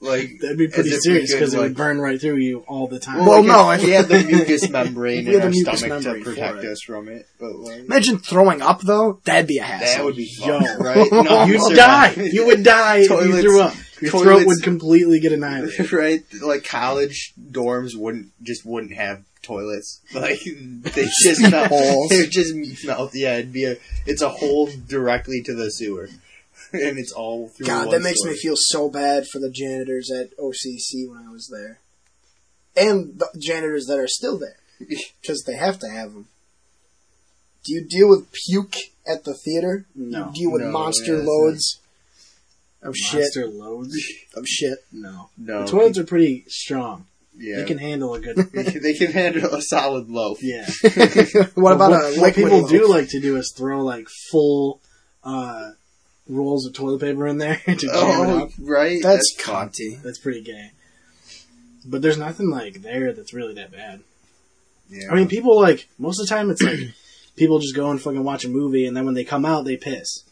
Speaker 2: like
Speaker 3: that'd be pretty
Speaker 2: if we
Speaker 3: serious
Speaker 2: could,
Speaker 3: because it
Speaker 2: like-
Speaker 3: would burn right through you all the time.
Speaker 1: Well,
Speaker 2: like,
Speaker 1: no,
Speaker 2: if we had the mucous membrane
Speaker 1: We
Speaker 2: in
Speaker 1: had
Speaker 2: our
Speaker 1: the mucous
Speaker 2: stomach to
Speaker 1: membrane for
Speaker 2: protect
Speaker 1: it.
Speaker 2: us from it, but like
Speaker 1: Imagine throwing up though. That'd be a hassle.
Speaker 2: that would be
Speaker 3: Yo.
Speaker 2: fun, right? No,
Speaker 3: You'd die.
Speaker 2: survive.
Speaker 3: You would die if you
Speaker 2: Toilets-
Speaker 3: threw up. Your throat
Speaker 2: toilets-
Speaker 3: would completely get annihilated.
Speaker 2: right? Like college dorms wouldn't just wouldn't have toilets. Like they just melt.
Speaker 1: Holes.
Speaker 2: They just melt. Yeah, it'd be a. It's a hole directly to the sewer, and it's all through.
Speaker 1: God,
Speaker 2: one
Speaker 1: that makes
Speaker 2: story.
Speaker 1: me feel so bad for the janitors at OCC when I was there, and the janitors that are still there because they have to have them. Do you deal with puke at the theater?
Speaker 3: No.
Speaker 1: you deal with
Speaker 2: No,
Speaker 1: monster
Speaker 2: yeah, it's
Speaker 1: loads of shit
Speaker 3: Monster loads?
Speaker 1: of shit.
Speaker 3: No.
Speaker 2: no.
Speaker 3: The toilets are pretty strong.
Speaker 2: yeah.
Speaker 3: They can handle a good.
Speaker 2: they can handle a solid loaf. Oh,
Speaker 3: Yeah.
Speaker 1: what about
Speaker 3: what,
Speaker 1: a
Speaker 3: what
Speaker 1: liquid
Speaker 3: people
Speaker 1: load?
Speaker 3: do like to do is throw like full uh rolls of toilet paper in there to jam it
Speaker 2: Oh,
Speaker 3: up.
Speaker 2: right.
Speaker 1: That's,
Speaker 2: fucked.
Speaker 1: cunty.
Speaker 3: That's pretty gay. But there's nothing like there that's really that bad.
Speaker 2: Yeah.
Speaker 3: I mean, people like most of the time it's like people just go and fucking watch a movie, and then when they come out, they piss,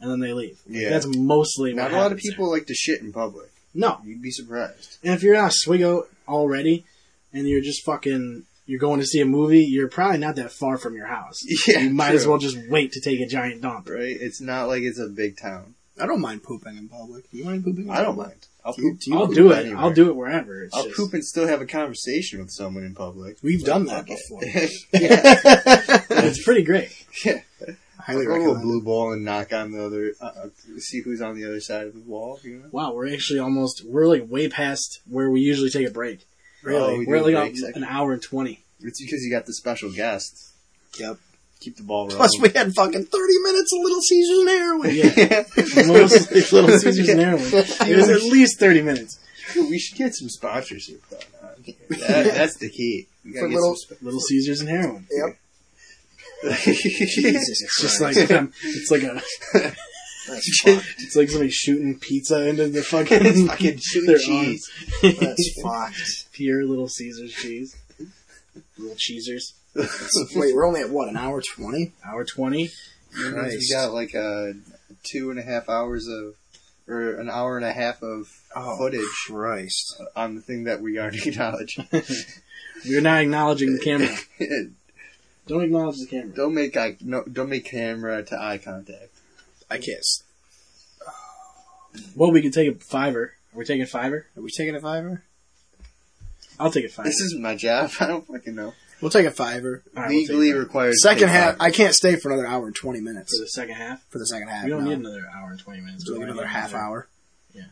Speaker 3: and then they leave.
Speaker 2: yeah.
Speaker 3: That's mostly
Speaker 2: Not
Speaker 3: what
Speaker 2: a lot of
Speaker 3: happens there.
Speaker 2: people like to shit in public.
Speaker 3: No,
Speaker 2: You'd be surprised.
Speaker 3: and if you're in Oswego already, and you're just fucking you're going to see a movie, you're probably not that far from your house.
Speaker 2: Yeah,
Speaker 3: you might as
Speaker 2: true.
Speaker 3: well just wait to take a giant dump.
Speaker 2: Right? It's not like it's a big town.
Speaker 1: I don't mind pooping in public. You mind pooping? In
Speaker 2: I don't
Speaker 1: public?
Speaker 2: mind. I'll
Speaker 1: Do you-
Speaker 2: poop.
Speaker 1: do you
Speaker 3: I'll
Speaker 2: poop
Speaker 3: do it.
Speaker 2: anywhere.
Speaker 3: I'll do it wherever. It's
Speaker 2: I'll
Speaker 3: just-
Speaker 2: poop and still have a conversation with someone in public.
Speaker 1: We've done that
Speaker 3: Fuck it.
Speaker 1: before.
Speaker 2: yeah.
Speaker 3: It's pretty great.
Speaker 2: I'll
Speaker 1: Highly
Speaker 2: go to a
Speaker 1: recommend.
Speaker 2: blue ball and knock on the other, uh, uh, see who's on the other side of the wall. You know?
Speaker 3: Wow, we're actually almost we're like way past where we usually take a break.
Speaker 2: Really? We're
Speaker 3: we're like
Speaker 2: doing
Speaker 3: on
Speaker 2: Oh, breaks,
Speaker 3: an hour and twenty.
Speaker 2: It's because you got the special guest.
Speaker 1: Yep.
Speaker 2: Keep the ball rolling.
Speaker 1: Plus, we had fucking thirty minutes of Little Caesars and heroin.
Speaker 3: Yeah, mostly Little Caesars and heroin. It was at least thirty minutes.
Speaker 2: we should get some sponsorship going on. That, that's the key. We gotta
Speaker 1: For
Speaker 2: get
Speaker 1: little-
Speaker 2: some
Speaker 3: Little Caesars and heroin.
Speaker 1: Yep.
Speaker 2: sp-
Speaker 3: Jesus, it's just like um, it's like a
Speaker 1: That's fucked.
Speaker 3: it's like somebody shooting pizza into the
Speaker 2: It's
Speaker 3: fucking
Speaker 2: fucking
Speaker 3: their
Speaker 2: shooting cheese.
Speaker 3: arms.
Speaker 1: That's fucked.
Speaker 3: Pure Little Caesars cheese. Little Cheesers.
Speaker 1: Wait, we're only at what an hour twenty?
Speaker 3: Hour twenty.
Speaker 2: We
Speaker 1: Christ.
Speaker 2: got like a two and a half hours of, or an hour and a half of
Speaker 1: Oh,
Speaker 2: footage
Speaker 1: Christ.
Speaker 2: on the thing that we already acknowledged.
Speaker 3: You're not acknowledging the camera.
Speaker 2: don't
Speaker 3: Don't acknowledge the camera.
Speaker 2: make eye, no, don't make camera to eye contact.
Speaker 1: I kissed.
Speaker 3: Well, we could take a fiver. Are we taking fiver?
Speaker 1: Are we taking a fiver?
Speaker 3: I'll take a fiver.
Speaker 2: This isn't my job. I don't fucking know.
Speaker 1: We'll take a fiver.
Speaker 3: All right, we'll take
Speaker 2: Legally
Speaker 3: a fiver.
Speaker 2: required. to
Speaker 1: Second
Speaker 2: take
Speaker 1: half.
Speaker 2: five.
Speaker 1: I can't stay for another hour and twenty
Speaker 3: for
Speaker 1: minutes
Speaker 3: the second half.
Speaker 1: for the second half.
Speaker 3: We don't
Speaker 1: no.
Speaker 3: need another hour and twenty minutes.
Speaker 1: It's like
Speaker 3: We might
Speaker 1: another
Speaker 3: need
Speaker 1: half
Speaker 3: another-
Speaker 1: hour.
Speaker 3: Yeah.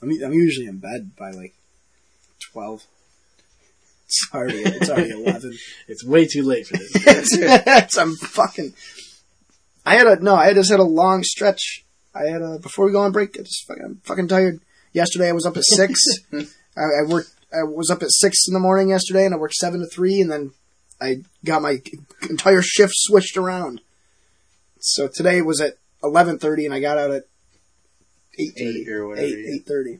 Speaker 1: I'm, I'm usually in bed by like twelve. It's already it's already eleven.
Speaker 3: It's way too late for this.
Speaker 1: It's- I'm fucking. I had a no. I just had a long stretch. I had a before we go on break. I just fucking, I'm fucking tired. Yesterday I was up at six. I, I worked. I was up at six in the morning yesterday, and I worked seven to three, and then I got my entire shift switched around. So today was at eleven thirty, and I got out at eight
Speaker 2: eight or whatever.
Speaker 1: eight
Speaker 2: yeah.
Speaker 1: eight thirty.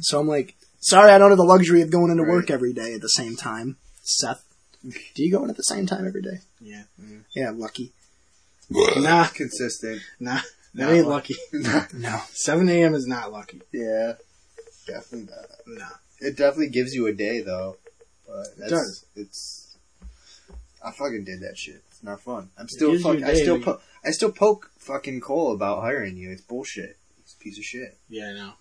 Speaker 1: So I'm like, sorry, I don't have the luxury of going into
Speaker 2: Right.
Speaker 1: work every day at the same time. Seth, do you go in at the same time every day?
Speaker 3: Yeah.
Speaker 1: Yeah, lucky.
Speaker 3: Nah,
Speaker 2: Consistent.
Speaker 3: nah. That
Speaker 2: Not
Speaker 3: ain't
Speaker 2: lucky.
Speaker 3: lucky.
Speaker 1: No,
Speaker 3: 7 a.m. is not lucky.
Speaker 2: yeah, definitely not.
Speaker 3: Nah.
Speaker 2: It definitely gives you a day though. But that's,
Speaker 3: does.
Speaker 2: It's. I fucking did that shit. It's not fun. I'm still
Speaker 3: gives you a
Speaker 2: fuck. I
Speaker 3: day,
Speaker 2: still
Speaker 3: but you-
Speaker 2: po- I still poke fucking Cole about hiring you. It's bullshit. He's a piece of shit.
Speaker 3: Yeah, I know.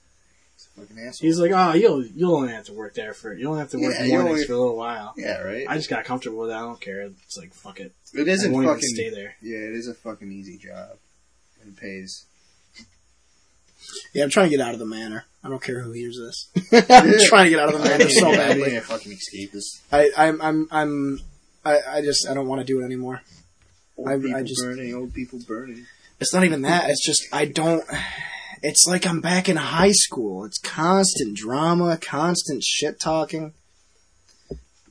Speaker 2: He's a fucking asshole.
Speaker 3: He's like, oh, you'll you'll only have to work there for you'll only have to work
Speaker 2: Yeah, you
Speaker 3: mornings
Speaker 2: only-
Speaker 3: for a little while.
Speaker 2: yeah, right.
Speaker 3: I just got comfortable with that. I don't care. It's like fuck it.
Speaker 2: it
Speaker 3: I
Speaker 2: isn't
Speaker 3: won't
Speaker 2: fucking.
Speaker 3: even stay there.
Speaker 2: Yeah, it is a fucking easy job. And it pays.
Speaker 1: yeah, I'm trying to get out of the manor. I don't care who hears this. I'm trying to get out of the manor so
Speaker 2: Yeah, I
Speaker 1: badly.
Speaker 2: need a fucking escapist.
Speaker 1: I, I'm, I'm, I'm, I, I just, I don't want to do it anymore.
Speaker 2: Old
Speaker 1: I- I
Speaker 2: people
Speaker 1: just-
Speaker 2: burning. Old people burning.
Speaker 1: It's not even that. It's just I don't. It's like I'm back in high school. It's constant drama, constant shit talking.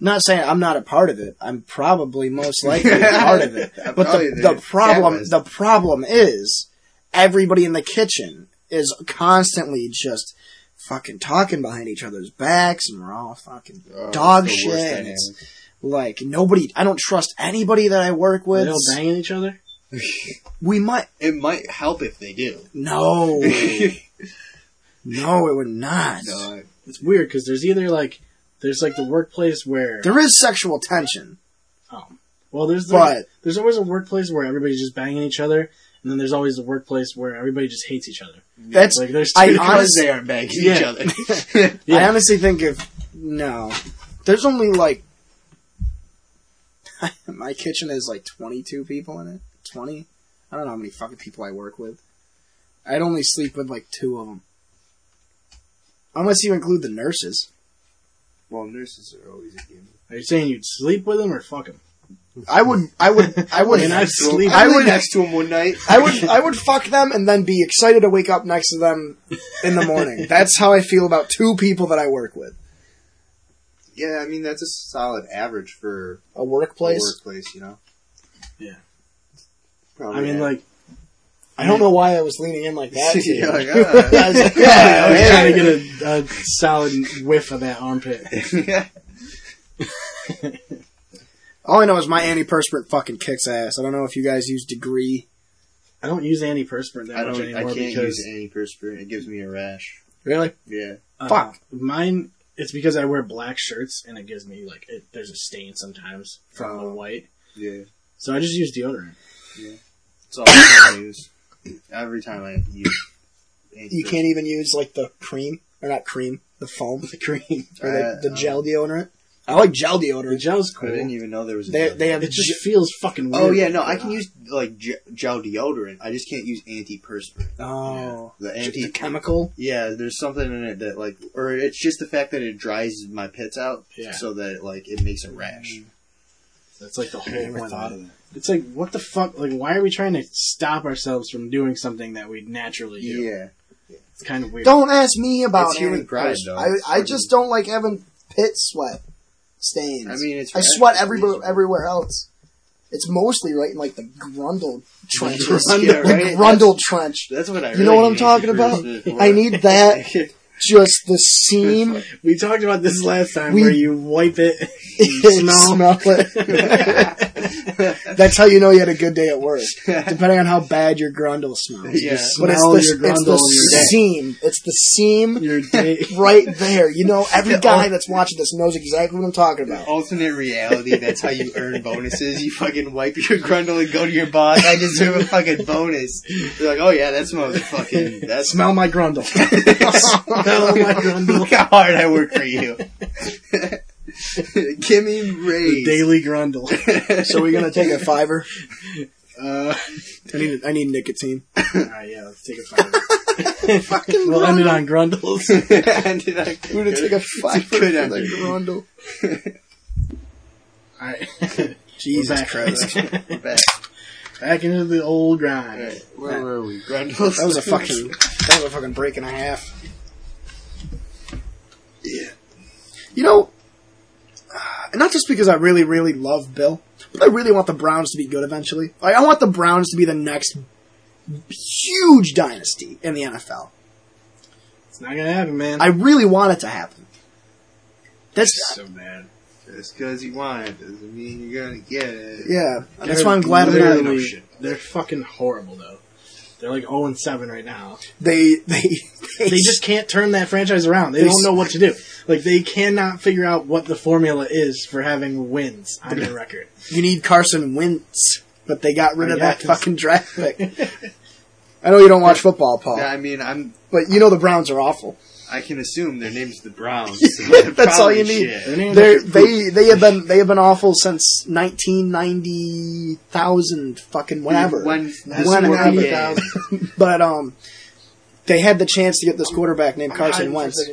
Speaker 1: Not saying I'm not a part of it. I'm probably most likely a part of it.
Speaker 2: I'm
Speaker 1: But
Speaker 2: probably
Speaker 1: the, the problem,
Speaker 2: catalyst.
Speaker 1: the problem is, everybody in the kitchen is constantly just fucking talking behind each other's backs, and we're all fucking
Speaker 2: Oh, it's
Speaker 1: dog
Speaker 2: the worst
Speaker 1: shit. and
Speaker 2: dynamic.
Speaker 1: it's like nobody. I don't trust anybody that I work
Speaker 3: They
Speaker 1: with.
Speaker 3: all banging each other.
Speaker 1: We might
Speaker 2: It might help if they do.
Speaker 1: no. No, it would not.
Speaker 2: No, I-
Speaker 3: It's weird because there's either like there's like the workplace where
Speaker 1: There is sexual tension,
Speaker 3: um, well there's the,
Speaker 1: but
Speaker 3: there's always a workplace where everybody's just banging each other, and then there's always the workplace where everybody just hates each other.
Speaker 1: that's.
Speaker 3: Like there's two
Speaker 1: I
Speaker 3: different-
Speaker 2: because
Speaker 1: honestly,
Speaker 2: they aren't banging each
Speaker 3: Yeah.
Speaker 2: other.
Speaker 3: Yeah.
Speaker 1: I honestly think if no, there's only like my kitchen is like 22 people in it. 20. I don't know how many fucking people I work with. I'd only sleep with like two of them, unless you include the nurses.
Speaker 2: well, nurses are always a human.
Speaker 3: Are you saying you'd sleep with them or fuck them?
Speaker 1: I would. I would. I would.
Speaker 3: And I'd sleep-
Speaker 1: I would.
Speaker 2: next to him one night.
Speaker 1: I would I would fuck them and then be excited to wake up next to them in the morning. That's how I feel about two people that I work with.
Speaker 2: Yeah, I mean that's a solid average for
Speaker 1: A
Speaker 2: a
Speaker 1: workplace.
Speaker 2: workplace, you know.
Speaker 3: Yeah.
Speaker 2: Probably
Speaker 3: I mean,
Speaker 2: yeah.
Speaker 3: like
Speaker 1: I don't know why I was leaning in like that. to you.
Speaker 2: You're like, ah.
Speaker 1: I was like, yeah,
Speaker 3: I was
Speaker 1: yeah.
Speaker 3: trying to get a, a solid whiff of that armpit.
Speaker 1: All I know is my antiperspirant fucking kicks ass. I don't know if you guys use Degree.
Speaker 3: I don't use antiperspirant that
Speaker 2: I
Speaker 3: much
Speaker 2: don't. I
Speaker 3: anymore
Speaker 2: can't
Speaker 3: because
Speaker 2: use antiperspirant. It gives me a rash.
Speaker 1: Really?
Speaker 2: Yeah.
Speaker 3: uh,
Speaker 1: Fuck.
Speaker 3: mine. It's because I wear black shirts and it gives me like it, there's a stain sometimes from the white.
Speaker 2: Yeah.
Speaker 3: So I just use deodorant.
Speaker 2: It's all I can use. Every time I use.
Speaker 1: You can't even use like the cream or not cream, the foam,
Speaker 3: The cream,
Speaker 1: or
Speaker 2: Uh,
Speaker 1: the, the
Speaker 2: um,
Speaker 1: gel deodorant. I like gel
Speaker 3: the
Speaker 1: deodorant.
Speaker 3: gel's
Speaker 2: I didn't
Speaker 3: cool.
Speaker 2: even know there was. A
Speaker 1: They
Speaker 2: gel.
Speaker 1: they have
Speaker 3: It
Speaker 1: ge-
Speaker 3: just feels fucking weird.
Speaker 2: Oh yeah, no, I can use like ge- gel deodorant. I just can't use antiperspirant.
Speaker 1: oh
Speaker 2: The
Speaker 1: Just the
Speaker 2: anti.
Speaker 1: chemical.
Speaker 2: Yeah, there's something in it that like, or it's just the fact that it dries my pits out,
Speaker 3: Yeah.
Speaker 2: so that like it makes a rash.
Speaker 3: That's like the whole
Speaker 1: Mm. never
Speaker 3: point.
Speaker 1: thought
Speaker 3: of it. It's like what the fuck? Like why are we trying to stop ourselves from doing something that we naturally do?
Speaker 2: Yeah,
Speaker 3: It's kind of weird.
Speaker 1: Don't ask me about
Speaker 2: It's human pride,
Speaker 1: antiperspirant.
Speaker 2: though.
Speaker 1: I I just don't like having pit sweat stains.
Speaker 2: I mean it's.
Speaker 1: I
Speaker 2: rash
Speaker 1: sweat
Speaker 2: is
Speaker 1: every,
Speaker 2: reasonable.
Speaker 1: everywhere else. It's mostly right in like the Grundle trenches.
Speaker 2: Grundle,
Speaker 1: the
Speaker 2: right?
Speaker 1: Grundle trench.
Speaker 2: That's what I.
Speaker 1: You know
Speaker 2: really
Speaker 1: what I'm
Speaker 2: need
Speaker 1: talking about?
Speaker 2: antiperspirant for.
Speaker 1: I need that. Just the seam.
Speaker 3: We talked about this last time
Speaker 1: We-
Speaker 3: where you wipe it, you
Speaker 1: It
Speaker 3: smell.
Speaker 1: smell it. That's how you know you had a good day at work. Depending on how bad your grundle smells.
Speaker 2: Yeah.
Speaker 1: But it's
Speaker 3: Smell
Speaker 1: the,
Speaker 3: your
Speaker 1: it's the
Speaker 3: grundle in your day.
Speaker 1: seam. It's the seam
Speaker 3: your day.
Speaker 1: right there. You know,
Speaker 2: Oh.
Speaker 1: every guy that's watching this knows exactly what I'm talking about.
Speaker 2: Alternate reality. That's how you earn bonuses. You fucking wipe your grundle and go to your boss. I deserve a fucking bonus. You're like, oh yeah, that smells like fucking. That smells.
Speaker 3: Smell my grundle. Smell my grundle.
Speaker 2: Look how hard I work for you. Give me a raise.
Speaker 3: Daily grundle.
Speaker 1: So we're gonna take a fiver.
Speaker 3: Uh,
Speaker 1: I need I need nicotine.
Speaker 3: all right, yeah, let's take a five. we'll end it on grundles.
Speaker 2: Ended on-
Speaker 1: We're gonna take a fiver for
Speaker 2: good
Speaker 1: the
Speaker 2: idea.
Speaker 1: grundle.
Speaker 3: All right,
Speaker 1: Jesus
Speaker 3: back.
Speaker 1: Christ.
Speaker 2: We're back.
Speaker 3: back into the old grind.
Speaker 2: Alright, where were we? Grundles.
Speaker 1: That was a fucking that was a fucking break and a half.
Speaker 2: Yeah.
Speaker 1: You know, uh, not just because I really, really love Bill, but I really want the Browns to be good eventually. Like, I want the Browns to be the next huge dynasty in the NFL.
Speaker 3: It's not gonna happen, man.
Speaker 1: I really want it to happen. That's
Speaker 3: so bad.
Speaker 2: Just because you want it doesn't mean you're gonna get it.
Speaker 1: yeah. That's
Speaker 3: They're
Speaker 1: why I'm glad I'm
Speaker 3: literally-
Speaker 1: not.
Speaker 2: No shit.
Speaker 3: They're fucking horrible though. They're like zero and seven right now.
Speaker 1: They they they,
Speaker 3: they just can't turn that franchise around. They,
Speaker 1: They
Speaker 3: don't
Speaker 1: s-
Speaker 3: know what to do. Like they cannot figure out what the formula is for having wins on their record.
Speaker 1: you need Carson Wentz, but they got rid of that
Speaker 3: Yeah.
Speaker 1: fucking draft pick. I know you don't watch football, Paul,
Speaker 2: Yeah, I mean, I'm.
Speaker 1: but you know the Browns are awful.
Speaker 2: I can assume their name's the Browns.
Speaker 1: That's all you need.
Speaker 3: Their names
Speaker 1: They're,
Speaker 3: are-
Speaker 1: they they have been they have been awful since nineteen ninety thousand fucking whatever.
Speaker 2: When,
Speaker 1: Whenever.
Speaker 2: whenever.
Speaker 1: Yeah. But um, they had the chance to get this quarterback named Carson Wentz.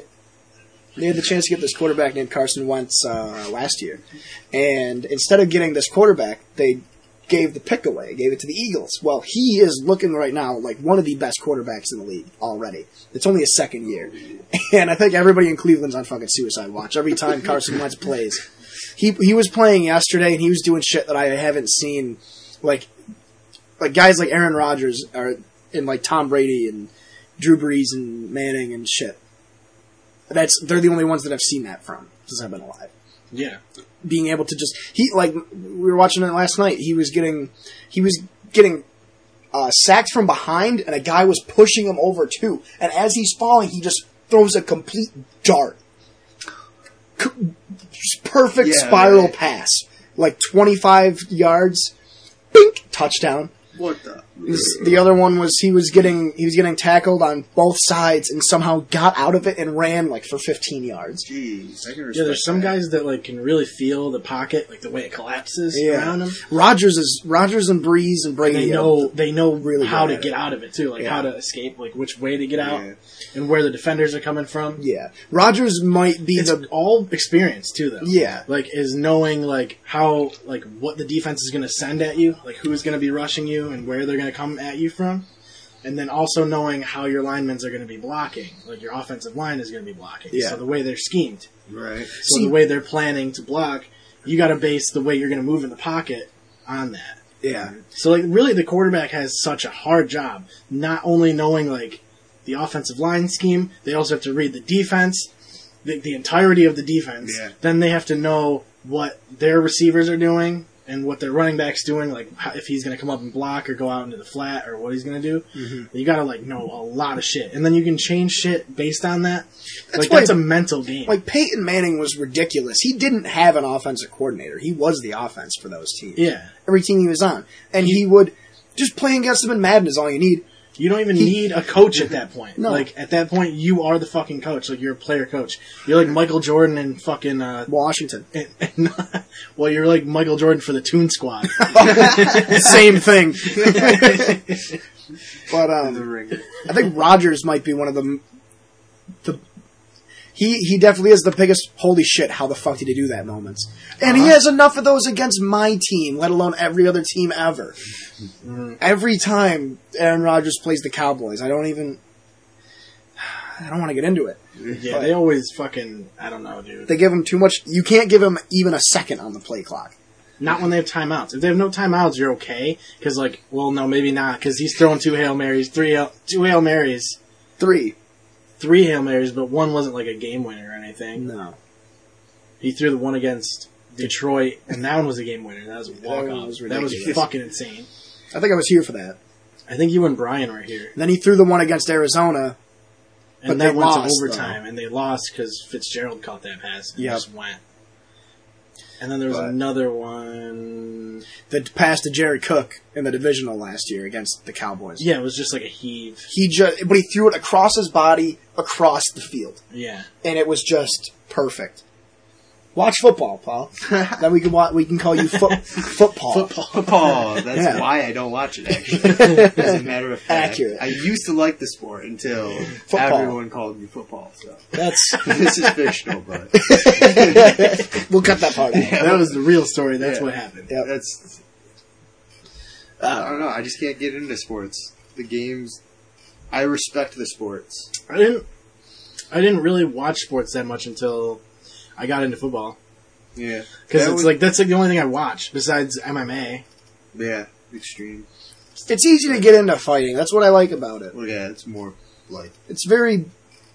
Speaker 1: They had the chance to get this quarterback named Carson Wentz uh, last year, and instead of getting this quarterback, they gave the pick away, gave it to the Eagles. Well, he is looking right now like one of the best quarterbacks in the league already. It's only his second year, and I think everybody in Cleveland's on fucking suicide watch every time Carson Wentz plays. He he was playing yesterday, and he was doing shit that I haven't seen, like like guys like Aaron Rodgers are and like Tom Brady and Drew Brees and Manning and shit. That's they're the only ones that I've seen that from since I've been alive.
Speaker 3: Yeah.
Speaker 1: Being able to just he like we were watching it last night. He was getting he was getting uh, sacked from behind, and a guy was pushing him over too. And as he's falling, he just throws a complete dart, C- just perfect
Speaker 2: Yeah,
Speaker 1: spiral
Speaker 2: right.
Speaker 1: pass, like twenty five yards, bink touchdown.
Speaker 2: What the?
Speaker 1: This- the other one was he was getting he was getting tackled on both sides and somehow got out of it and ran like for 15 yards.
Speaker 2: Jeez. I can respect
Speaker 3: Yeah, there's some
Speaker 2: that.
Speaker 3: guys that like can really feel the pocket, like the way it collapses
Speaker 1: Yeah.
Speaker 3: around them.
Speaker 1: Rogers is Rogers and Breeze and Brady.
Speaker 3: They
Speaker 1: are-
Speaker 3: know they know
Speaker 1: Really
Speaker 3: how
Speaker 1: good
Speaker 3: to
Speaker 1: at
Speaker 3: get out of it too, like
Speaker 1: Yeah.
Speaker 3: how to escape, like which way to get out,
Speaker 2: Yeah.
Speaker 3: and where the defenders are coming from.
Speaker 1: Yeah, Rogers might be
Speaker 3: It's
Speaker 1: the
Speaker 3: all experience too, though.
Speaker 1: Yeah.
Speaker 3: like is knowing like how like what the defense is going to send at you, like who's going to be rushing you, and where they're going to come at you from, and then also knowing how your linemen are going to be blocking, like your offensive line is going to be blocking.
Speaker 1: Yeah.
Speaker 3: So the way they're schemed,
Speaker 2: Right.
Speaker 3: so the way they're planning to block, you got to base the way you're going to move in the pocket on that.
Speaker 1: Yeah.
Speaker 3: So like really the quarterback has such a hard job, not only knowing like the offensive line scheme, they also have to read the defense, the, the entirety of the defense.
Speaker 2: Yeah.
Speaker 3: Then they have to know what their receivers are doing and what their running back's doing, like how, if he's going to come up and block or go out into the flat or what he's going to do. You got to like know a lot of shit, and then you can change shit based on that. like
Speaker 1: why-
Speaker 3: that's a mental game.
Speaker 1: Like Peyton Manning was ridiculous. He didn't have an offensive coordinator. He was the offense for those teams.
Speaker 3: yeah,
Speaker 1: Every team he was on. And he would just play against them in Madden is all you need.
Speaker 3: You don't even
Speaker 1: He-
Speaker 3: need a coach at that point.
Speaker 1: No.
Speaker 3: Like at that point, you are the fucking coach. Like you're a player coach. You're like Michael Jordan and fucking. Uh,
Speaker 1: Washington.
Speaker 3: and, and, well, you're like Michael Jordan for the Toon Squad.
Speaker 1: Same thing. but um
Speaker 2: The ringer.
Speaker 1: I think Rogers might be one of the the he he definitely is the biggest holy shit how the fuck did he do that moments. And he has enough of those against my team, let alone every other team ever. Every time Aaron Rodgers plays the Cowboys, I don't even I don't want to get into it.
Speaker 3: yeah, they always fucking. I don't know, dude.
Speaker 1: They give him too much. You can't give him even a second on the play clock.
Speaker 3: Not when they have timeouts. If they have no timeouts, you're okay. Because like, well, no, maybe not. Because he's throwing two hail marys, three hail, two hail marys,
Speaker 1: Three.
Speaker 3: three hail marys, but one wasn't like a game winner or anything.
Speaker 1: No.
Speaker 3: He threw the one against Detroit, and that one was a game winner. That was a walk
Speaker 1: one
Speaker 3: off.
Speaker 1: was
Speaker 3: That was
Speaker 1: ridiculous.
Speaker 3: fucking insane.
Speaker 1: I think I was here for that.
Speaker 3: I think you and Brian were here.
Speaker 1: Then he threw the one against Arizona. But
Speaker 3: and that
Speaker 1: they
Speaker 3: went
Speaker 1: lost,
Speaker 3: to overtime, and they lost because Fitzgerald caught that pass and
Speaker 1: Yep.
Speaker 3: just went. And then there was
Speaker 2: But-
Speaker 3: another one.
Speaker 1: that passed to Jared Cook in the divisional last year against the Cowboys.
Speaker 3: Yeah, it was just like a heave.
Speaker 1: He just, but he threw it across his body, across the field,
Speaker 3: Yeah,
Speaker 1: and it was just perfect. Watch football, Paul. then we can wa- we can call you foot football.
Speaker 2: Football. Oh, That's
Speaker 1: Yeah.
Speaker 2: why I don't watch it. Actually, as a matter of fact,
Speaker 1: Accurate.
Speaker 2: I used to like the sport until
Speaker 1: Football.
Speaker 2: everyone called me football. So
Speaker 3: that's
Speaker 2: this is fictional, but
Speaker 1: We'll cut that part out.
Speaker 3: that was the real story. That's what happened.
Speaker 1: Yep.
Speaker 2: that's. I don't know. I just can't get into sports. The games. I respect the sports.
Speaker 3: I didn't. I didn't really watch sports that much until I got into football
Speaker 2: Yeah.
Speaker 3: because
Speaker 2: That
Speaker 3: it's
Speaker 2: was-
Speaker 3: like that's like the only thing I watch besides MMA.
Speaker 2: Yeah. Extreme.
Speaker 1: It's easy to get into fighting. That's what I like about it.
Speaker 2: Well, yeah, it's more like
Speaker 1: It's very,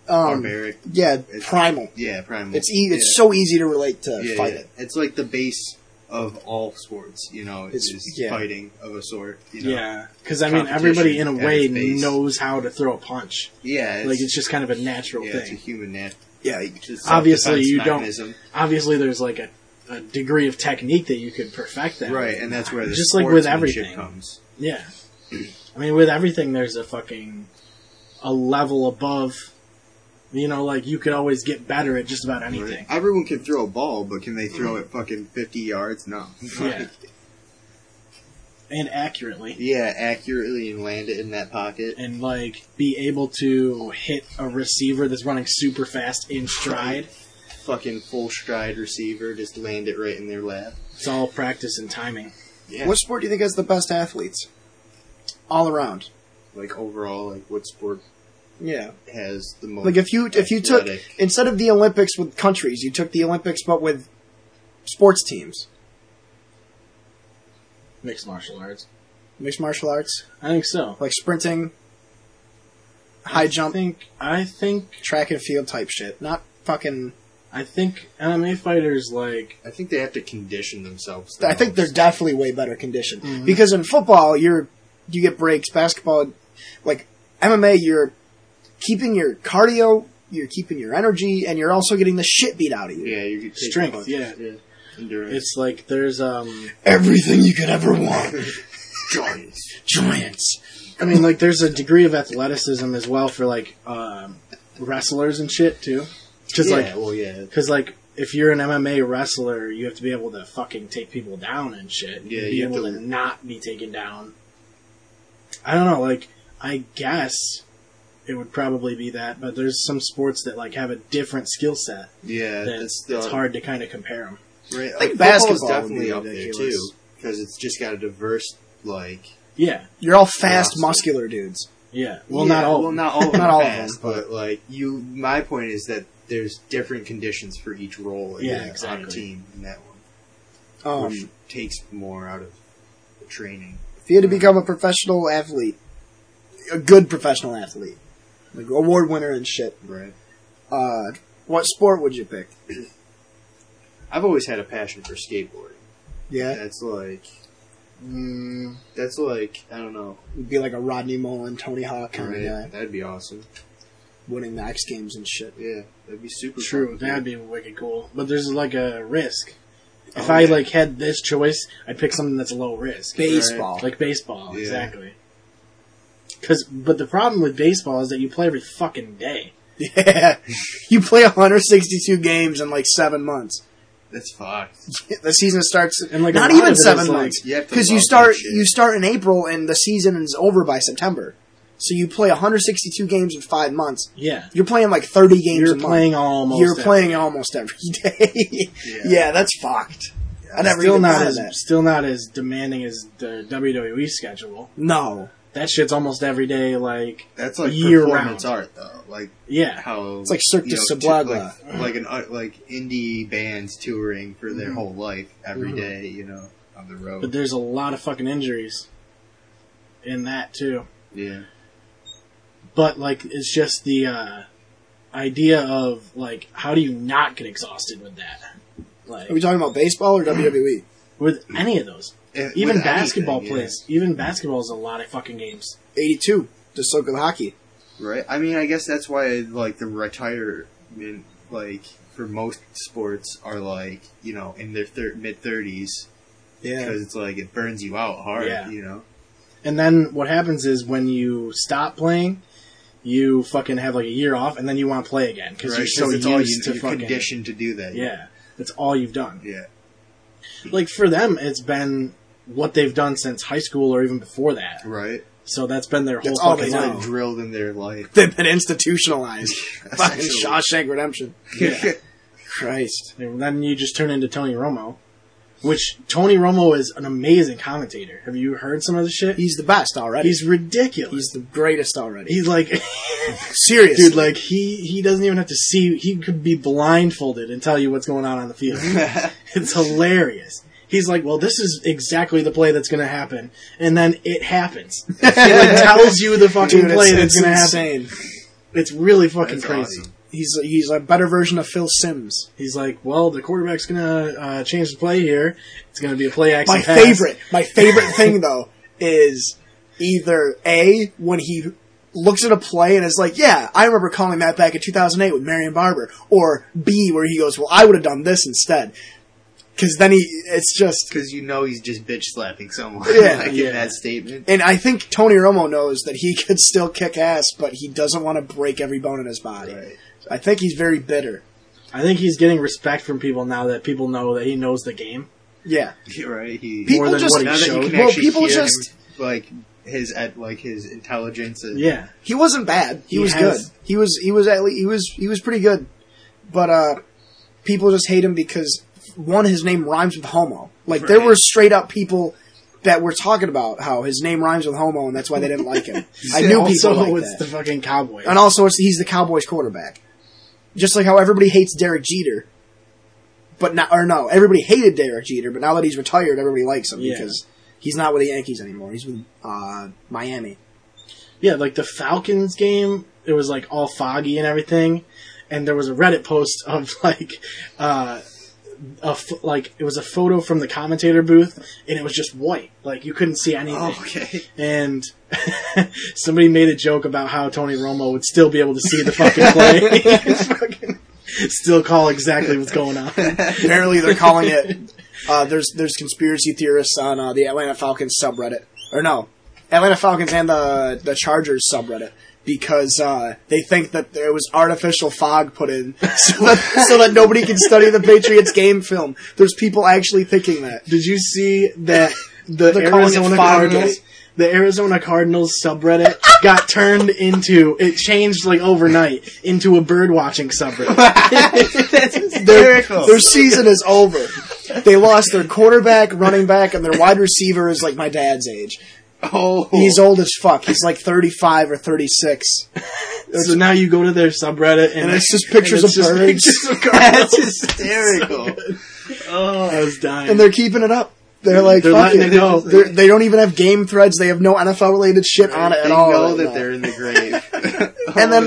Speaker 1: um,
Speaker 2: barbaric.
Speaker 1: yeah, primal.
Speaker 2: Yeah, primal.
Speaker 1: It's e- it's
Speaker 2: Yeah.
Speaker 1: so easy to relate to
Speaker 2: yeah,
Speaker 1: fighting.
Speaker 2: yeah. It's like the base of all sports, you know,
Speaker 1: It's-
Speaker 2: it's just
Speaker 1: yeah.
Speaker 2: fighting of a sort. You know?
Speaker 3: Yeah, because I mean
Speaker 2: Competition
Speaker 3: everybody in a
Speaker 2: at
Speaker 3: way
Speaker 2: its base.
Speaker 3: knows how to throw a punch.
Speaker 2: Yeah, it's,
Speaker 3: like it's just kind of a natural
Speaker 2: yeah, it's a
Speaker 3: thing.
Speaker 2: human nat.
Speaker 1: Yeah,
Speaker 2: it's a
Speaker 3: Obviously,
Speaker 2: self-defense
Speaker 3: you don't-
Speaker 2: mechanism.
Speaker 3: obviously there's like a, a degree of technique that you could perfect that
Speaker 2: right?
Speaker 3: with.
Speaker 2: And that's where the
Speaker 3: Just like with
Speaker 2: sportsmanship
Speaker 3: everything.
Speaker 2: comes.
Speaker 3: yeah i mean with everything there's a fucking a level above you know like you could always get better at just about anything Mm-hmm.
Speaker 2: Right? Everyone can throw a ball, but can they throw it fucking fifty yards? No.
Speaker 3: yeah and accurately
Speaker 2: yeah, accurately and land it in that pocket.
Speaker 3: and like be able to hit a receiver that's running super fast in stride
Speaker 2: Fucking full stride receiver, just land it right in their lap.
Speaker 3: it's all practice and timing
Speaker 2: Yeah.
Speaker 1: What sport do you think has the best athletes? All around.
Speaker 2: Like overall, like what sport
Speaker 1: Yeah.
Speaker 2: has the most?
Speaker 1: Like if you if you took
Speaker 2: Athletic.
Speaker 1: instead of the Olympics with countries, you took the Olympics but with sports teams,
Speaker 3: mixed martial arts
Speaker 1: mixed martial arts,
Speaker 3: i think so
Speaker 1: like sprinting, high
Speaker 3: i
Speaker 1: jump,
Speaker 3: think i think
Speaker 1: Mm. track and field type shit. Not fucking.
Speaker 3: i think mma fighters like
Speaker 2: I think they have to condition themselves.
Speaker 1: I think they're
Speaker 2: there's
Speaker 1: definitely way better conditioned
Speaker 3: Mhm.
Speaker 1: because in football you're you get breaks. Basketball, like MMA, you're keeping your cardio, you're keeping your energy, and you're also getting the shit beat out of you.
Speaker 2: yeah, you could take
Speaker 3: Strength,
Speaker 2: punches,
Speaker 3: yeah.
Speaker 2: endurance,
Speaker 3: it's like there's um
Speaker 1: Everything you could ever want,
Speaker 2: giants.
Speaker 1: giants.
Speaker 3: I mean, like, there's a degree of athleticism as well for like um, wrestlers and shit too. Because
Speaker 2: yeah,
Speaker 3: like,
Speaker 2: well, yeah,
Speaker 3: because like, if you're an MMA wrestler, you have to be able to fucking take people down and shit.
Speaker 2: Yeah,
Speaker 3: be
Speaker 2: you have
Speaker 3: able to,
Speaker 2: to-
Speaker 3: not be taken down. I don't know. Like, I guess it would probably be that, but there's some sports that like have a different skill set
Speaker 2: yeah.
Speaker 3: that
Speaker 2: That's uh,
Speaker 3: it's
Speaker 2: the-
Speaker 3: hard to kind of compare them.
Speaker 2: Right,
Speaker 1: think
Speaker 2: like,
Speaker 1: basketball
Speaker 2: football's
Speaker 1: would
Speaker 2: definitely
Speaker 1: be
Speaker 2: up there
Speaker 1: ridiculous.
Speaker 2: too because it's just got a diverse like.
Speaker 3: Yeah,
Speaker 1: You're all fast,
Speaker 2: Awesome.
Speaker 1: muscular dudes.
Speaker 3: yeah. Well,
Speaker 2: Yeah,
Speaker 3: not all.
Speaker 2: Well, not all.
Speaker 1: Not
Speaker 2: not
Speaker 1: all
Speaker 2: all
Speaker 1: of them,
Speaker 2: but like you. My point is that there's different conditions for each role. in
Speaker 3: Yeah,
Speaker 2: that- on
Speaker 3: exactly.
Speaker 2: a team in that one,
Speaker 1: Um,
Speaker 2: which takes more out of training.
Speaker 1: If you had to become a professional athlete, a good professional athlete, like award winner and shit,
Speaker 2: Right.
Speaker 1: uh, what sport would you pick?
Speaker 2: I've always had a passion for skateboarding.
Speaker 1: Yeah,
Speaker 2: That's like
Speaker 1: mm,
Speaker 2: that's like I don't know.
Speaker 1: would be like a Rodney Mullen, Tony Hawk kind
Speaker 2: Right?
Speaker 1: of guy,
Speaker 2: That'd be awesome.
Speaker 1: winning the X Games and shit.
Speaker 2: Yeah, that'd be super.
Speaker 3: True,
Speaker 2: fun.
Speaker 3: that'd be wicked cool. But there's like a risk. If
Speaker 2: Oh,
Speaker 3: I
Speaker 2: yeah.
Speaker 3: like had this choice, I'd pick something that's low risk,
Speaker 1: Baseball.
Speaker 3: like baseball,
Speaker 2: Yeah.
Speaker 3: exactly. Because, but the problem with baseball is that you play every fucking day.
Speaker 1: Yeah, you play 162 games in like seven months.
Speaker 2: That's fucked.
Speaker 1: The season starts
Speaker 3: And, like, a
Speaker 1: not
Speaker 3: lot of
Speaker 1: even
Speaker 3: it
Speaker 1: seven
Speaker 3: is, like,
Speaker 1: months
Speaker 2: you have to
Speaker 1: because you
Speaker 2: love
Speaker 1: start
Speaker 2: that shit.
Speaker 1: you start in April and the season is over by September. So you play 162 games in five months.
Speaker 3: Yeah,
Speaker 1: You're playing like 30 games a
Speaker 3: you're
Speaker 1: month.
Speaker 3: playing almost.
Speaker 1: You're
Speaker 3: every-
Speaker 1: playing almost every day. yeah.
Speaker 2: Yeah.
Speaker 1: that's fucked. I never
Speaker 3: Still
Speaker 1: even
Speaker 3: not
Speaker 1: thought of
Speaker 3: as
Speaker 1: that.
Speaker 3: still not as demanding as the WWE schedule.
Speaker 1: No,
Speaker 3: That shit's almost every day. Like,
Speaker 2: That's like
Speaker 3: Year
Speaker 2: performance
Speaker 3: round.
Speaker 2: art though. Like
Speaker 3: yeah,
Speaker 2: how
Speaker 1: It's like Cirque du
Speaker 2: t-
Speaker 1: Soleil.
Speaker 2: like, like an art- like indie bands touring for their whole life every
Speaker 3: Mhm.
Speaker 2: day. You know, on Mm-hmm. the road.
Speaker 3: but there's a lot of fucking injuries in that too.
Speaker 2: yeah.
Speaker 3: but like it's just the uh, idea of like how do you not get exhausted with that like
Speaker 1: are we talking about baseball or E? WWE?
Speaker 3: with any of those
Speaker 2: And
Speaker 3: even
Speaker 2: with
Speaker 3: basketball
Speaker 2: anything, yeah.
Speaker 3: plays even basketball is a lot of fucking games
Speaker 1: 82, the circle hockey.
Speaker 2: Right. I mean, I guess that's why like the retirement like for most sports are like you know in their thir- mid thirties
Speaker 1: Yeah,
Speaker 2: because it's like it burns you out hard.
Speaker 3: Yeah.
Speaker 2: You know.
Speaker 3: and then what happens is when you stop playing you fucking have like a year off and then you want to play again because
Speaker 2: Right.
Speaker 3: you're so
Speaker 2: 'Cause
Speaker 3: used
Speaker 2: it's all
Speaker 3: to
Speaker 2: you, are
Speaker 3: fucking
Speaker 2: conditioned to do that.
Speaker 3: yeah that's all you've done
Speaker 2: Yeah.
Speaker 3: like for them it's been what they've done since high school or even before that
Speaker 2: Right.
Speaker 3: so that's been their whole
Speaker 1: That's all
Speaker 3: fucking
Speaker 1: they
Speaker 2: It's
Speaker 1: know.
Speaker 2: like
Speaker 3: life
Speaker 2: drilled in their life.
Speaker 1: they've been institutionalized. Fucking
Speaker 2: Essentially.
Speaker 1: Shawshank Redemption.
Speaker 3: Yeah.
Speaker 1: Christ.
Speaker 3: And then you just turn into Tony Romo, which Tony Romo is an amazing commentator. Have you heard some of the shit?
Speaker 1: He's the best already.
Speaker 3: He's ridiculous.
Speaker 1: He's the greatest already.
Speaker 3: He's like,
Speaker 1: Seriously.
Speaker 3: dude, like he he doesn't even have to see. He could be blindfolded and tell you what's going on on the field. it's hilarious. He's like, well, this is exactly the play that's going to happen, and then it happens. he like, tells you the fucking
Speaker 1: Dude,
Speaker 3: play
Speaker 1: it's,
Speaker 3: that's
Speaker 1: it's
Speaker 3: going to happen.
Speaker 1: insane.
Speaker 3: It's really fucking
Speaker 2: That's
Speaker 3: crazy.
Speaker 2: awesome.
Speaker 1: He's he's a better version of Phil Sims.
Speaker 3: He's like, well, the quarterback's going to uh, change the play here. It's going to be a play action.
Speaker 1: My
Speaker 3: pass.
Speaker 1: favorite, my favorite thing though is either a when he looks at a play and is like, "Yeah, I remember calling that back in 2008 with Marion Barber," or B where he goes, "Well, I would have done this instead," because then he it's just.
Speaker 2: Because you know he's just bitch slapping someone.
Speaker 1: Yeah.
Speaker 2: like
Speaker 3: Yeah.
Speaker 2: in that statement.
Speaker 1: And I think Tony Romo knows that he could still kick ass, but he doesn't want to break every bone in his body.
Speaker 2: Right.
Speaker 1: I think he's very bitter.
Speaker 3: I think he's getting respect from people now that people know that he knows the game.
Speaker 1: Yeah,
Speaker 2: You're Right. He.
Speaker 1: People
Speaker 3: More than
Speaker 1: just-
Speaker 3: what he
Speaker 2: now that you
Speaker 3: showed.
Speaker 2: can
Speaker 1: Well,
Speaker 2: actually
Speaker 1: people
Speaker 2: hear him,
Speaker 1: just-
Speaker 2: like his at like his intelligence and
Speaker 3: yeah.
Speaker 1: He wasn't bad. He,
Speaker 3: He
Speaker 1: was
Speaker 3: has-
Speaker 1: good. He was he was at least, he was he was pretty good. But uh people just hate him because one his name rhymes with homo. Like there
Speaker 2: Right.
Speaker 1: were straight up people that were talking about how his name rhymes with homo and that's why they didn't like him. I knew
Speaker 3: also,
Speaker 1: people like
Speaker 3: it's
Speaker 1: that.
Speaker 3: the fucking cowboy.
Speaker 1: and also it's, he's the Cowboys quarterback. Just like how everybody hates Derek Jeter. But now or no, everybody hated Derek Jeter, but now that he's retired everybody likes him
Speaker 3: Yeah.
Speaker 1: because he's not with the Yankees anymore. He's with uh Miami.
Speaker 3: Yeah, like the Falcons game, it was like all foggy and everything, and there was a Reddit post of like, uh, a f- like it was a photo from the commentator booth, and it was just white, like you couldn't see anything.
Speaker 2: Oh, okay.
Speaker 3: And somebody made a joke about how Tony Romo would still be able to see the fucking play, Fucking still call exactly what's going on.
Speaker 1: Apparently, they're calling it. Uh, there's there's conspiracy theorists on uh, the Atlanta Falcons subreddit, or no, Atlanta Falcons and the the Chargers subreddit because uh, they think that there was artificial fog put in so that, so that nobody can study the Patriots game film. There's people actually thinking that.
Speaker 3: Did you see that the
Speaker 1: They're calling it
Speaker 3: Arizona
Speaker 1: fog
Speaker 3: Cardinals?
Speaker 1: day.
Speaker 3: The Arizona Cardinals subreddit got turned into it changed like overnight into a bird watching subreddit.
Speaker 1: Their, their season is over. They lost their quarterback, running back, and their wide receiver is like my dad's age.
Speaker 2: Oh,
Speaker 1: He's old as fuck. He's like 35 or 36.
Speaker 3: so now you go to their subreddit and,
Speaker 1: And it's just pictures
Speaker 3: and it's
Speaker 1: of
Speaker 3: just
Speaker 1: birds.
Speaker 3: pictures of Cardinals.
Speaker 2: hysterical. Oh,
Speaker 3: I was dying.
Speaker 1: and they're keeping it up. They're like,
Speaker 3: They're
Speaker 1: fuck
Speaker 3: letting
Speaker 1: it.
Speaker 3: it go.
Speaker 1: They're- they don't even have game threads. They have no NFL related shit on it
Speaker 2: they
Speaker 1: at all.
Speaker 2: know
Speaker 1: right
Speaker 2: that
Speaker 1: now.
Speaker 2: they're in the grave.
Speaker 1: and
Speaker 2: Oh,
Speaker 1: then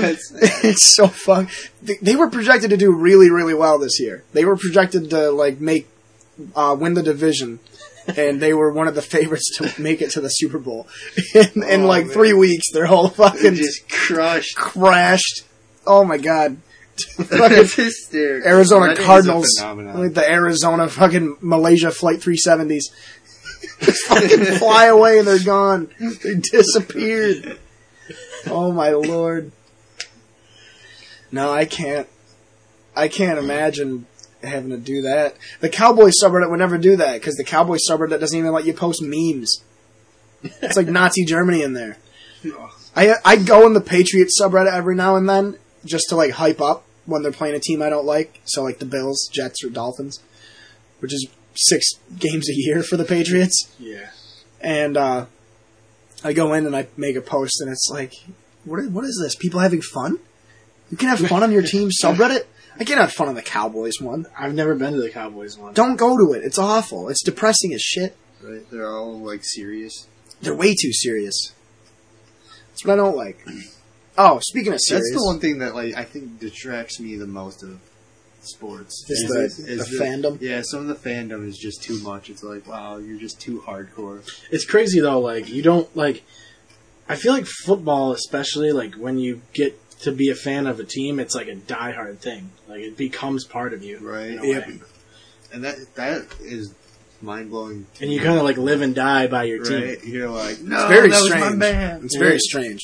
Speaker 2: that's-
Speaker 1: it's so fun. They, they were projected to do really, really well this year. They were projected to like make uh, win the division, and they were one of the favorites to make it to the Super Bowl. In, in
Speaker 2: Oh,
Speaker 1: like
Speaker 2: man.
Speaker 1: three weeks, their whole
Speaker 2: they
Speaker 1: fucking
Speaker 2: just crushed.
Speaker 1: crashed. Oh my god. Fucking
Speaker 2: That's hysterical.
Speaker 1: Arizona
Speaker 2: That is a
Speaker 1: Cardinals,
Speaker 2: phenomenon.
Speaker 1: like the Arizona fucking Malaysia flight 370s. Just fucking fly away and they're gone. They disappeared. Oh my lord. No, I can't. I can't imagine having to do that. The Cowboy subreddit would never do that because the Cowboy subreddit doesn't even let you post memes. It's like Nazi Germany in there. I I go in the Patriots subreddit every now and then just to like hype up when they're playing a team I don't like. So like the Bills, Jets, or Dolphins, which is six games a year for the Patriots
Speaker 3: Yeah.
Speaker 1: and uh, I go in and I make a post, and it's like, what? What is this? People having fun? You can have fun on your team subreddit. I can't have fun on the Cowboys one.
Speaker 3: I've never been to the Cowboys one.
Speaker 1: Don't go to it. It's awful. It's depressing as shit.
Speaker 2: Right, they're all like serious.
Speaker 1: They're way too serious. That's what I don't like. Oh, speaking of serious,
Speaker 2: That's the one thing that like I think detracts me the most of sports.
Speaker 1: Is
Speaker 2: Is
Speaker 1: the-
Speaker 2: is- is
Speaker 1: the fandom?
Speaker 2: Yeah, some of the fandom is just too much. It's like, wow, you're just too hardcore.
Speaker 3: It's crazy though. Like you don't like. I feel like football, especially like when you get to be a fan of a team, it's like a diehard thing. Like it becomes part of you,
Speaker 2: Right.
Speaker 3: in a
Speaker 1: Yep.
Speaker 3: way.
Speaker 2: And that that is mind blowing.
Speaker 3: And you kind of like live and die by your team.
Speaker 2: Right? You're like, no,
Speaker 1: It's very
Speaker 2: Oh, that was my
Speaker 1: strange.
Speaker 2: band.
Speaker 1: It's very
Speaker 3: Yeah.
Speaker 1: strange.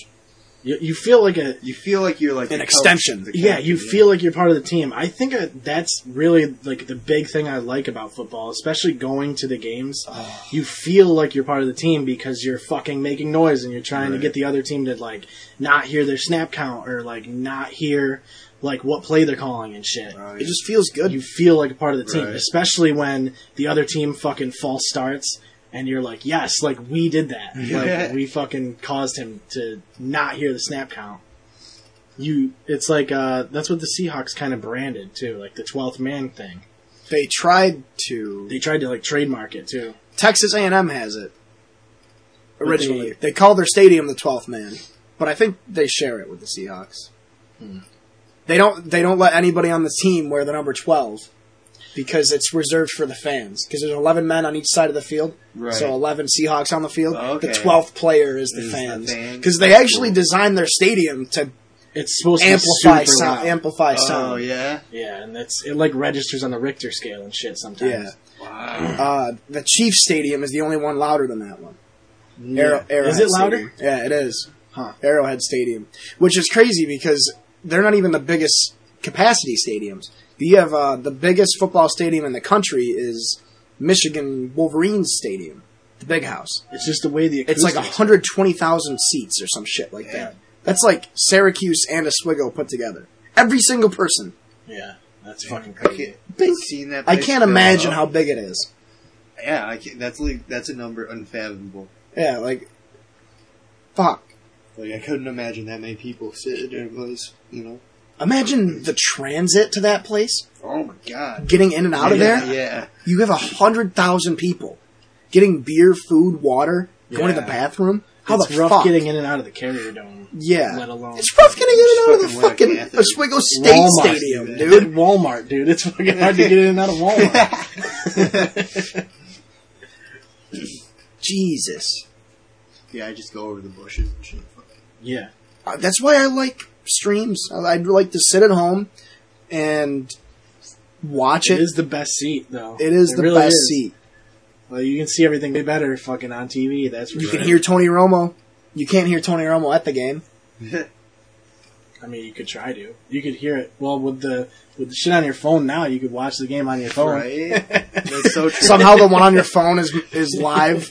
Speaker 3: You, you feel like a
Speaker 2: You feel like you're like
Speaker 1: An
Speaker 2: the coach,
Speaker 1: extension.
Speaker 2: the
Speaker 3: yeah.
Speaker 2: captain,
Speaker 3: You feel like you're part of the team. I think I, that's really like the big thing I like about football, especially going to the games. You feel like you're part of the team because you're fucking making noise and you're trying to
Speaker 2: Right.
Speaker 3: get the other team to like not hear their snap count or like not hear like what play they're calling and shit.
Speaker 2: Right.
Speaker 1: It just feels good.
Speaker 3: you feel like a part of the team,
Speaker 2: Right.
Speaker 3: especially when the other team fucking false starts and you're like, yes, like we did that.
Speaker 2: Yeah.
Speaker 3: Like we fucking caused him to not hear the snap count. You, it's like, uh, that's what the Seahawks kind of branded too, like the 12th man thing.
Speaker 1: they tried to.
Speaker 3: They tried to like trademark it too.
Speaker 1: Texas A&M has it. Originally,
Speaker 3: Originally.
Speaker 1: they call their stadium the 12th man, but I think they share it with the Seahawks. They don't. They don't let anybody on the team wear the number 12 because it's reserved for the fans. Because there's 11 men on each side of the field,
Speaker 2: Right.
Speaker 1: so 11 Seahawks on the field.
Speaker 2: Okay.
Speaker 1: The 12th player is the
Speaker 2: Is the
Speaker 1: fans
Speaker 2: fan.
Speaker 1: because they actually designed their stadium to
Speaker 3: It's supposed to
Speaker 1: amplify
Speaker 3: be super loud.
Speaker 1: sound. Amplify
Speaker 2: Oh
Speaker 1: sound.
Speaker 2: yeah.
Speaker 3: yeah, and that's, it like registers on the Richter scale and shit sometimes.
Speaker 1: Yeah.
Speaker 2: Wow.
Speaker 1: Uh, the Chiefs stadium is the only one louder than that one. Arrow,
Speaker 3: Yeah.
Speaker 1: Arrowhead
Speaker 3: Is it louder?
Speaker 1: Stadium. Yeah, it is.
Speaker 3: Huh.
Speaker 1: Arrowhead Stadium, which is crazy because they're not even the biggest capacity stadiums. You have uh, the biggest football stadium in the country is Michigan Wolverines Stadium, the Big House.
Speaker 3: It's just the way the
Speaker 1: It's like
Speaker 3: acoustics-
Speaker 1: 120,000 seats or some shit like that. That's like Syracuse and Oswego put together. Every single person.
Speaker 3: Yeah, that's fucking
Speaker 2: I
Speaker 3: crazy.
Speaker 2: can't,
Speaker 1: Big-
Speaker 2: seen that
Speaker 1: I
Speaker 2: place
Speaker 1: can't
Speaker 2: fill
Speaker 1: imagine
Speaker 2: up.
Speaker 1: how big it is.
Speaker 2: Yeah, I can't, that's like that's a number unfathomable.
Speaker 1: Yeah, like, fuck.
Speaker 2: Like I couldn't imagine that many people sitting in a place. You know.
Speaker 1: Imagine the transit to that place,
Speaker 2: Oh my god.
Speaker 1: getting in and out of
Speaker 2: Yeah,
Speaker 1: there.
Speaker 2: Yeah.
Speaker 1: You have a hundred thousand people getting beer, food, water, going to
Speaker 2: Yeah.
Speaker 1: the bathroom. How
Speaker 3: it's
Speaker 1: the
Speaker 3: rough
Speaker 1: fuck?
Speaker 3: getting in and out of the carrier dome.
Speaker 1: yeah,
Speaker 3: let alone-
Speaker 1: it's rough getting in and out of the
Speaker 2: Fucking wet
Speaker 1: fucking
Speaker 2: bathroom.
Speaker 1: Oswego State
Speaker 3: Walmart,
Speaker 1: Stadium, dude.
Speaker 3: dude. Walmart, dude. It's fucking hard to get in and out of Walmart.
Speaker 1: Jesus,
Speaker 2: Yeah, I just go over the bushes and shit.
Speaker 3: yeah.
Speaker 1: Uh, that's why I like streams. I- I'd like to sit at home and watch
Speaker 3: It
Speaker 1: it.
Speaker 3: is the best seat, though.
Speaker 1: It is the
Speaker 3: really
Speaker 1: best
Speaker 3: is.
Speaker 1: seat.
Speaker 3: Well, you can see everything way better fucking on TV. That's for
Speaker 1: You
Speaker 3: sure.
Speaker 1: can hear Tony Romo. You can't hear Tony Romo at the game.
Speaker 3: I mean, you could try to. You could hear it. Well, with the with the shit on your phone now, you could watch the game on your
Speaker 1: Oh.
Speaker 3: phone.
Speaker 2: Right? That's so true.
Speaker 1: Somehow the one on your phone is is live.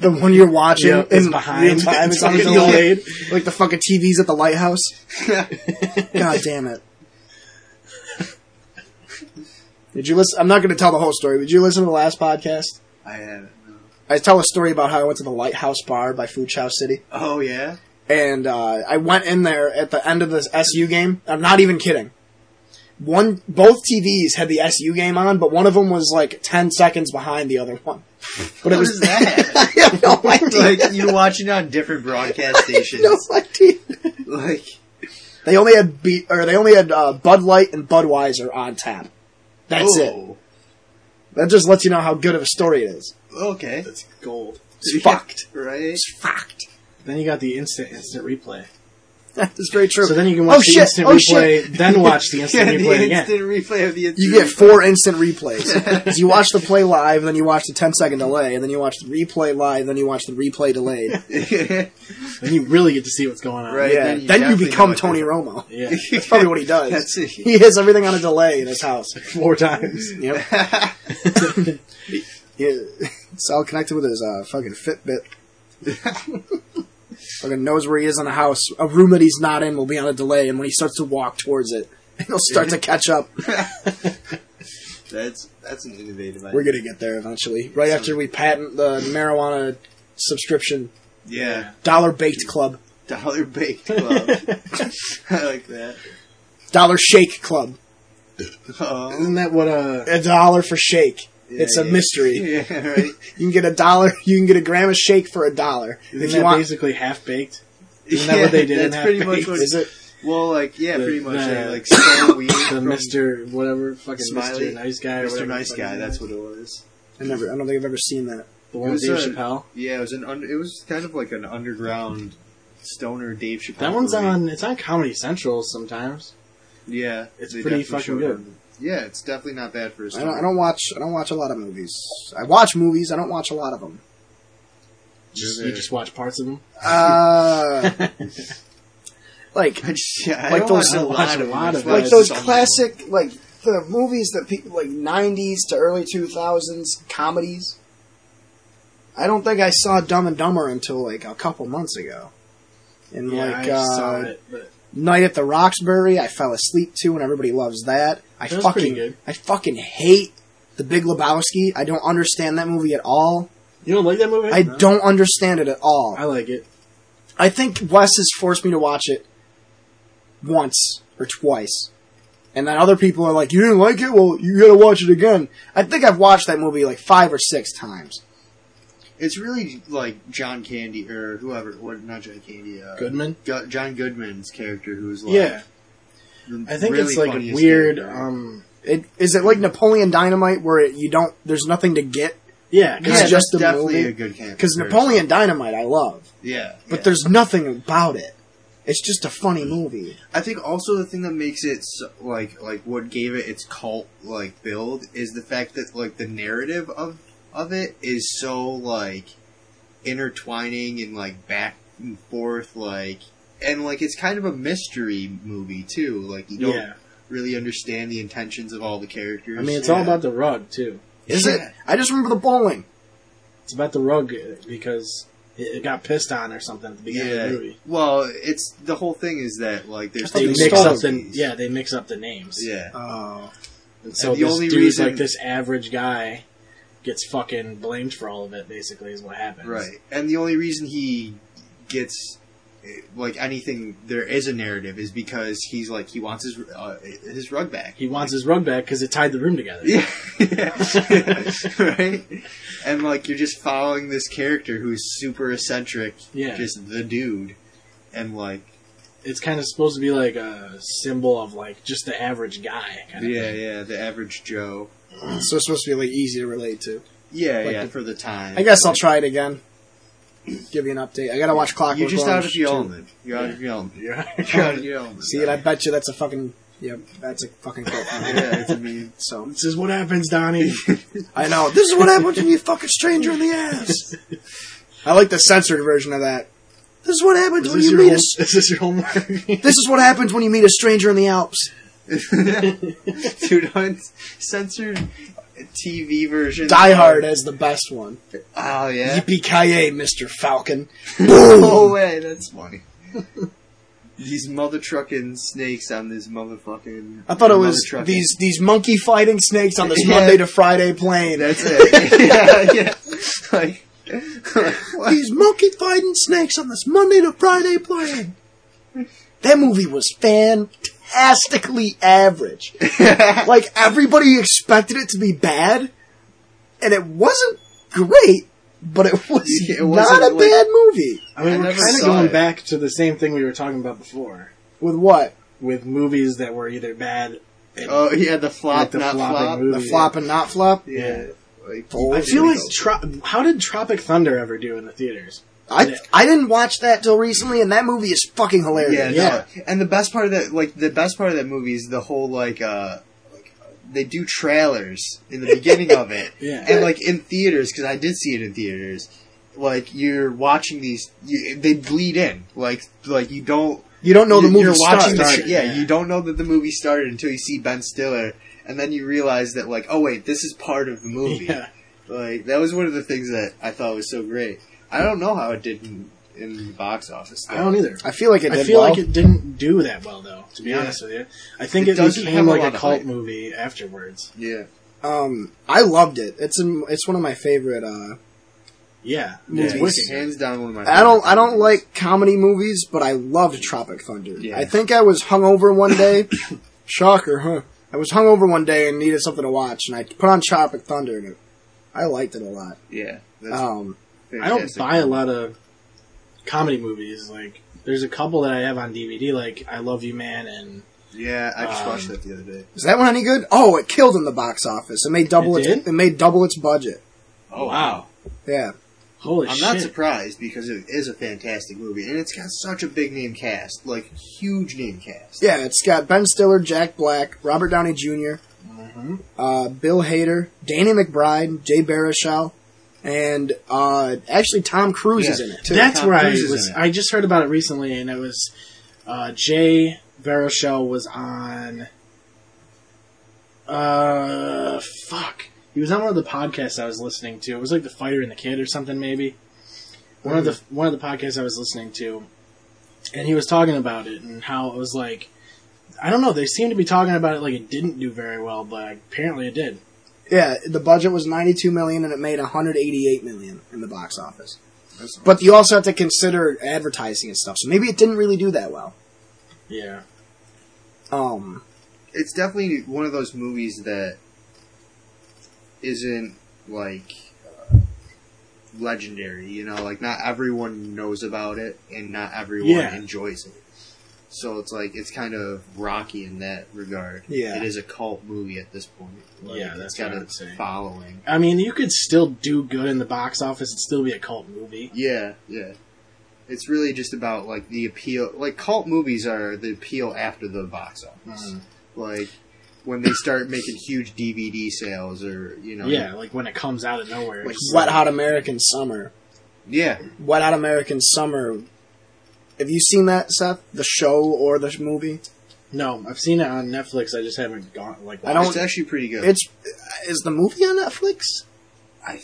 Speaker 1: The one you're watching
Speaker 3: Yeah,
Speaker 1: is
Speaker 3: it's behind.
Speaker 1: time. It's on
Speaker 3: Fucking
Speaker 1: delayed.
Speaker 3: delayed.
Speaker 1: Like the fucking TVs at the lighthouse. God damn it. Did you listen? I'm not going to tell the whole story. Did you listen to the last podcast?
Speaker 2: I haven't. no.
Speaker 1: I tell a story about how I went to the Lighthouse Bar by Food Chow City,
Speaker 2: Oh yeah.
Speaker 1: and uh, I went in there at the end of this SU game. I'm not even kidding. One, both TVs had the SU game on, but one of them was like 10 seconds behind the other one. But it
Speaker 2: What
Speaker 1: was
Speaker 2: is that?
Speaker 1: I have no idea.
Speaker 2: like you watch it on different broadcast stations.
Speaker 1: no idea.
Speaker 2: Like
Speaker 1: They only had beat or they only had uh, Bud Light and Budweiser on tap. That's it.
Speaker 2: oh,
Speaker 1: That just lets you know how good of a story it is.
Speaker 2: Okay,
Speaker 3: That's gold.
Speaker 1: It's fucked.
Speaker 2: right?
Speaker 1: It's fucked.
Speaker 3: Then you got the instant instant replay.
Speaker 1: That's very true.
Speaker 3: So then you can watch
Speaker 1: oh,
Speaker 3: the
Speaker 1: shit.
Speaker 3: instant
Speaker 1: oh,
Speaker 3: replay,
Speaker 1: Shit.
Speaker 3: then watch the instant
Speaker 2: yeah,
Speaker 3: replay
Speaker 2: the
Speaker 3: again.
Speaker 2: instant replay of the instant
Speaker 1: You get
Speaker 2: replay.
Speaker 1: four instant replays. So you watch the play live, and then you watch the 10 second delay, and then you watch the replay live, and then you watch the replay delayed.
Speaker 3: Then you really get to see what's going on.
Speaker 2: Right.
Speaker 1: yeah.
Speaker 2: then
Speaker 1: Then
Speaker 2: you
Speaker 1: you,
Speaker 2: definitely know
Speaker 1: become
Speaker 2: what
Speaker 1: Tony
Speaker 2: they're-
Speaker 1: Romo.
Speaker 3: Yeah.
Speaker 1: That's probably what he does.
Speaker 2: That's it.
Speaker 1: He hits everything on a delay in his house.
Speaker 3: Four times.
Speaker 1: Yep. Yeah, it's all connected with his uh, fucking Fitbit. fucking knows where he is in the house. A room that he's not in will be on a delay, and when he starts to walk towards it, he'll start to catch up.
Speaker 2: That's that's an innovative idea.
Speaker 1: We're gonna get there eventually. Right after we patent the marijuana subscription
Speaker 2: yeah,
Speaker 1: dollar baked club,
Speaker 2: dollar baked club. I like that.
Speaker 1: dollar shake club,
Speaker 2: Oh,
Speaker 3: Isn't that what uh
Speaker 1: a dollar for shake.
Speaker 2: yeah,
Speaker 1: it's a
Speaker 2: yeah.
Speaker 1: mystery.
Speaker 2: Yeah, right.
Speaker 1: You can get a dollar. You can get a gram of shake for a dollar
Speaker 3: isn't
Speaker 1: if
Speaker 3: that
Speaker 1: you want.
Speaker 3: basically half baked? Isn't that what they did in
Speaker 2: That's
Speaker 3: Half
Speaker 2: pretty much
Speaker 3: Baked?
Speaker 2: what.
Speaker 1: Is it?
Speaker 2: Well, like yeah,
Speaker 3: The-
Speaker 2: pretty much
Speaker 3: the-
Speaker 2: they, like stole weed
Speaker 3: The
Speaker 2: from
Speaker 3: Mr. whatever fucking
Speaker 2: Smiley.
Speaker 3: Mr. Nice Guy or
Speaker 2: Mr.
Speaker 3: whatever the
Speaker 2: Nice
Speaker 3: fuck his
Speaker 2: Guy.
Speaker 3: name
Speaker 2: That's
Speaker 3: is.
Speaker 2: what it was.
Speaker 1: I never. I don't think I've ever seen that.
Speaker 3: the one
Speaker 2: It
Speaker 3: with Dave
Speaker 2: was a-
Speaker 3: Chappelle.
Speaker 2: Yeah, it was an un- it was kind of like an underground stoner Dave Chappelle.
Speaker 3: That one's
Speaker 2: movie.
Speaker 3: on it's on Comedy Central sometimes.
Speaker 2: Yeah,
Speaker 3: It's
Speaker 2: they definitely
Speaker 3: pretty fucking
Speaker 2: showed
Speaker 3: good.
Speaker 2: him. Yeah, it's definitely not bad for a
Speaker 1: I
Speaker 2: stoner.
Speaker 1: don't, I don't watch. I don't watch a lot of movies. I watch movies. I don't watch a lot of them.
Speaker 3: Just, you just watch parts of them. Oh,
Speaker 1: Uh, like
Speaker 2: I just, yeah, I
Speaker 1: Like
Speaker 2: don't
Speaker 1: those-
Speaker 2: watch a
Speaker 3: watch
Speaker 2: lot
Speaker 3: a
Speaker 2: of
Speaker 3: lot
Speaker 2: them.
Speaker 3: of
Speaker 2: I
Speaker 3: it.
Speaker 1: like
Speaker 2: watch
Speaker 1: those
Speaker 2: some of them.
Speaker 1: classic like the movies that people like '90s to early 2000s comedies. I don't think I saw Dumb and Dumber until like a couple months ago. And
Speaker 3: Yeah,
Speaker 1: like
Speaker 3: I saw
Speaker 1: uh,
Speaker 3: it, but
Speaker 1: Night at the Roxbury, I fell asleep to, and everybody loves that. I
Speaker 3: That was pretty
Speaker 1: fucking
Speaker 3: good.
Speaker 1: I fucking hate the Big Lebowski. I don't understand that movie at all.
Speaker 3: you don't like that movie?
Speaker 1: I
Speaker 3: No.
Speaker 1: don't understand it at all.
Speaker 3: I like it.
Speaker 1: I think Wes has forced me to watch it once or twice. And then other people are like, you didn't like it? Well, you gotta watch it again. I think I've watched that movie like five or six times.
Speaker 2: It's really like John Candy or whoever. What not John Candy? Uh,
Speaker 3: Goodman.
Speaker 2: Go- John Goodman's character, who's like
Speaker 3: Yeah,
Speaker 2: the
Speaker 3: I think
Speaker 2: really
Speaker 3: it's like a
Speaker 2: funniest
Speaker 3: weird.
Speaker 2: character.
Speaker 3: Um,
Speaker 1: It, is it like Napoleon Dynamite where it, you don't, there's nothing to get?
Speaker 3: yeah, 'cause
Speaker 2: yeah,
Speaker 1: it's
Speaker 2: that's
Speaker 1: just a
Speaker 2: definitely
Speaker 1: movie.
Speaker 2: a good character.
Speaker 1: Because Napoleon Dynamite I love,
Speaker 2: Yeah,
Speaker 1: but
Speaker 2: yeah.
Speaker 1: there's nothing about it. It's just a funny movie.
Speaker 2: I think also the thing that makes it so, like like what gave it its cult like build is the fact that like the narrative of of it is so like intertwining and like back and forth like and like it's kind of a mystery movie too like you don't
Speaker 3: yeah.
Speaker 2: really understand the intentions of all the characters
Speaker 3: I mean, it's
Speaker 2: Yeah.
Speaker 3: all about the rug too.
Speaker 1: Is
Speaker 2: Yeah.
Speaker 1: it? I just remember the bowling.
Speaker 3: It's about the rug uh, because it, it got pissed on or something at the beginning of
Speaker 2: Yeah.
Speaker 3: the movie.
Speaker 2: well it's the whole thing is that like there's
Speaker 1: I thought
Speaker 3: They
Speaker 1: They
Speaker 2: two
Speaker 3: mix
Speaker 1: stole
Speaker 3: up
Speaker 1: it.
Speaker 3: the
Speaker 2: stories.
Speaker 3: yeah, they mix up the names.
Speaker 2: yeah
Speaker 1: Oh.
Speaker 3: And so
Speaker 2: And the
Speaker 3: this
Speaker 2: only
Speaker 3: dude's
Speaker 2: reason-
Speaker 3: like this average guy gets fucking blamed for all of it. Basically, is what happens.
Speaker 2: Right. And the only reason he gets eh, like anything there is a narrative is because he's like he wants his uh, his rug back.
Speaker 3: He wants his rug back because it tied the room together.
Speaker 2: yeah. right? And like you're just following this character who's super eccentric,
Speaker 3: Yeah.
Speaker 2: just the dude and like
Speaker 3: It's kind of supposed to be like a symbol of like just the average guy. Kind of
Speaker 2: yeah,
Speaker 3: thing.
Speaker 2: yeah, the average joe.
Speaker 1: So it's supposed to be like easy to relate to.
Speaker 2: Yeah,
Speaker 1: Like
Speaker 2: yeah,
Speaker 1: the-
Speaker 2: for the time.
Speaker 1: I guess I'll try it again. Give you an update. I gotta watch Clockwork
Speaker 2: You're just out
Speaker 1: Orange
Speaker 2: of
Speaker 1: too.
Speaker 2: your element. You're out of your element. You're out of your element.
Speaker 1: See, and I bet you that's a fucking yeah, that's a fucking quote. from it.
Speaker 2: yeah, it's a meme.
Speaker 1: So
Speaker 3: This is what happens, Donnie.
Speaker 1: I know this is what happens when you fuck a stranger in the ass. I like the censored version of that. This is what happens
Speaker 3: Is
Speaker 1: when
Speaker 3: this,
Speaker 1: you meet
Speaker 3: your home-
Speaker 1: a.
Speaker 3: is
Speaker 1: s-
Speaker 3: this your homework?
Speaker 1: This is what happens when you meet a stranger in the Alps.
Speaker 2: Dude, on censored TV version.
Speaker 1: Die Hard as the best one.
Speaker 2: Oh yeah.
Speaker 1: Yippee ki Mister Falcon.
Speaker 2: No way. That's funny. these mother trucking snakes on this motherfucking.
Speaker 1: I thought it
Speaker 2: mother
Speaker 1: was
Speaker 2: trucking.
Speaker 1: these these monkey fighting snakes on this
Speaker 2: Yeah.
Speaker 1: Monday to Friday plane.
Speaker 2: That's it. yeah, yeah. Like, like, what?
Speaker 1: These monkey fighting snakes on this Monday to Friday plane. That movie was fantastically average. like everybody expected it to be bad, and it wasn't great, but it was
Speaker 2: Yeah, it
Speaker 1: not
Speaker 2: wasn't
Speaker 1: a
Speaker 2: like-
Speaker 1: bad movie.
Speaker 3: I mean,
Speaker 2: I
Speaker 3: we're
Speaker 2: never
Speaker 3: kind of
Speaker 2: saw
Speaker 3: going
Speaker 2: it.
Speaker 3: back to the same thing we were talking about before
Speaker 1: With what?
Speaker 3: with movies that were either bad. and-
Speaker 2: Oh yeah, the flop,
Speaker 3: Like the
Speaker 2: not
Speaker 3: flopping
Speaker 2: flop.
Speaker 3: movie.
Speaker 1: The flop and not flop?
Speaker 2: Yeah, like
Speaker 1: Oh,
Speaker 3: I feel
Speaker 2: Here
Speaker 3: like
Speaker 2: we go.
Speaker 3: tro- how did Tropic Thunder ever do in the theaters?
Speaker 1: I
Speaker 3: Yeah.
Speaker 1: I didn't watch that till recently, and that movie is fucking hilarious.
Speaker 2: Yeah,
Speaker 3: Yeah.
Speaker 2: No. And the best part of that, like the best part of that movie is the whole like, uh, like they do trailers in the beginning of it,
Speaker 3: Yeah.
Speaker 2: and like in theaters because I did see it in theaters. Like you're watching these, you, they bleed in. Like like you don't
Speaker 1: You don't know the
Speaker 2: you-
Speaker 1: movie
Speaker 2: You're watching the
Speaker 1: starts.
Speaker 2: sh-
Speaker 3: Started,
Speaker 2: yeah,
Speaker 3: yeah.
Speaker 2: you don't know that the movie started until you see Ben Stiller, and then you realize that like, oh wait, this is part of the movie.
Speaker 3: Yeah.
Speaker 2: Like that was one of the things that I thought was so great. I don't know how it did in, in the box office.
Speaker 3: I
Speaker 2: though.
Speaker 3: don't either.
Speaker 1: I feel like it did
Speaker 3: I feel
Speaker 1: well.
Speaker 3: like it didn't do that well, though. To be
Speaker 2: Yeah.
Speaker 3: honest with you, I think
Speaker 2: It
Speaker 3: it,
Speaker 2: doesn't
Speaker 3: became
Speaker 2: have a
Speaker 3: like
Speaker 2: lot
Speaker 3: a
Speaker 2: of
Speaker 3: cult
Speaker 2: hype.
Speaker 3: movie afterwards.
Speaker 2: Yeah.
Speaker 1: um, I loved it. It's a, it's one of my favorite. Uh,
Speaker 3: Yeah, it's
Speaker 2: Yeah,
Speaker 3: wicked.
Speaker 2: he's hands down one of my.
Speaker 1: I don't I don't
Speaker 2: favorites.
Speaker 1: like comedy movies, but I loved Tropic Thunder.
Speaker 2: Yeah.
Speaker 1: I think I was hungover one day. Shocker, huh? I was hungover one day and needed something to watch, and I put on Tropic Thunder, and it, I liked it a lot.
Speaker 2: Yeah, that's
Speaker 1: Um,
Speaker 3: I don't
Speaker 2: fantastic.
Speaker 3: buy a lot of comedy movies. Like, there's a couple that I have on DVD, like I Love You Man and
Speaker 2: Yeah, I just
Speaker 3: Um,
Speaker 2: watched that the other day.
Speaker 1: is that one any good? Oh, it killed in the box office. It made double
Speaker 3: It
Speaker 1: its
Speaker 3: did?
Speaker 1: it made double its budget.
Speaker 2: Oh
Speaker 1: Yeah,
Speaker 3: holy
Speaker 2: I'm
Speaker 3: shit!
Speaker 2: not surprised because it is a fantastic movie and it's got such a big name cast, like huge name cast.
Speaker 1: yeah. It's got Ben Stiller, Jack Black, Robert Downey Jr.,
Speaker 3: Mhm.
Speaker 1: uh, Bill Hader, Danny McBride, Jay Baruchel, and uh, actually Tom Cruise is
Speaker 2: Yeah.
Speaker 1: in it.
Speaker 2: Tim
Speaker 3: That's
Speaker 2: Tom
Speaker 3: where I
Speaker 2: Cruise is
Speaker 3: was.
Speaker 2: in it.
Speaker 3: I just heard about it recently, and it was uh, Jay Baruchel was on. Uh, fuck. He was on one of the podcasts I was listening to. It was like the fighter and the kid or something, maybe. One of the
Speaker 2: Mm-hmm.
Speaker 3: one of the podcasts I was listening to, and he was talking about it and how it was like. I don't know. They seem to be talking about it like it didn't do very well, but apparently it did.
Speaker 1: Yeah, the budget was 92 million and it made 188 million in the box office. But you also have to consider advertising and stuff. So maybe it didn't really do that well.
Speaker 3: Yeah.
Speaker 1: Um,
Speaker 2: It's definitely one of those movies that isn't like uh, legendary, you know, like not everyone knows about it and not everyone
Speaker 3: Yeah.
Speaker 2: enjoys it. So it's like it's kind of rocky in that regard.
Speaker 1: Yeah.
Speaker 2: it is a cult movie at this point. Like,
Speaker 3: Yeah,
Speaker 2: it's
Speaker 3: that's
Speaker 2: got
Speaker 3: what I
Speaker 2: a
Speaker 3: would say.
Speaker 2: following.
Speaker 3: I mean, you could still do good in the box office and still be a cult movie.
Speaker 2: Yeah, yeah. It's really just about like the appeal. Like cult movies are the appeal after the box office. Like when they start making huge DVD sales, or you know,
Speaker 3: Yeah, like when it comes out of nowhere.
Speaker 2: Like
Speaker 3: it's
Speaker 1: Wet Hot American Summer.
Speaker 2: yeah,
Speaker 1: Wet Hot American Summer. Have you seen that, Seth? The show or the movie?
Speaker 3: no, I've seen it on Netflix. I just haven't gone. Like
Speaker 1: I don't-
Speaker 2: It's actually pretty good.
Speaker 1: It's is the movie on Netflix?
Speaker 2: I,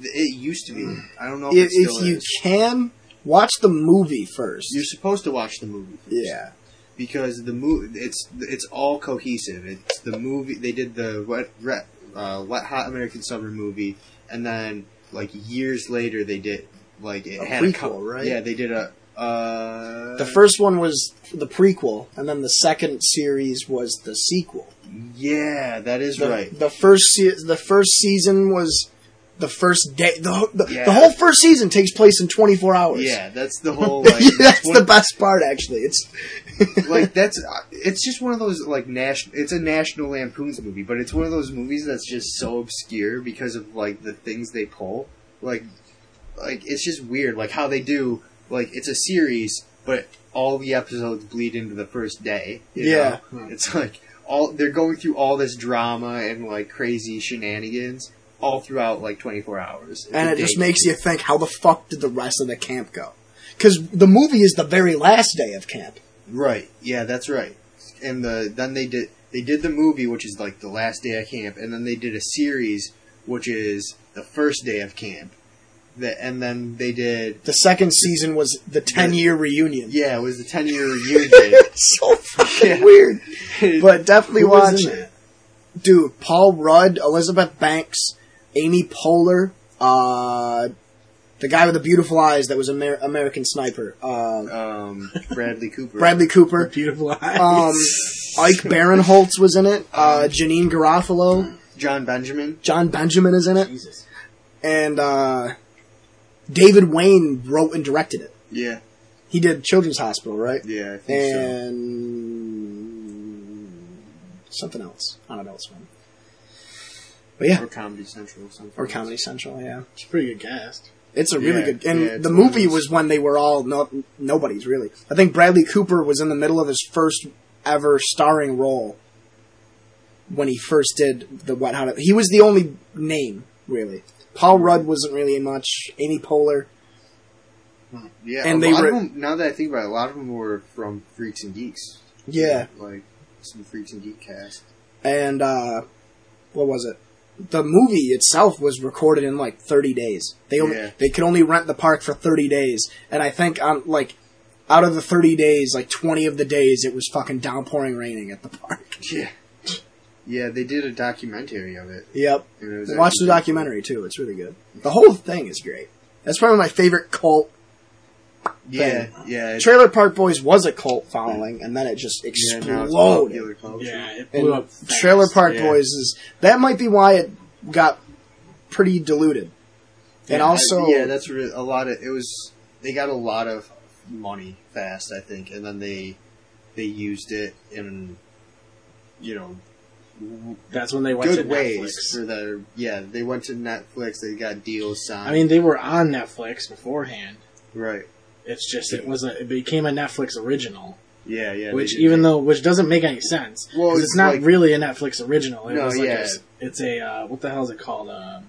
Speaker 2: it used to be. I don't know if,
Speaker 1: If,
Speaker 2: it
Speaker 1: if
Speaker 2: still
Speaker 1: you
Speaker 2: is.
Speaker 1: can watch the movie first.
Speaker 2: You're supposed to watch the movie first.
Speaker 1: Yeah,
Speaker 2: because the movie it's it's all cohesive. It's the movie they did the wet Re- uh, wet hot American summer movie, and then like years later they did like it
Speaker 1: A
Speaker 2: had a
Speaker 1: prequel,
Speaker 2: couple,
Speaker 1: right?
Speaker 2: Yeah, they did a uh,
Speaker 1: the first one was the prequel, and then the second series was the sequel.
Speaker 2: Yeah, that is
Speaker 1: the,
Speaker 2: right.
Speaker 1: The first se- the first season was the first day. The, ho- the,
Speaker 2: Yeah.
Speaker 1: the whole first season takes place in 24 hours.
Speaker 2: Yeah, that's the whole. Like,
Speaker 1: that's
Speaker 2: one-
Speaker 1: the best part. Actually, it's
Speaker 2: like that's uh, it's just one of those like national it's a national lampoons movie but it's one of those movies that's just so obscure because of like the things they pull like like it's just weird like how they do like it's a series but all the episodes bleed into the first day you
Speaker 1: Yeah.
Speaker 2: know? it's like all they're going through all this drama and like crazy shenanigans all throughout like 24 hours It's
Speaker 1: and it
Speaker 2: a
Speaker 1: just
Speaker 2: day.
Speaker 1: makes you think, how the fuck did the rest of the camp go? Because the movie is the very last day of camp.
Speaker 2: Right. Yeah, that's right. And the then they did they did the movie, which is like the last day of camp, and then they did a series, which is the first day of camp. The, and then they did
Speaker 1: The second season was the 10 year reunion.
Speaker 2: yeah, it was the ten year reunion.
Speaker 1: It's so fucking
Speaker 2: Yeah.
Speaker 1: weird. But definitely
Speaker 3: Who
Speaker 1: watch
Speaker 3: was in that?
Speaker 1: dude, Paul Rudd, Elizabeth Banks, Amy Poehler, uh, the guy with the beautiful eyes that was Amer- American Sniper, uh,
Speaker 2: um, Bradley Cooper.
Speaker 1: Bradley Cooper,
Speaker 3: Beautiful eyes.
Speaker 1: um, Ike Barinholtz was in it, uh, Janine Garofalo,
Speaker 2: John Benjamin.
Speaker 1: John Benjamin is in it.
Speaker 3: Jesus.
Speaker 1: and uh, David Wayne wrote and directed it.
Speaker 2: Yeah,
Speaker 1: He did Children's Hospital, right?
Speaker 2: yeah, I think so.
Speaker 1: And something else. I don't know what's one. But yeah,
Speaker 4: Or Comedy Central or something.
Speaker 1: or Comedy Central. Yeah,
Speaker 3: It's a pretty good cast.
Speaker 1: it's a really
Speaker 2: Yeah,
Speaker 1: good. And
Speaker 2: yeah, it's
Speaker 1: the
Speaker 2: one of
Speaker 1: movie
Speaker 2: those-
Speaker 1: was when they were all no, nobodies really. I think Bradley Cooper was in the middle of his first ever starring role when he first did the Wet Hot. He was the only name really. Paul
Speaker 2: Mm-hmm.
Speaker 1: Rudd wasn't really in much. Amy Poehler.
Speaker 2: Yeah,
Speaker 1: And
Speaker 2: and
Speaker 1: they
Speaker 2: they
Speaker 1: were-
Speaker 2: now that I think about it, a lot of them were from Freaks and Geeks.
Speaker 1: Yeah.
Speaker 2: like some Freaks and Geek cast.
Speaker 1: and uh, what was it? The movie itself was recorded in like 30 days. They only,
Speaker 2: Yeah.
Speaker 1: they could only rent the park for 30 days, and I think on like out of the 30 days, like 20 of the days it was fucking downpouring raining at the park.
Speaker 2: Yeah, yeah, they did a documentary of it.
Speaker 1: Yep.
Speaker 2: and it was
Speaker 1: Watch the
Speaker 2: actually pretty
Speaker 1: documentary too. It's really good. The whole thing is great. That's probably my favorite cult.
Speaker 2: cool. Yeah, yeah, it's-
Speaker 1: Trailer Park Boys was a cult following, and then it just
Speaker 2: yeah, now it's
Speaker 1: exploded.
Speaker 2: popular culture.
Speaker 3: Yeah, it blew
Speaker 1: and
Speaker 3: up.
Speaker 1: Trailer Park
Speaker 2: yeah.
Speaker 1: Boys is that might be why it got pretty diluted. And also,
Speaker 2: yeah, that's re- a lot of. It was they got a lot of money fast, I think, and then they they used it in you know w-
Speaker 3: That's when they went
Speaker 2: good
Speaker 3: to
Speaker 2: ways
Speaker 3: Netflix.
Speaker 2: for their yeah. They went to Netflix. They got deals signed.
Speaker 3: I mean, they were on Netflix beforehand.
Speaker 2: right?
Speaker 3: It's just it was a it became a Netflix original,
Speaker 2: Yeah, yeah. they
Speaker 3: which
Speaker 2: did
Speaker 3: even though which doesn't make any sense.
Speaker 2: Well,
Speaker 3: 'cause it's,
Speaker 2: it's
Speaker 3: not
Speaker 2: like-
Speaker 3: really a Netflix original. It
Speaker 2: No,
Speaker 3: was like
Speaker 2: yeah.
Speaker 3: a s- it's a uh, what the hell is it called? Um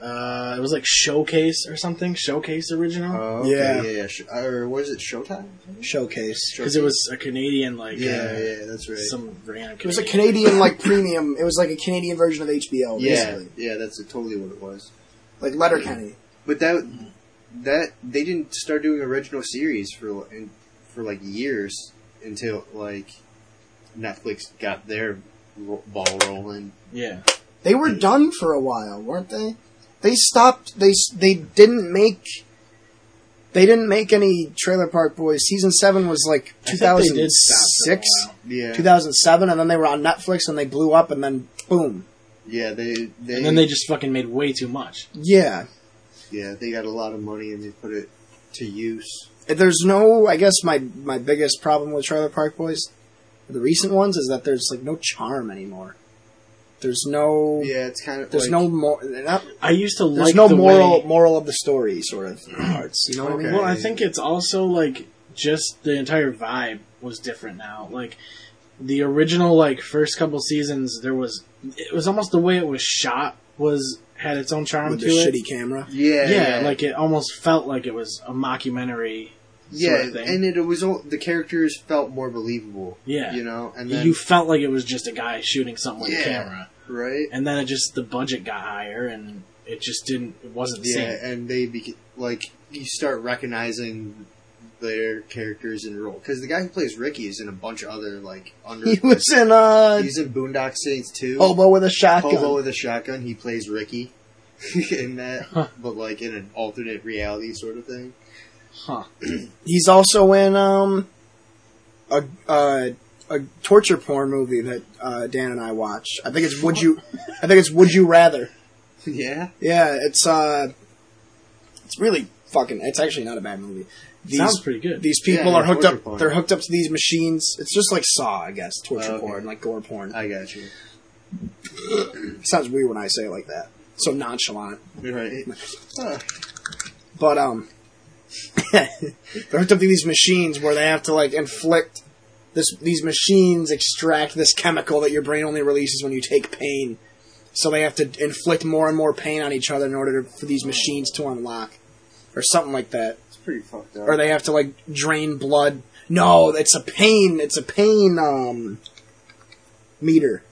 Speaker 3: uh, it was like Showcase or something. Showcase original
Speaker 2: Oh, okay,
Speaker 1: Yeah.
Speaker 2: yeah, yeah. Sh- or was it Showtime?
Speaker 1: showcase.
Speaker 3: because it was a Canadian like
Speaker 2: Yeah,
Speaker 3: uh,
Speaker 2: yeah, that's right.
Speaker 3: some random.
Speaker 1: It was a Canadian like premium. It was like a Canadian version of
Speaker 4: Oh,
Speaker 1: HBO,
Speaker 2: yeah,
Speaker 1: basically,
Speaker 2: yeah, that's totally what it was.
Speaker 1: like Letterkenny.
Speaker 2: But that that they didn't start doing original series for in, for like years until like Netflix got their ro- ball rolling.
Speaker 3: yeah.
Speaker 1: They were done for a while, weren't they? They stopped. They s- they didn't make. They didn't make any Trailer Park Boys. Season seven was like
Speaker 3: I
Speaker 1: two
Speaker 3: think they
Speaker 1: thousand
Speaker 3: did stop
Speaker 1: six,
Speaker 3: for a while.
Speaker 2: Yeah,
Speaker 1: two thousand seven, and then they were on Netflix and they blew up, and then boom,
Speaker 2: yeah, they they,
Speaker 3: and then they just fucking made way too much.
Speaker 1: yeah.
Speaker 2: yeah they got a lot of money and they put it to use.
Speaker 1: there's no I guess my my biggest problem with Trailer Park Boys, the recent ones, is that there's like no charm anymore. There's no
Speaker 2: Yeah, it's kind of
Speaker 1: there's
Speaker 2: like,
Speaker 1: no more not,
Speaker 3: I used to
Speaker 1: there's
Speaker 3: like
Speaker 1: no
Speaker 3: the
Speaker 1: moral
Speaker 3: way-
Speaker 1: moral of the story sort of parts. You know what I mean?
Speaker 2: Okay.
Speaker 3: Well, I think it's also like just the entire vibe was different now. Like the original like first couple seasons there was it was almost the way it was shot was had its own charm
Speaker 1: With
Speaker 3: to
Speaker 1: the
Speaker 3: it.
Speaker 1: shitty camera.
Speaker 2: yeah,
Speaker 3: yeah, like it almost felt like it was a mockumentary
Speaker 2: yeah,
Speaker 3: sort of thing.
Speaker 2: and it was all, the characters felt more believable.
Speaker 3: Yeah.
Speaker 2: you know, and then
Speaker 3: you felt like it was just a guy shooting something with a
Speaker 2: Yeah.
Speaker 3: camera.
Speaker 2: right.
Speaker 3: And then it just the budget got higher and it just didn't it wasn't the
Speaker 2: Yeah,
Speaker 3: same.
Speaker 2: and they beca- like you start recognizing their characters in role because the guy who plays Ricky is in a bunch of other like under.
Speaker 1: He was in a
Speaker 2: he's in Boondock Saints too.
Speaker 1: hobo with a shotgun.
Speaker 2: Hobo with a shotgun. He plays Ricky in that,
Speaker 3: Huh.
Speaker 2: but like in an alternate reality sort of thing.
Speaker 3: Huh.
Speaker 1: He's also in um a uh, a torture porn movie that uh, Dan and I watch. I think it's Would You I think it's Would You Rather.
Speaker 2: yeah,
Speaker 1: Yeah, it's uh, it's really fucking. It's actually not a bad movie. These
Speaker 3: Sounds pretty good.
Speaker 1: these people
Speaker 2: Yeah,
Speaker 1: are hooked
Speaker 2: torture
Speaker 1: up.
Speaker 2: porn.
Speaker 1: They're hooked up to these machines. It's just like Saw, I guess, torture
Speaker 2: Oh, okay.
Speaker 1: porn, like gore porn.
Speaker 2: I got you.
Speaker 1: It sounds weird when I say it like that, so nonchalant.
Speaker 2: You're right. Huh.
Speaker 1: But um, they're hooked up to these machines where they have to like inflict this. These machines extract this chemical that your brain only releases when you take pain. So they have to inflict more and more pain on each other in order to, for these machines to unlock, or something like that.
Speaker 2: It's pretty fucked up.
Speaker 1: or they have to like drain blood. No, it's a pain. It's a pain um meter,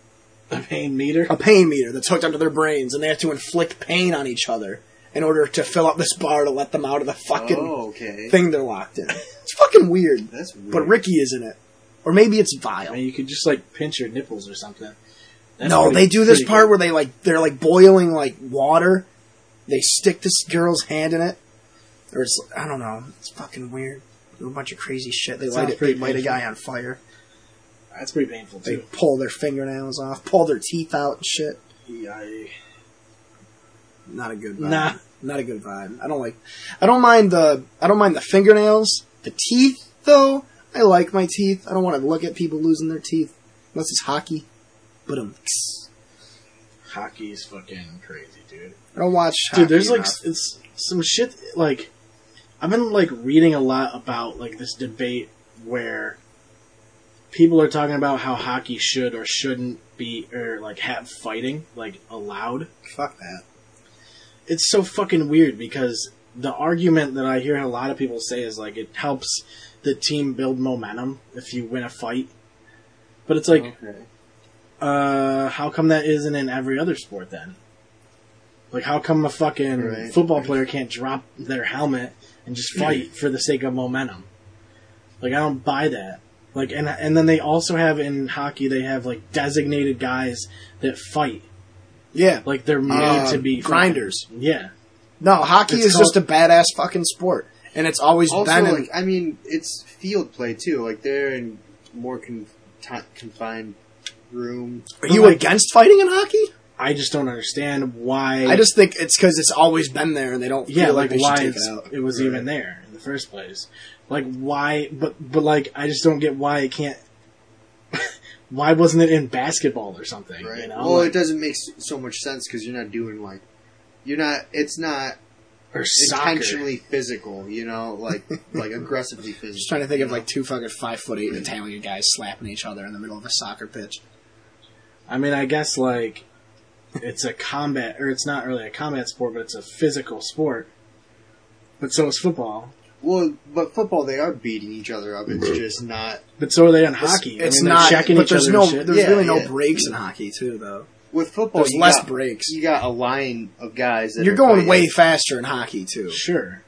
Speaker 3: A pain meter.
Speaker 1: a pain meter that's hooked onto their brains, and they have to inflict pain on each other in order to fill up this bar to let them out of the fucking
Speaker 2: oh, okay.
Speaker 1: thing they're locked in. It's fucking weird.
Speaker 2: That's weird.
Speaker 1: But Ricky is in it, or maybe it's Vile.
Speaker 3: I mean, you could just like pinch your nipples or something. That's
Speaker 1: no,
Speaker 3: pretty-
Speaker 1: they do this
Speaker 3: pretty
Speaker 1: part
Speaker 3: good.
Speaker 1: where they like they're like boiling like water. They stick this girl's hand in it, or it's I don't know. It's fucking weird. Do a bunch of crazy shit. They
Speaker 3: That
Speaker 1: light
Speaker 3: sounds
Speaker 1: it. They
Speaker 3: pretty
Speaker 1: light a
Speaker 3: painful.
Speaker 1: guy on fire.
Speaker 3: That's pretty painful
Speaker 1: They
Speaker 3: too.
Speaker 1: pull their fingernails off, pull their teeth out and shit.
Speaker 3: Yeah, I-
Speaker 1: Not a good vibe.
Speaker 3: Nah.
Speaker 1: Not a good vibe. I don't like I don't mind the I don't mind the fingernails. The teeth though, I like my teeth. I don't want to look at people losing their teeth. Unless it's hockey. But um
Speaker 3: Hockey is fucking crazy, dude.
Speaker 1: I don't watch hockey.
Speaker 3: Dude, there's like
Speaker 1: enough.
Speaker 3: s- it's some shit like I've been like reading a lot about like this debate where people are talking about how hockey should or shouldn't be or like have fighting like allowed.
Speaker 1: fuck that.
Speaker 3: It's so fucking weird because the argument that I hear a lot of people say is like it helps the team build momentum if you win a fight. But it's like
Speaker 2: Okay.
Speaker 3: uh, how come that isn't in every other sport then? Like, how come a fucking
Speaker 2: Right.
Speaker 3: football player can't drop their helmet and just fight for the sake of momentum? Like, I don't buy that. Like, and and then they also have in hockey they have like designated guys that fight.
Speaker 1: Yeah.
Speaker 3: Like they're made
Speaker 1: Um,
Speaker 3: to be
Speaker 1: grinders.
Speaker 3: yeah,
Speaker 1: No, hockey
Speaker 3: It's
Speaker 1: is just a badass fucking sport. And it's always
Speaker 2: Also,
Speaker 1: been in-
Speaker 2: like I mean, it's field play too. Like they're in more con- ti confined room.
Speaker 1: Are you
Speaker 3: like-
Speaker 1: against fighting in hockey?
Speaker 3: I just don't understand why.
Speaker 1: I just think it's because it's always been there, and they don't
Speaker 3: yeah,
Speaker 1: feel
Speaker 3: like,
Speaker 1: like, they
Speaker 3: why
Speaker 1: should take
Speaker 3: it's-
Speaker 1: it out.
Speaker 3: it was
Speaker 2: Right.
Speaker 3: even there in the first place. Like why, but but like I just don't get why it can't. why wasn't it in basketball or something?
Speaker 2: Right.
Speaker 3: You know,
Speaker 2: well,
Speaker 3: like-
Speaker 2: it doesn't make s- so much sense because you're not doing like you're not. It's not
Speaker 3: or soccer.
Speaker 2: intentionally physical. You know, like like aggressively
Speaker 1: Just
Speaker 2: physical.
Speaker 1: trying to think of like two fucking five foot eight Italian guys slapping each other in the middle of a soccer pitch.
Speaker 3: I mean, I guess like it's a combat, or it's not really a combat sport, but it's a physical sport. But so is football.
Speaker 2: Well, but football they are beating each other up. It's just not
Speaker 3: But so are they in hockey.
Speaker 1: it's
Speaker 3: I mean,
Speaker 1: not.
Speaker 3: they're checking
Speaker 1: but
Speaker 3: each
Speaker 1: there's
Speaker 3: other.
Speaker 1: no,
Speaker 3: and shit.
Speaker 1: there's
Speaker 2: Yeah,
Speaker 1: really no
Speaker 2: yeah.
Speaker 1: breaks in hockey too, though.
Speaker 2: with football.
Speaker 1: There's
Speaker 2: you
Speaker 1: less
Speaker 2: got-
Speaker 1: breaks.
Speaker 2: You got a line of guys. That
Speaker 1: You're
Speaker 2: are
Speaker 1: going
Speaker 2: fighting.
Speaker 1: way faster in hockey too.
Speaker 3: Sure.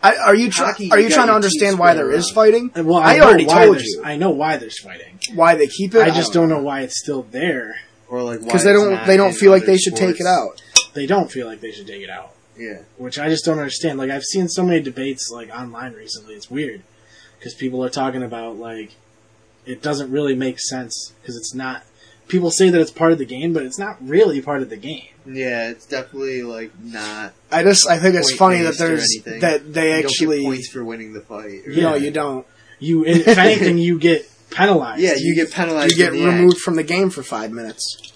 Speaker 1: I, are you try,
Speaker 2: Hockey,
Speaker 1: are
Speaker 2: you
Speaker 1: you
Speaker 2: got
Speaker 1: trying to
Speaker 2: your
Speaker 1: understand
Speaker 2: team
Speaker 1: why
Speaker 2: spread
Speaker 1: there is
Speaker 2: around.
Speaker 1: fighting?
Speaker 3: And, Well, I,
Speaker 1: Uh, I
Speaker 3: know
Speaker 1: already
Speaker 3: why
Speaker 1: told
Speaker 3: there's-
Speaker 1: you.
Speaker 3: I know why there's fighting.
Speaker 1: Why they keep it?
Speaker 3: I just don't know why it's still there.
Speaker 2: Or like why
Speaker 1: because they
Speaker 2: it's
Speaker 1: don't
Speaker 2: not
Speaker 1: they don't
Speaker 2: in
Speaker 1: feel like
Speaker 2: other
Speaker 1: they should take it
Speaker 2: sports.
Speaker 1: out.
Speaker 3: They don't feel like they should take it out.
Speaker 2: Yeah.
Speaker 3: which I just don't understand. Like I've seen so many debates like online recently. It's weird because people are talking about like it doesn't really make sense because it's not. People say that it's part of the game, but it's not really part of the game.
Speaker 2: Yeah, it's definitely like not.
Speaker 1: I just I think it's
Speaker 2: Point
Speaker 1: funny that
Speaker 2: based or
Speaker 1: there's
Speaker 2: anything.
Speaker 1: that they
Speaker 2: you don't
Speaker 1: actually
Speaker 2: get points for winning the fight. or-
Speaker 1: you know
Speaker 3: Yeah.
Speaker 1: you don't
Speaker 3: You, if anything, you get penalized.
Speaker 2: Yeah, you get penalized.
Speaker 1: you get
Speaker 2: in the end.
Speaker 1: removed from the game for five minutes.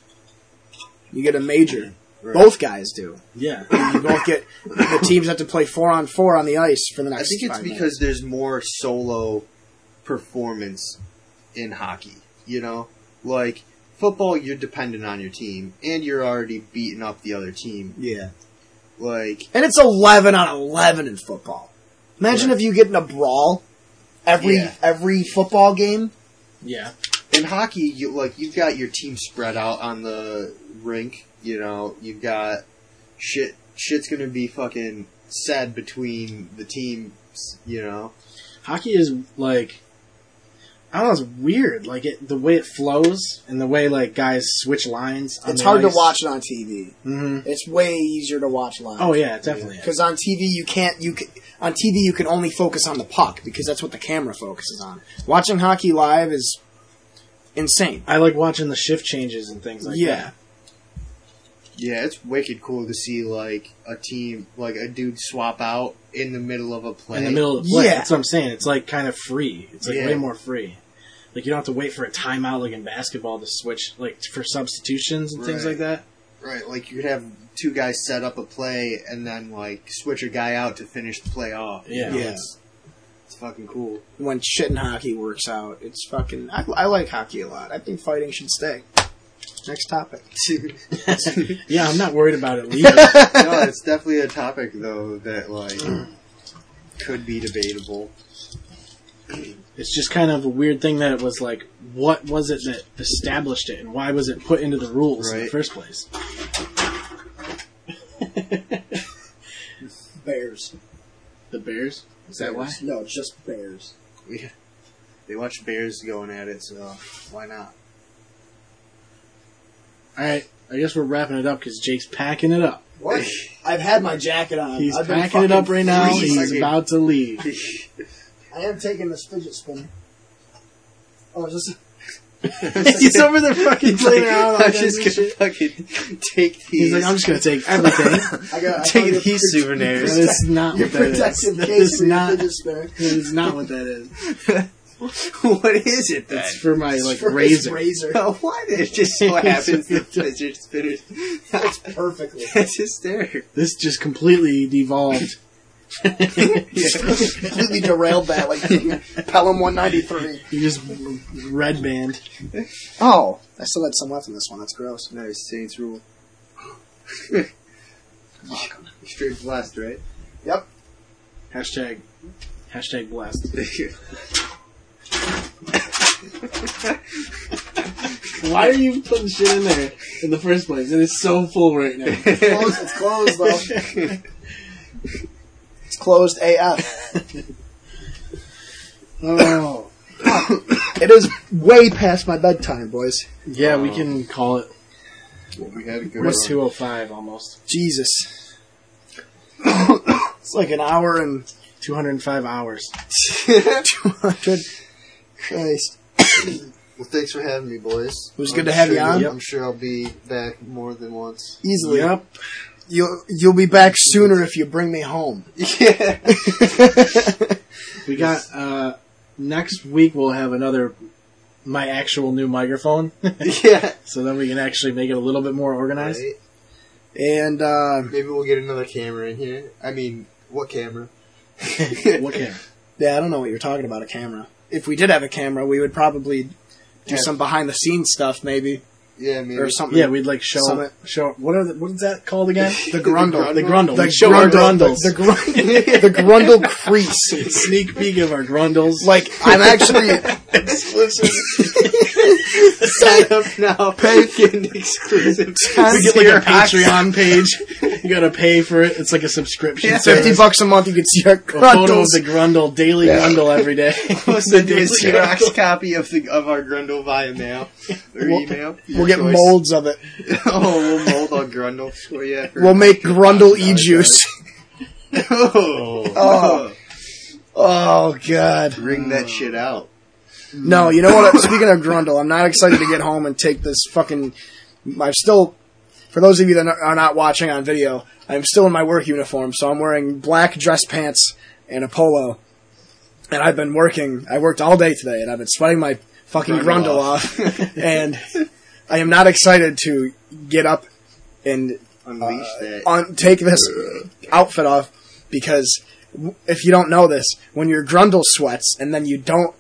Speaker 1: You get a major.
Speaker 2: Right.
Speaker 1: Both guys do.
Speaker 3: yeah.
Speaker 1: You both get the teams have to play four on four on the ice for the
Speaker 2: I
Speaker 1: next.
Speaker 2: think it's
Speaker 1: five
Speaker 2: because
Speaker 1: minutes.
Speaker 2: there's more solo performance in hockey. You know, like football, you're dependent on your team, and you're already beating up the other team.
Speaker 1: yeah,
Speaker 2: Like
Speaker 1: and it's eleven on eleven in football. Imagine if you get in a brawl every
Speaker 2: Yeah.
Speaker 1: every football game.
Speaker 3: Yeah.
Speaker 2: in hockey, you like you've got your team spread out on the rink. You know, you've got shit. Shit's gonna be fucking said between the teams. You know,
Speaker 3: Hockey is like I don't know. It's weird. Like it, the way it flows and the way like guys switch lines. on
Speaker 1: It's
Speaker 3: the
Speaker 1: hard to
Speaker 3: ice.
Speaker 1: watch it on TV.
Speaker 3: hmm
Speaker 1: It's way easier to watch live.
Speaker 3: Oh yeah, definitely.
Speaker 1: because on TV you can't you can, on TV you can only focus on the puck because that's what the camera focuses on. Watching hockey live is insane.
Speaker 3: I like watching the shift changes and things like
Speaker 1: yeah.
Speaker 3: that.
Speaker 2: Yeah, it's wicked cool to see like a team, like a dude swap out in the middle of a play.
Speaker 3: in the middle of the play.
Speaker 1: Yeah.
Speaker 3: That's what I'm saying. It's like kind of free. It's like
Speaker 2: Yeah.
Speaker 3: way more free. Like you don't have to wait for a timeout like in basketball to switch like for substitutions and things
Speaker 2: Right.
Speaker 3: like that.
Speaker 2: right? Like you could have two guys set up a play and then like switch a guy out to finish the play off. you
Speaker 3: Yeah.
Speaker 2: know?
Speaker 1: Yeah.
Speaker 2: It's, it's fucking cool.
Speaker 1: When shit in hockey works out, it's fucking. I, I like hockey a lot. I think fighting should stay. Next topic.
Speaker 3: Yeah, I'm not worried about it leaving.
Speaker 2: no, it's definitely a topic though that like could be debatable.
Speaker 3: it's just kind of a weird thing that it was like, what was it that established it, and why was it put into the rules in the
Speaker 2: Right.
Speaker 3: first place?
Speaker 1: Bears.
Speaker 3: The Bears. Is that why?
Speaker 1: No, just bears.
Speaker 2: They watch bears going at it, so why not?
Speaker 3: All right, I guess we're wrapping it up because Jake's packing it up.
Speaker 1: What? I've had my jacket on.
Speaker 3: He's
Speaker 1: I've been
Speaker 3: packing it up
Speaker 1: fucking
Speaker 3: right now.
Speaker 1: freezing.
Speaker 3: He's about to leave.
Speaker 1: I am taking this fidget spinner. Oh, is this? He's over there fucking
Speaker 2: He's like,
Speaker 1: playing around.
Speaker 2: I'm
Speaker 1: Like,
Speaker 2: just gonna fucking take these.
Speaker 3: He's like, I'm just gonna take everything.
Speaker 1: I got, I
Speaker 2: Take
Speaker 1: thought you were
Speaker 2: these
Speaker 1: pre-
Speaker 2: souvenirs.
Speaker 3: That is not
Speaker 1: You're
Speaker 3: what that is.
Speaker 1: protecting
Speaker 3: That
Speaker 1: case
Speaker 3: is
Speaker 1: for your
Speaker 3: not.
Speaker 1: fidget spinner.
Speaker 3: That is not what that is.
Speaker 2: what is it then?
Speaker 3: That's for my like
Speaker 1: For his
Speaker 3: razor.
Speaker 1: razor.
Speaker 2: what? It just so happens the fidget spinners.
Speaker 1: Perfectly.
Speaker 2: That's hysterical.
Speaker 3: This just completely devolved.
Speaker 1: completely derailed that, like Pelham 193.
Speaker 3: You just red band.
Speaker 1: Oh, I still had some left in this one. That's gross.
Speaker 2: Nice Saints rule.
Speaker 1: Fuck.
Speaker 2: Straight blast, right?
Speaker 1: Yep.
Speaker 3: Hashtag. Hashtag blessed. Why are you putting shit in there in the first place? It is so full right now.
Speaker 1: Closed. It's closed though. it's closed AF.
Speaker 3: Oh.
Speaker 1: It is way past my bedtime, boys.
Speaker 3: Yeah,
Speaker 1: Oh.
Speaker 3: we can call it.
Speaker 2: we had a good
Speaker 3: We're at 205 almost.
Speaker 1: Jesus. it's like an hour and
Speaker 3: 205 hours.
Speaker 1: two hundred. Christ.
Speaker 2: Well, thanks for having me, boys.
Speaker 1: It was good to have
Speaker 2: sure
Speaker 1: you on.
Speaker 2: you'll- I'm sure I'll be back more than once.
Speaker 1: Easily.
Speaker 3: Yep.
Speaker 1: You'll you'll be back sooner if you bring me home.
Speaker 2: Yeah.
Speaker 3: We got, uh, next week we'll have another, my actual new microphone.
Speaker 2: yeah.
Speaker 3: so then we can actually make it a little bit more organized.
Speaker 2: Right.
Speaker 1: And uh,
Speaker 2: Maybe we'll get another camera in here. I mean, what camera?
Speaker 3: What camera?
Speaker 1: yeah, I don't know what you're talking about. A camera. If we did have a camera, we would probably do
Speaker 3: Yeah.
Speaker 1: some behind the scenes stuff, maybe,
Speaker 2: Yeah, maybe.
Speaker 1: or something.
Speaker 3: Yeah, we'd like show
Speaker 1: Summit.
Speaker 3: show what are the, what is that called again?
Speaker 1: The grundle.
Speaker 3: The grundle.
Speaker 1: The
Speaker 3: we show our
Speaker 1: grundle.
Speaker 3: grundles.
Speaker 1: The, grun- the grundle crease.
Speaker 3: Sneak peek of our grundles.
Speaker 1: Like I'm actually
Speaker 2: exclusive. Sign up now. Get an exclusive.
Speaker 3: we get like a Patreon page. You gotta pay for it. It's like a subscription.
Speaker 1: fifty
Speaker 3: service.
Speaker 1: bucks a month. You can see our
Speaker 3: A photo of
Speaker 1: grundles.
Speaker 3: the grundle, daily grundle every day.
Speaker 2: Send you a Xerox copy of the of our Grundle via mail or
Speaker 1: We'll-
Speaker 2: email.
Speaker 1: We'll get
Speaker 2: Your choice.
Speaker 1: molds of it.
Speaker 2: oh, we'll mold our Grundle for you. For,
Speaker 1: We'll make grundle e juice.
Speaker 2: oh,
Speaker 1: Oh. Oh god.
Speaker 2: ring that shit out.
Speaker 1: No, you know what? Speaking of Grundle, I'm not excited to get home and take this fucking. I'm still, for those of you that are not watching on video, I'm still in my work uniform, so I'm wearing black dress pants and a polo. And I've been working. I worked all day today, and I've been sweating my fucking
Speaker 2: Grundle
Speaker 1: Grundle off. and I am not excited to get up and
Speaker 2: Unleash that.
Speaker 1: on, take this outfit off because w- if you don't know this, when your grundle sweats and then you don't,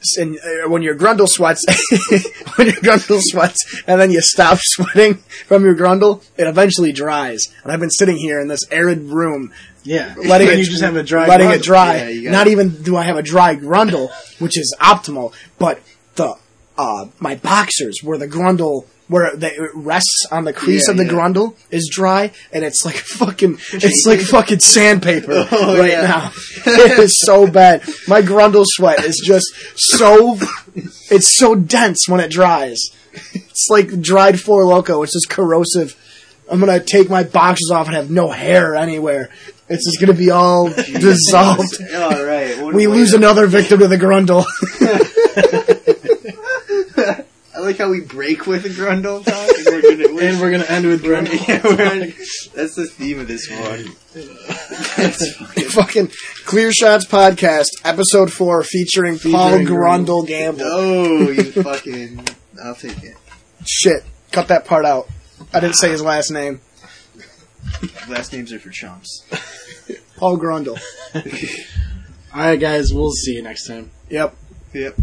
Speaker 1: s- and uh, when your grundle sweats, when your grundle sweats and then you stop sweating from your grundle, it eventually dries. And I've been sitting here in this arid room,
Speaker 3: yeah,
Speaker 1: letting
Speaker 3: Then
Speaker 1: it
Speaker 3: you just have a dry.
Speaker 1: letting
Speaker 3: grundle.
Speaker 1: it dry.
Speaker 2: Yeah, you gotta-
Speaker 1: Not even do I have a dry grundle, which is optimal, but the uh, my boxers where the grundle where the, it rests on the crease
Speaker 2: Yeah,
Speaker 1: of the
Speaker 2: yeah.
Speaker 1: grundle is dry, and it's like fucking it's like fucking sandpaper
Speaker 2: Oh,
Speaker 1: right
Speaker 2: yeah.
Speaker 1: now. It is so bad. My grundle sweat is just so it's so dense when it dries. It's like dried four loco. It's just corrosive. I'm gonna take my boxes off and have no hair anywhere. It's just gonna be all dissolved.
Speaker 2: All right. What
Speaker 1: We
Speaker 2: a way
Speaker 1: lose
Speaker 2: to-
Speaker 1: another victim to the Grundle.
Speaker 2: I like how we break with a Grundle talk. And we're gonna, we're,
Speaker 3: And we're gonna end with grundle.
Speaker 2: yeah, we're- that's the theme of this one. That's
Speaker 1: Fucking Clear Shots Podcast, Episode 4, featuring Paul
Speaker 2: Featuring
Speaker 1: Grundle Gamble.
Speaker 2: Oh, you fucking! I'll take it.
Speaker 1: Shit. Cut that part out. I didn't say his last name.
Speaker 2: Last names are for chumps.
Speaker 1: Paul Grundle.
Speaker 3: All right, guys, we'll see you next time.
Speaker 1: Yep.
Speaker 2: Yep.